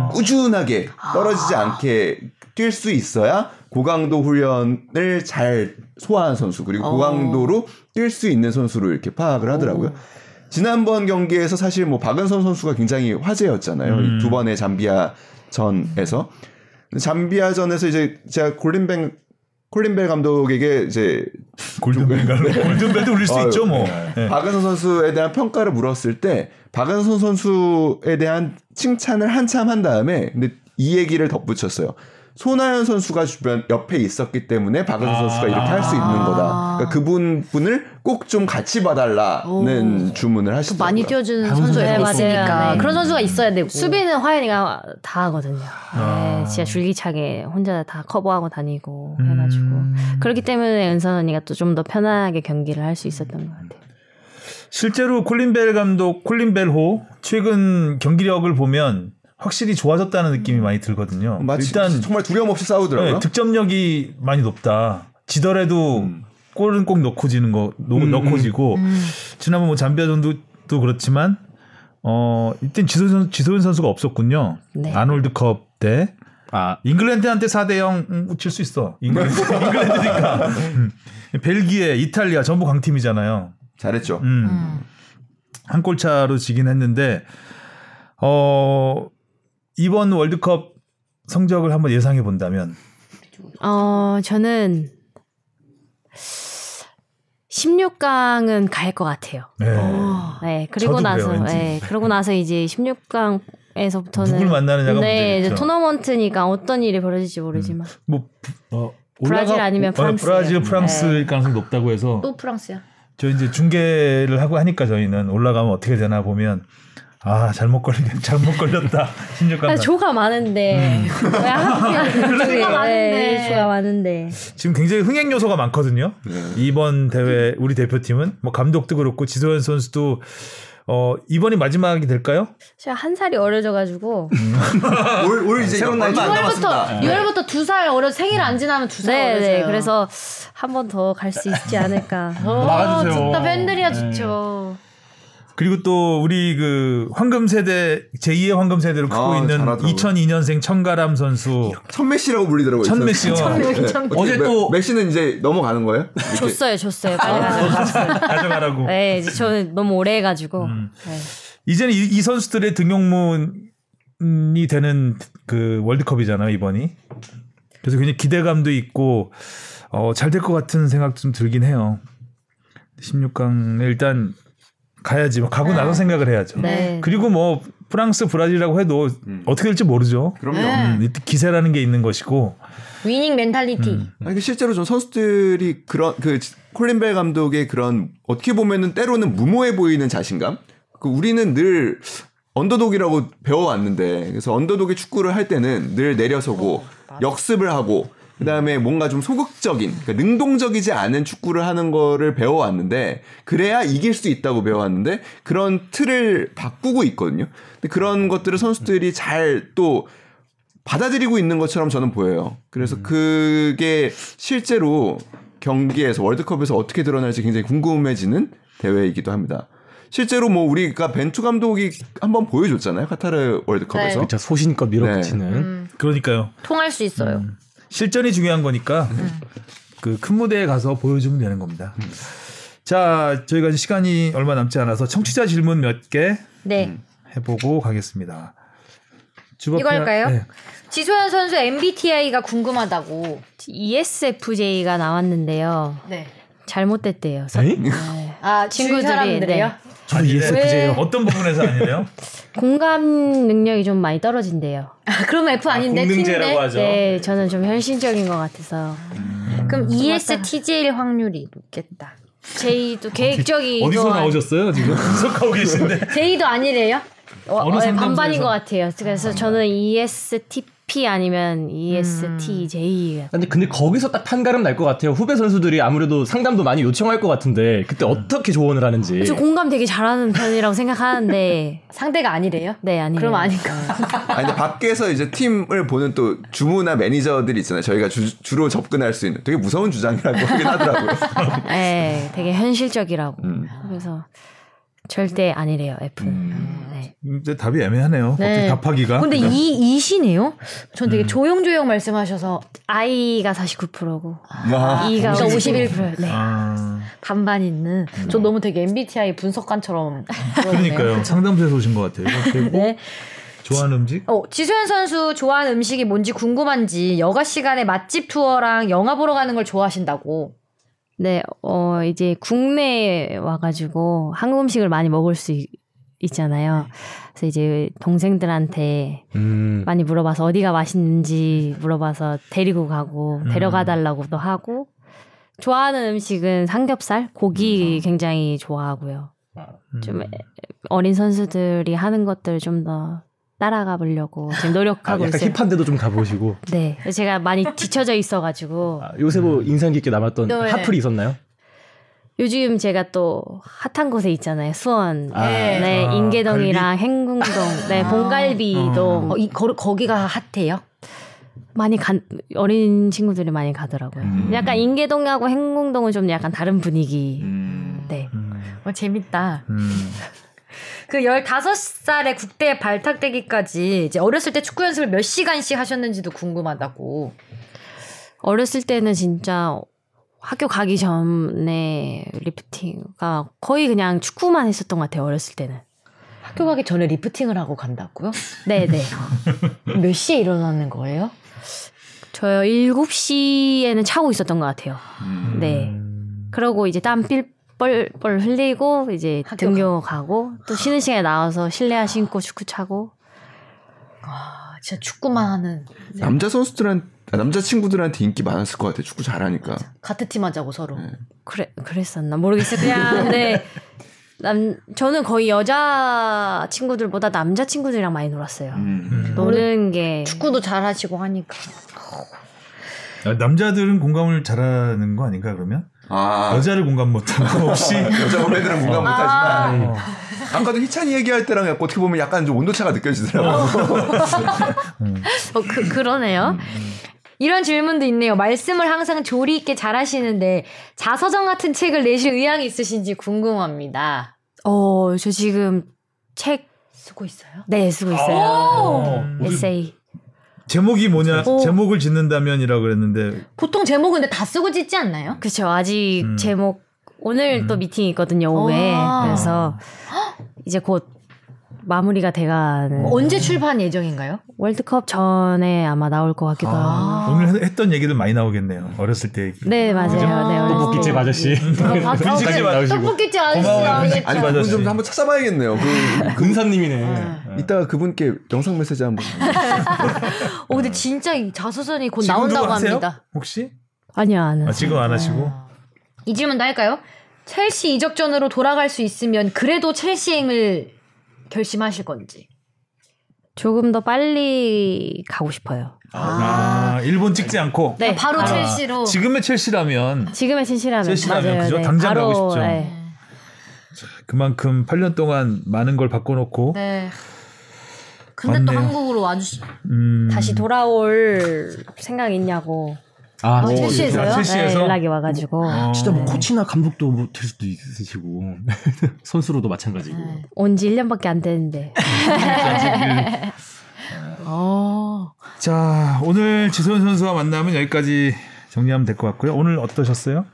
Speaker 4: 꾸준하게 떨어지지 않게 뛸 수 있어야 고강도 훈련을 잘 소화한 선수 그리고 고강도로 뛸 수 있는 선수로 이렇게 파악을 하더라고요. 지난번 경기에서 사실 뭐 박은선 선수가 굉장히 화제였잖아요. 이두 번의 잠비아 전에서 잠비아 전에서 이제 제가 골린뱅 콜린벨 감독에게 이제
Speaker 2: 골든벨인가요? 골든벨도 울릴 수
Speaker 4: 아유.
Speaker 2: 있죠, 뭐. 네.
Speaker 4: 박은선 선수에 대한 평가를 물었을 때 박은선 선수에 대한 칭찬을 한참 한 다음에 근데 이 얘기를 덧붙였어요. 손아연 선수가 주변 옆에 있었기 때문에
Speaker 2: 아.
Speaker 4: 박은선 선수가 이렇게 할 수 있는 거다. 그러니까 그분 분을 꼭 좀 같이 봐달라는 주문을 하시더라고요.
Speaker 7: 그 많이 뛰어주는
Speaker 3: 선수
Speaker 7: 선수가
Speaker 5: 네, 맞아요.
Speaker 7: 있으니까.
Speaker 5: 네.
Speaker 7: 그런 선수가 있어야 되고.
Speaker 5: 수비는 화연이가 다 하거든요.
Speaker 2: 아.
Speaker 5: 네, 진짜 줄기차게 혼자 다 커버하고 다니고
Speaker 2: 음.
Speaker 5: 해가지고 그렇기 때문에 은선 언니가 또 좀 더 편하게 경기를 할 수 있었던 것 같아요.
Speaker 2: 실제로 콜린벨 감독 콜린벨호 최근 경기력을 보면 확실히 좋아졌다는 느낌이 많이 들거든요.
Speaker 4: 마치
Speaker 2: 일단
Speaker 4: 정말 두려움 없이
Speaker 2: 네,
Speaker 4: 싸우더라고요.
Speaker 2: 득점력이 많이 높다. 지더라도 골은 꼭 넣고 지는 거 넣- 넣고 지고 지난번 뭐 잠비아전도 또 그렇지만 어 이때 지소연, 지소연 선수가 없었군요.
Speaker 5: 네.
Speaker 2: 아놀드컵 때
Speaker 3: 아,
Speaker 2: 잉글랜드한테 4대 0 음, 칠수 있어. 잉글랜드, 잉글랜드니까. 음. 벨기에, 이탈리아 전부 강팀이잖아요.
Speaker 4: 잘했죠.
Speaker 2: 음. 한 골차로 지긴 했는데 어 이번 월드컵 성적을 한번 예상해 본다면
Speaker 5: 어, 저는 16강은 갈 것 같아요.
Speaker 2: 네.
Speaker 7: 어.
Speaker 5: 네, 그리고
Speaker 2: 저도
Speaker 5: 나서,
Speaker 2: 그래요, 왠지.
Speaker 5: 네, 그러고 나서 이제 16강에서부터는
Speaker 2: 누굴 만나느냐가
Speaker 5: 네, 이제
Speaker 2: 문제겠죠.
Speaker 5: 토너먼트니까 어떤 일이 벌어질지 모르지만
Speaker 2: 뭐 어,
Speaker 5: 브라질 아니면
Speaker 2: 어,
Speaker 5: 프랑스. 네.
Speaker 2: 브라질 프랑스일 가능성이 높다고 해서
Speaker 1: 또 프랑스야.
Speaker 2: 저 이제 중계를 하고 하니까 저희는 올라가면 어떻게 되나 보면 아 잘못 걸린 잘못 걸렸다 16강
Speaker 5: 아,
Speaker 2: 가
Speaker 5: 조가 많은데 왜 하필 음. 조가 많은데 조가 많은데
Speaker 2: 지금 굉장히 흥행 요소가 많거든요.
Speaker 4: 네.
Speaker 2: 이번 대회 우리 대표팀은 뭐 감독도 그렇고 지도현 선수도 어 이번이 마지막이 될까요?
Speaker 5: 제가 한 살이 어려져가지고
Speaker 2: 아,
Speaker 4: 올, 올 이제
Speaker 3: 새로운
Speaker 4: 얼마 안
Speaker 7: 아,
Speaker 3: 나이
Speaker 4: 남았습니다.
Speaker 7: 6월부터 6월부터 두 살 어려 생일 안 지나면 두 살
Speaker 5: 네네
Speaker 7: 네. 어려져요.
Speaker 5: 그래서 한 번 더 갈 수 있지 않을까
Speaker 7: 어,
Speaker 3: 막아주세요.
Speaker 7: 좋다 팬들이야
Speaker 3: 네.
Speaker 7: 좋죠.
Speaker 2: 그리고 또 우리 그 황금 세대 제2의 황금 세대로 크고
Speaker 4: 아,
Speaker 2: 있는
Speaker 4: 잘하더라고요.
Speaker 2: 2002년생 천가람 선수
Speaker 5: 네.
Speaker 4: 천메시라고 불리더라고요.
Speaker 2: 천메시요.
Speaker 4: 네.
Speaker 3: 어제 또-
Speaker 4: 메시는 이제 넘어가는 거예요? 이렇게.
Speaker 5: 줬어요 아, 줬어요 빨리 가자
Speaker 2: 가져가라고.
Speaker 5: 네 이제 저는 너무 오래 해가지고 네.
Speaker 2: 이제는 이, 이 선수들의 등용문이 되는 그 월드컵이잖아요 이번이. 그래서 굉장히 기대감도 있고 어, 잘 될 것 같은 생각 좀 들긴 해요. 16강에 일단 가야지. 뭐 가고 나서 생각을 해야죠.
Speaker 5: 네.
Speaker 2: 그리고 뭐 프랑스, 브라질이라고 해도 어떻게 될지 모르죠.
Speaker 4: 그럼요.
Speaker 2: 음, 이 기세라는 게 있는 것이고
Speaker 6: 위닝 멘탈리티.
Speaker 5: 음.
Speaker 4: 아니, 그 실제로 좀 선수들이 그런 그 콜린벨 감독의 그런 어떻게 보면은 때로는 무모해 보이는 자신감. 그 우리는 늘 언더독이라고 배워왔는데 그래서 언더독의 축구를 할 때는 늘 내려서고 역습을 하고 그다음에 뭔가 좀 소극적인 그러니까 능동적이지 않은 축구를 하는 거를 배워왔는데 그래야 이길 수 있다고 배워왔는데 그런 틀을 바꾸고 있거든요. 근데 그런 것들을 선수들이 잘또 받아들이고 있는 것처럼 저는 보여요. 그래서 그게 실제로 경기에서 월드컵에서 어떻게 드러날지 굉장히 궁금해지는 대회이기도 합니다. 실제로 뭐 우리가 벤투 감독이 한번 보여줬잖아요 카타르 월드컵에서
Speaker 3: 네,
Speaker 4: 네.
Speaker 3: 그쵸, 소신껏 밀어붙이는.
Speaker 2: 그러니까요.
Speaker 1: 통할 수 있어요.
Speaker 5: 음.
Speaker 2: 실전이 중요한 거니까
Speaker 1: 음.
Speaker 2: 그 큰 무대에 가서 보여주면 되는 겁니다. 자, 저희가 이제 시간이 얼마 남지 않아서 청취자 질문 몇 개
Speaker 1: 네.
Speaker 2: 해보고 가겠습니다. 주법
Speaker 1: 이거
Speaker 2: 피아-
Speaker 1: 할까요?
Speaker 2: 네.
Speaker 1: 지소연 선수 MBTI가 궁금하다고.
Speaker 5: E ESFJ가 나왔는데요
Speaker 1: 네.
Speaker 5: 잘못됐대요
Speaker 3: 에이?
Speaker 1: 아,
Speaker 5: 친구들이,
Speaker 1: 친구들이요?
Speaker 5: 네.
Speaker 7: 아,
Speaker 2: 저 ESFJ요. 어떤 부분에서 아니래요?
Speaker 5: 공감 능력이 좀 많이 떨어진대요
Speaker 1: 아, 그럼 F 아닌데 T인데.
Speaker 2: 하죠.
Speaker 5: 네 저는 좀 현실적인 것 같아서
Speaker 1: 그럼
Speaker 7: E
Speaker 1: ESTJ일 확률이 높겠다.
Speaker 5: 제이도 계획적인
Speaker 2: 어디서
Speaker 5: 거
Speaker 2: 나오셨어요? 지금 분석하고 계신데.
Speaker 1: J도 아니래요?
Speaker 5: 어,
Speaker 2: 어느
Speaker 5: 어, 예,
Speaker 2: 상담소에서?
Speaker 5: 반반인 것 같아요. 그래서 저는 E ESTP 아니면 E ESTJ.
Speaker 1: 음.
Speaker 3: 근데, 근데 거기서 딱 판가름 날 것 같아요. 후배 선수들이 아무래도 상담도 많이 요청할 것 같은데
Speaker 2: 음.
Speaker 3: 그때 어떻게 조언을 하는지.
Speaker 5: 저 공감 되게 잘하는 편이라고 생각하는데
Speaker 1: 예. 상대가 아니래요?
Speaker 5: 네 아니에요.
Speaker 1: 그럼 아닌가.
Speaker 4: 아니 근데 밖에서 이제 팀을 보는 또 주무나 매니저들이 있잖아요. 저희가 주, 로 접근할 수 있는 되게 무서운 주장이라고 하긴 하더라고요.
Speaker 5: 네, 되게 현실적이라고.
Speaker 1: 음.
Speaker 5: 그래서 절대 아니래요. F.
Speaker 1: 음.
Speaker 5: 네.
Speaker 2: 이제 답이 애매하네요.
Speaker 1: 네.
Speaker 2: 어떻게 답하기가.
Speaker 1: 근데 이 이시네요. 전 되게 조용조용 말씀하셔서
Speaker 5: I가 49%고
Speaker 1: 아,
Speaker 4: 야.
Speaker 5: E가
Speaker 1: 진짜
Speaker 5: 51%. 네.
Speaker 2: 아,
Speaker 1: 반반 있는.
Speaker 6: 저 너무 되게 MBTI 분석관처럼.
Speaker 1: 음.
Speaker 6: 들어오네요.
Speaker 2: 그러니까요. 상담소에서 오신 것 같아요. 이거 되고
Speaker 1: 네.
Speaker 2: 좋아하는 음식?
Speaker 1: 어, 지소연 선수 좋아하는 음식이 뭔지 궁금한지 여가 시간에 맛집 투어랑 영화 보러 가는 걸 좋아하신다고.
Speaker 5: 네, 어 이제 국내에 와가지고 한국 음식을 많이 먹을 수 있, 있잖아요. 그래서 이제 동생들한테
Speaker 3: 네. 음.
Speaker 5: 많이 물어봐서 어디가 맛있는지 물어봐서 데리고
Speaker 3: 음.
Speaker 5: 가고 데려가 달라고도 하고 좋아하는 음식은 삼겹살,
Speaker 3: 음, 어.
Speaker 5: 고기 굉장히 좋아하고요.
Speaker 2: 음.
Speaker 5: 좀 애- 어린 선수들이 하는 것들을 좀 더 따라가 보려고 지금
Speaker 3: 아,
Speaker 5: 노력하고
Speaker 3: 약간
Speaker 5: 있어요.
Speaker 3: 힙한 데도 좀 가보시고.
Speaker 5: 네, 제가 많이 뒤쳐져 있어가지고
Speaker 3: 아, 요새 뭐
Speaker 2: 음.
Speaker 3: 인상 깊게 남았던
Speaker 7: 네.
Speaker 3: 하플이 있었나요?
Speaker 5: 요즘 제가 또 핫한 곳에 있잖아요. 수원,
Speaker 3: 아,
Speaker 5: 네,
Speaker 2: 아,
Speaker 5: 인계동이랑 행궁동, 네, 봉갈비도
Speaker 1: 어, 이 거, 거기가 핫해요?
Speaker 5: 많이 간 어린 친구들이 많이 가더라고요. 음. 약간 인계동하고 행궁동은 좀 약간 다른 분위기.
Speaker 3: 음.
Speaker 5: 네.
Speaker 1: 어, 재밌다.
Speaker 2: 음.
Speaker 1: 그 15살에 국대에 발탁되기까지 이제 어렸을 때 축구 연습을 몇 시간씩 하셨는지도 궁금하다고.
Speaker 5: 어렸을 때는 진짜 학교 가기 전에 리프팅가 거의 그냥 축구만 했었던 것 같아요 어렸을 때는.
Speaker 6: 학교 가기 전에 리프팅을 하고 간다고요?
Speaker 5: 네네.
Speaker 6: 몇 시에 일어나는 거예요?
Speaker 5: 저요 7시에는 차고 있었던 것 같아요. 네. 그러고 이제 땀 삘뻘뻘 흘리고 이제
Speaker 6: 학교
Speaker 5: 등교 가고 또 쉬는 시간에 나와서 실내화 신고 축구 차고
Speaker 6: 아, 진짜 축구만 하는
Speaker 9: 남자 선수들한 아, 남자 친구들한테 인기 많았을 것 같아. 축구 잘하니까.
Speaker 6: 같은 팀 하자고 서로.
Speaker 5: 그래 그랬었나 모르겠어요. 그냥 근데 남 저는 거의 여자 친구들보다 남자 친구들이랑 많이 놀았어요.
Speaker 4: 음.
Speaker 3: 음.
Speaker 5: 노는 게
Speaker 6: 축구도 잘 하시고 하니까.
Speaker 2: 야, 아, 남자들은 공감을 잘하는 거 아닌가 그러면?
Speaker 9: 아
Speaker 2: 여자를 공감 못하고 혹시
Speaker 9: 여자 후배들은 공감 못하지만 아까도 희찬이 얘기할 때랑 약간 어떻게 보면 약간 좀 온도차가 느껴지더라고.
Speaker 5: 어, 그, 그러네요.
Speaker 7: 이런 질문도 있네요. 말씀을 항상 조리 있게 잘하시는데 자서전 같은 책을 내실 의향이 있으신지 궁금합니다.
Speaker 5: 어, 저 지금 책
Speaker 6: 쓰고 있어요?
Speaker 5: 네, 쓰고 아. 있어요. 네. 에세이.
Speaker 2: 제목이 뭐냐 제목을 짓는다면이라고 그랬는데
Speaker 7: 보통 제목은 근데 다 쓰고 짓지 않나요?
Speaker 5: 그쵸, 아직 제목, 오늘 또 미팅이 있거든요, 오후에.
Speaker 7: 아.
Speaker 5: 그래서 이제 곧 마무리가 돼가는
Speaker 6: 언제 출판 예정인가요?
Speaker 5: 월드컵 전에 아마 나올 것 같기도 하고.
Speaker 2: 오늘 했- 했던 얘기도 많이 나오겠네요. 어렸을 때 얘기.
Speaker 5: 네, 맞아요. 네, 원래
Speaker 3: 떡볶이집 아저씨.
Speaker 5: 음. 어,
Speaker 2: 분식집 아저씨.
Speaker 7: 네, 떡볶이집 아저씨
Speaker 2: 그 고마워요.
Speaker 7: 나오겠죠.
Speaker 9: 아니 그분 좀
Speaker 2: 아저씨.
Speaker 9: 한번 찾아봐야겠네요. 그
Speaker 5: 어.
Speaker 3: 근사님이네.
Speaker 9: 이따가 그분께 영상 메시지 한번.
Speaker 6: 어, 근데 진짜 이 자서전이 곧
Speaker 2: 지금도
Speaker 6: 나온다고
Speaker 2: 하세요?
Speaker 6: 합니다.
Speaker 2: 혹시?
Speaker 5: 아니요, 안
Speaker 2: 아,
Speaker 5: 했어요.
Speaker 2: 지금 안 하시고.
Speaker 7: 이 질문도 할까요? 첼시 이적전으로 돌아갈 수 있으면 그래도 첼시행을 결심하실 건지.
Speaker 5: 조금 더 빨리 가고 싶어요.
Speaker 2: 아, 일본 찍지 않고.
Speaker 5: 네,
Speaker 7: 바로
Speaker 5: 아,
Speaker 7: 첼시로.
Speaker 2: 지금의 첼시라면
Speaker 5: 지금의 신실하면.
Speaker 2: 신실하면
Speaker 5: 맞아요.
Speaker 2: 그죠?
Speaker 5: 네,
Speaker 2: 당장
Speaker 5: 바로,
Speaker 2: 가고 싶죠.
Speaker 5: 네.
Speaker 2: 그만큼 8년 동안 많은 걸 바꿔놓고
Speaker 7: 네. 근데 또
Speaker 2: 맞네요.
Speaker 7: 한국으로 와주시.
Speaker 2: 음,
Speaker 5: 다시 돌아올 생각 있냐고. 어,
Speaker 3: 아, 뭐,
Speaker 2: 아,
Speaker 7: 첼시에서요?
Speaker 5: 네,
Speaker 2: 첼시에서
Speaker 5: 연락이 와가지고.
Speaker 2: 어,
Speaker 3: 진짜 뭐 코치나 감독도 뭐 될 수도 있으시고 선수로도 마찬가지고.
Speaker 5: 온 지 1년밖에 안 됐는데.
Speaker 2: 자 오늘 지소연 선수와 만남은 여기까지 정리하면 될 것 같고요. 오늘 어떠셨어요?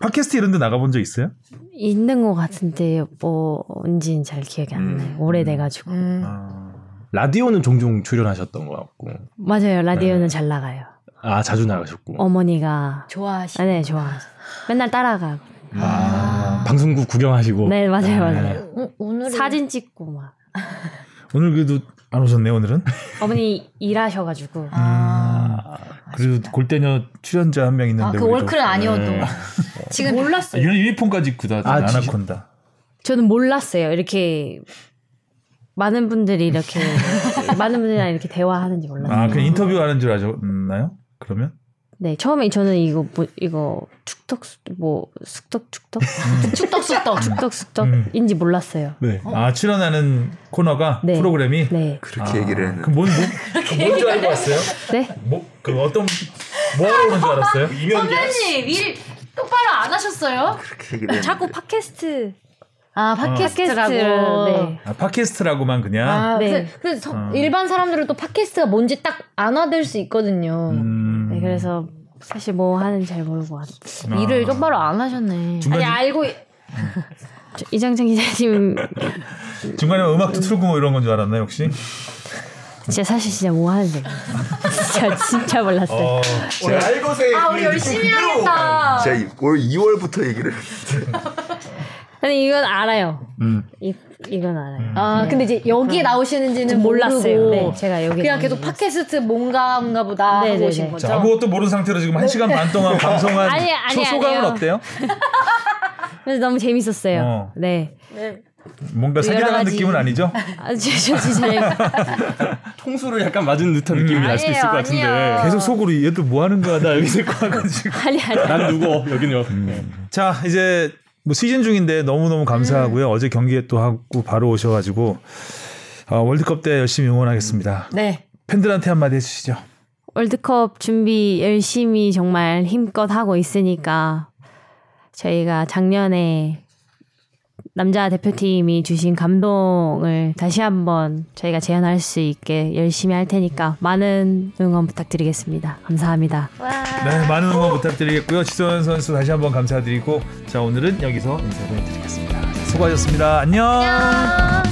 Speaker 2: 팟캐스트 이런 데 나가본 적 있어요?
Speaker 5: 있는 것 같은데 뭐 언지는 잘 기억이 안
Speaker 2: 음.
Speaker 5: 나요. 오래돼가지고.
Speaker 3: 라디오는 종종 출연하셨던 것 같고.
Speaker 5: 맞아요. 라디오는
Speaker 2: 네.
Speaker 5: 잘 나가요.
Speaker 3: 아, 자주 나가셨고.
Speaker 5: 어머니가
Speaker 6: 좋아하시.
Speaker 5: 아, 네 좋아. 맨날 따라가고.
Speaker 3: 아, 방송국
Speaker 2: 어.
Speaker 3: 구경하시고.
Speaker 5: 네 맞아요 맞아요.
Speaker 7: 어,
Speaker 6: 오늘
Speaker 5: 사진 찍고 막.
Speaker 2: 오늘 그래도 안 오셨네요 오늘은.
Speaker 5: 어머니 일하셔가지고.
Speaker 2: 그리고 골대녀 출연자 한 명 있는데
Speaker 7: 아, 그
Speaker 2: 우리도. 네.
Speaker 7: 월클은 아니어도. 지금
Speaker 2: 아, 이런 유니폼까지 입고 다니
Speaker 3: 아, 진짜?
Speaker 2: 아나콘다.
Speaker 5: 저는 몰랐어요. 이렇게 많은 분들이 이렇게 많은 분들이랑 이렇게 대화하는지 몰랐어요.
Speaker 2: 아 그냥 인터뷰하는 줄 아셨나요? 그러면?
Speaker 5: 네 처음에 저는 이거 뭐 이거 축덕 수- 뭐 숙덕 축덕
Speaker 2: 음.
Speaker 7: 축덕숙덕.
Speaker 5: 축덕 숙덕인지 몰랐어요.
Speaker 3: 네.
Speaker 2: 아 출연하는 코너가
Speaker 5: 네.
Speaker 2: 프로그램이 아,
Speaker 5: 네.
Speaker 9: 그렇게 얘기를 했는데.
Speaker 2: 그뭔 뭐, 뭔줄 알고 왔어요?
Speaker 5: 네.
Speaker 2: 뭐, 그 어떤 뭐하러 오는 줄 알았어요?
Speaker 7: 선배님 일 똑바로 안 하셨어요?
Speaker 5: 자꾸 팟캐스트
Speaker 2: 어.
Speaker 6: 아 팟캐스트라고.
Speaker 5: 팟캐스트라고. 네.
Speaker 2: 아, 팟캐스트라고만 그냥.
Speaker 7: 아,
Speaker 5: 네.
Speaker 7: 그래서, 그래서 서-
Speaker 2: 음.
Speaker 7: 일반 사람들은 또 팟캐스트가 뭔지 딱 안 와들 수 있거든요.
Speaker 2: 음,
Speaker 5: 네, 그래서 사실 뭐 하는지 잘 모르고 왔어요.
Speaker 2: 아.
Speaker 7: 일을 똑바로 안 하셨네.
Speaker 2: 중간에,
Speaker 7: 알고
Speaker 5: 저- 이장창 기자님 아-
Speaker 2: 중간에 음악도 틀고 뭐 이런 건 줄 알았나요 혹시?
Speaker 5: 진짜 사실 진짜 뭐 하는지 몰랐어요. 진짜 진짜 몰랐어요.
Speaker 2: 어,
Speaker 9: 제가 알고세. 아, 우리 열심히 하겠다. 제가 이- 올 2월부터 얘기를.
Speaker 5: 근데 이건 알아요. 이 이건 알아요.
Speaker 7: 아 근데 이제 여기에 나오시는지는
Speaker 5: 몰랐어요.
Speaker 7: 모르고
Speaker 5: 네, 제가 여기
Speaker 7: 그냥 계속 팟캐스트 뭔가 뭔가 보다
Speaker 5: 네, 네,
Speaker 7: 하고 오신
Speaker 5: 네.
Speaker 7: 거죠.
Speaker 2: 자, 뭐 아무것도 모르는 상태로 지금 한 시간 반 동안 방송한
Speaker 5: 아니, 아니,
Speaker 2: 소- 소감은
Speaker 5: 아니에요.
Speaker 2: 어때요?
Speaker 5: 그래서 너무 재밌었어요.
Speaker 2: 어.
Speaker 5: 네.
Speaker 2: 뭔가
Speaker 5: 여러
Speaker 2: 사기당한
Speaker 5: 가지.
Speaker 2: 느낌은 아니죠?
Speaker 5: 아주 저 진짜
Speaker 3: 통수를 약간 맞은 듯한 느낌이 날 수도 있을 것 같은데.
Speaker 2: 계속 속으로 얘 또 뭐 하는 거야 나 여기 있을 거 같아가지고.
Speaker 5: 아니 아니.
Speaker 3: 난 누구? 여기는 여
Speaker 2: 자 이제 뭐 시즌 중인데 너무 너무 감사하고요. 어제 경기에 또 하고 바로 오셔가지고 어, 월드컵 때 열심히 응원하겠습니다.
Speaker 6: 네.
Speaker 2: 팬들한테 한마디 해주시죠.
Speaker 5: 월드컵 준비 열심히 정말 힘껏 하고 있으니까 저희가 작년에 남자 대표팀이 주신 감동을 다시 한번 저희가 재현할 수 있게 열심히 할 테니까 많은 응원 부탁드리겠습니다. 감사합니다.
Speaker 2: 네, 많은 응원 부탁드리겠고요. 지소연 선수 다시 한번 감사드리고 자 오늘은 여기서 인사드리겠습니다. 수고하셨습니다. 안녕.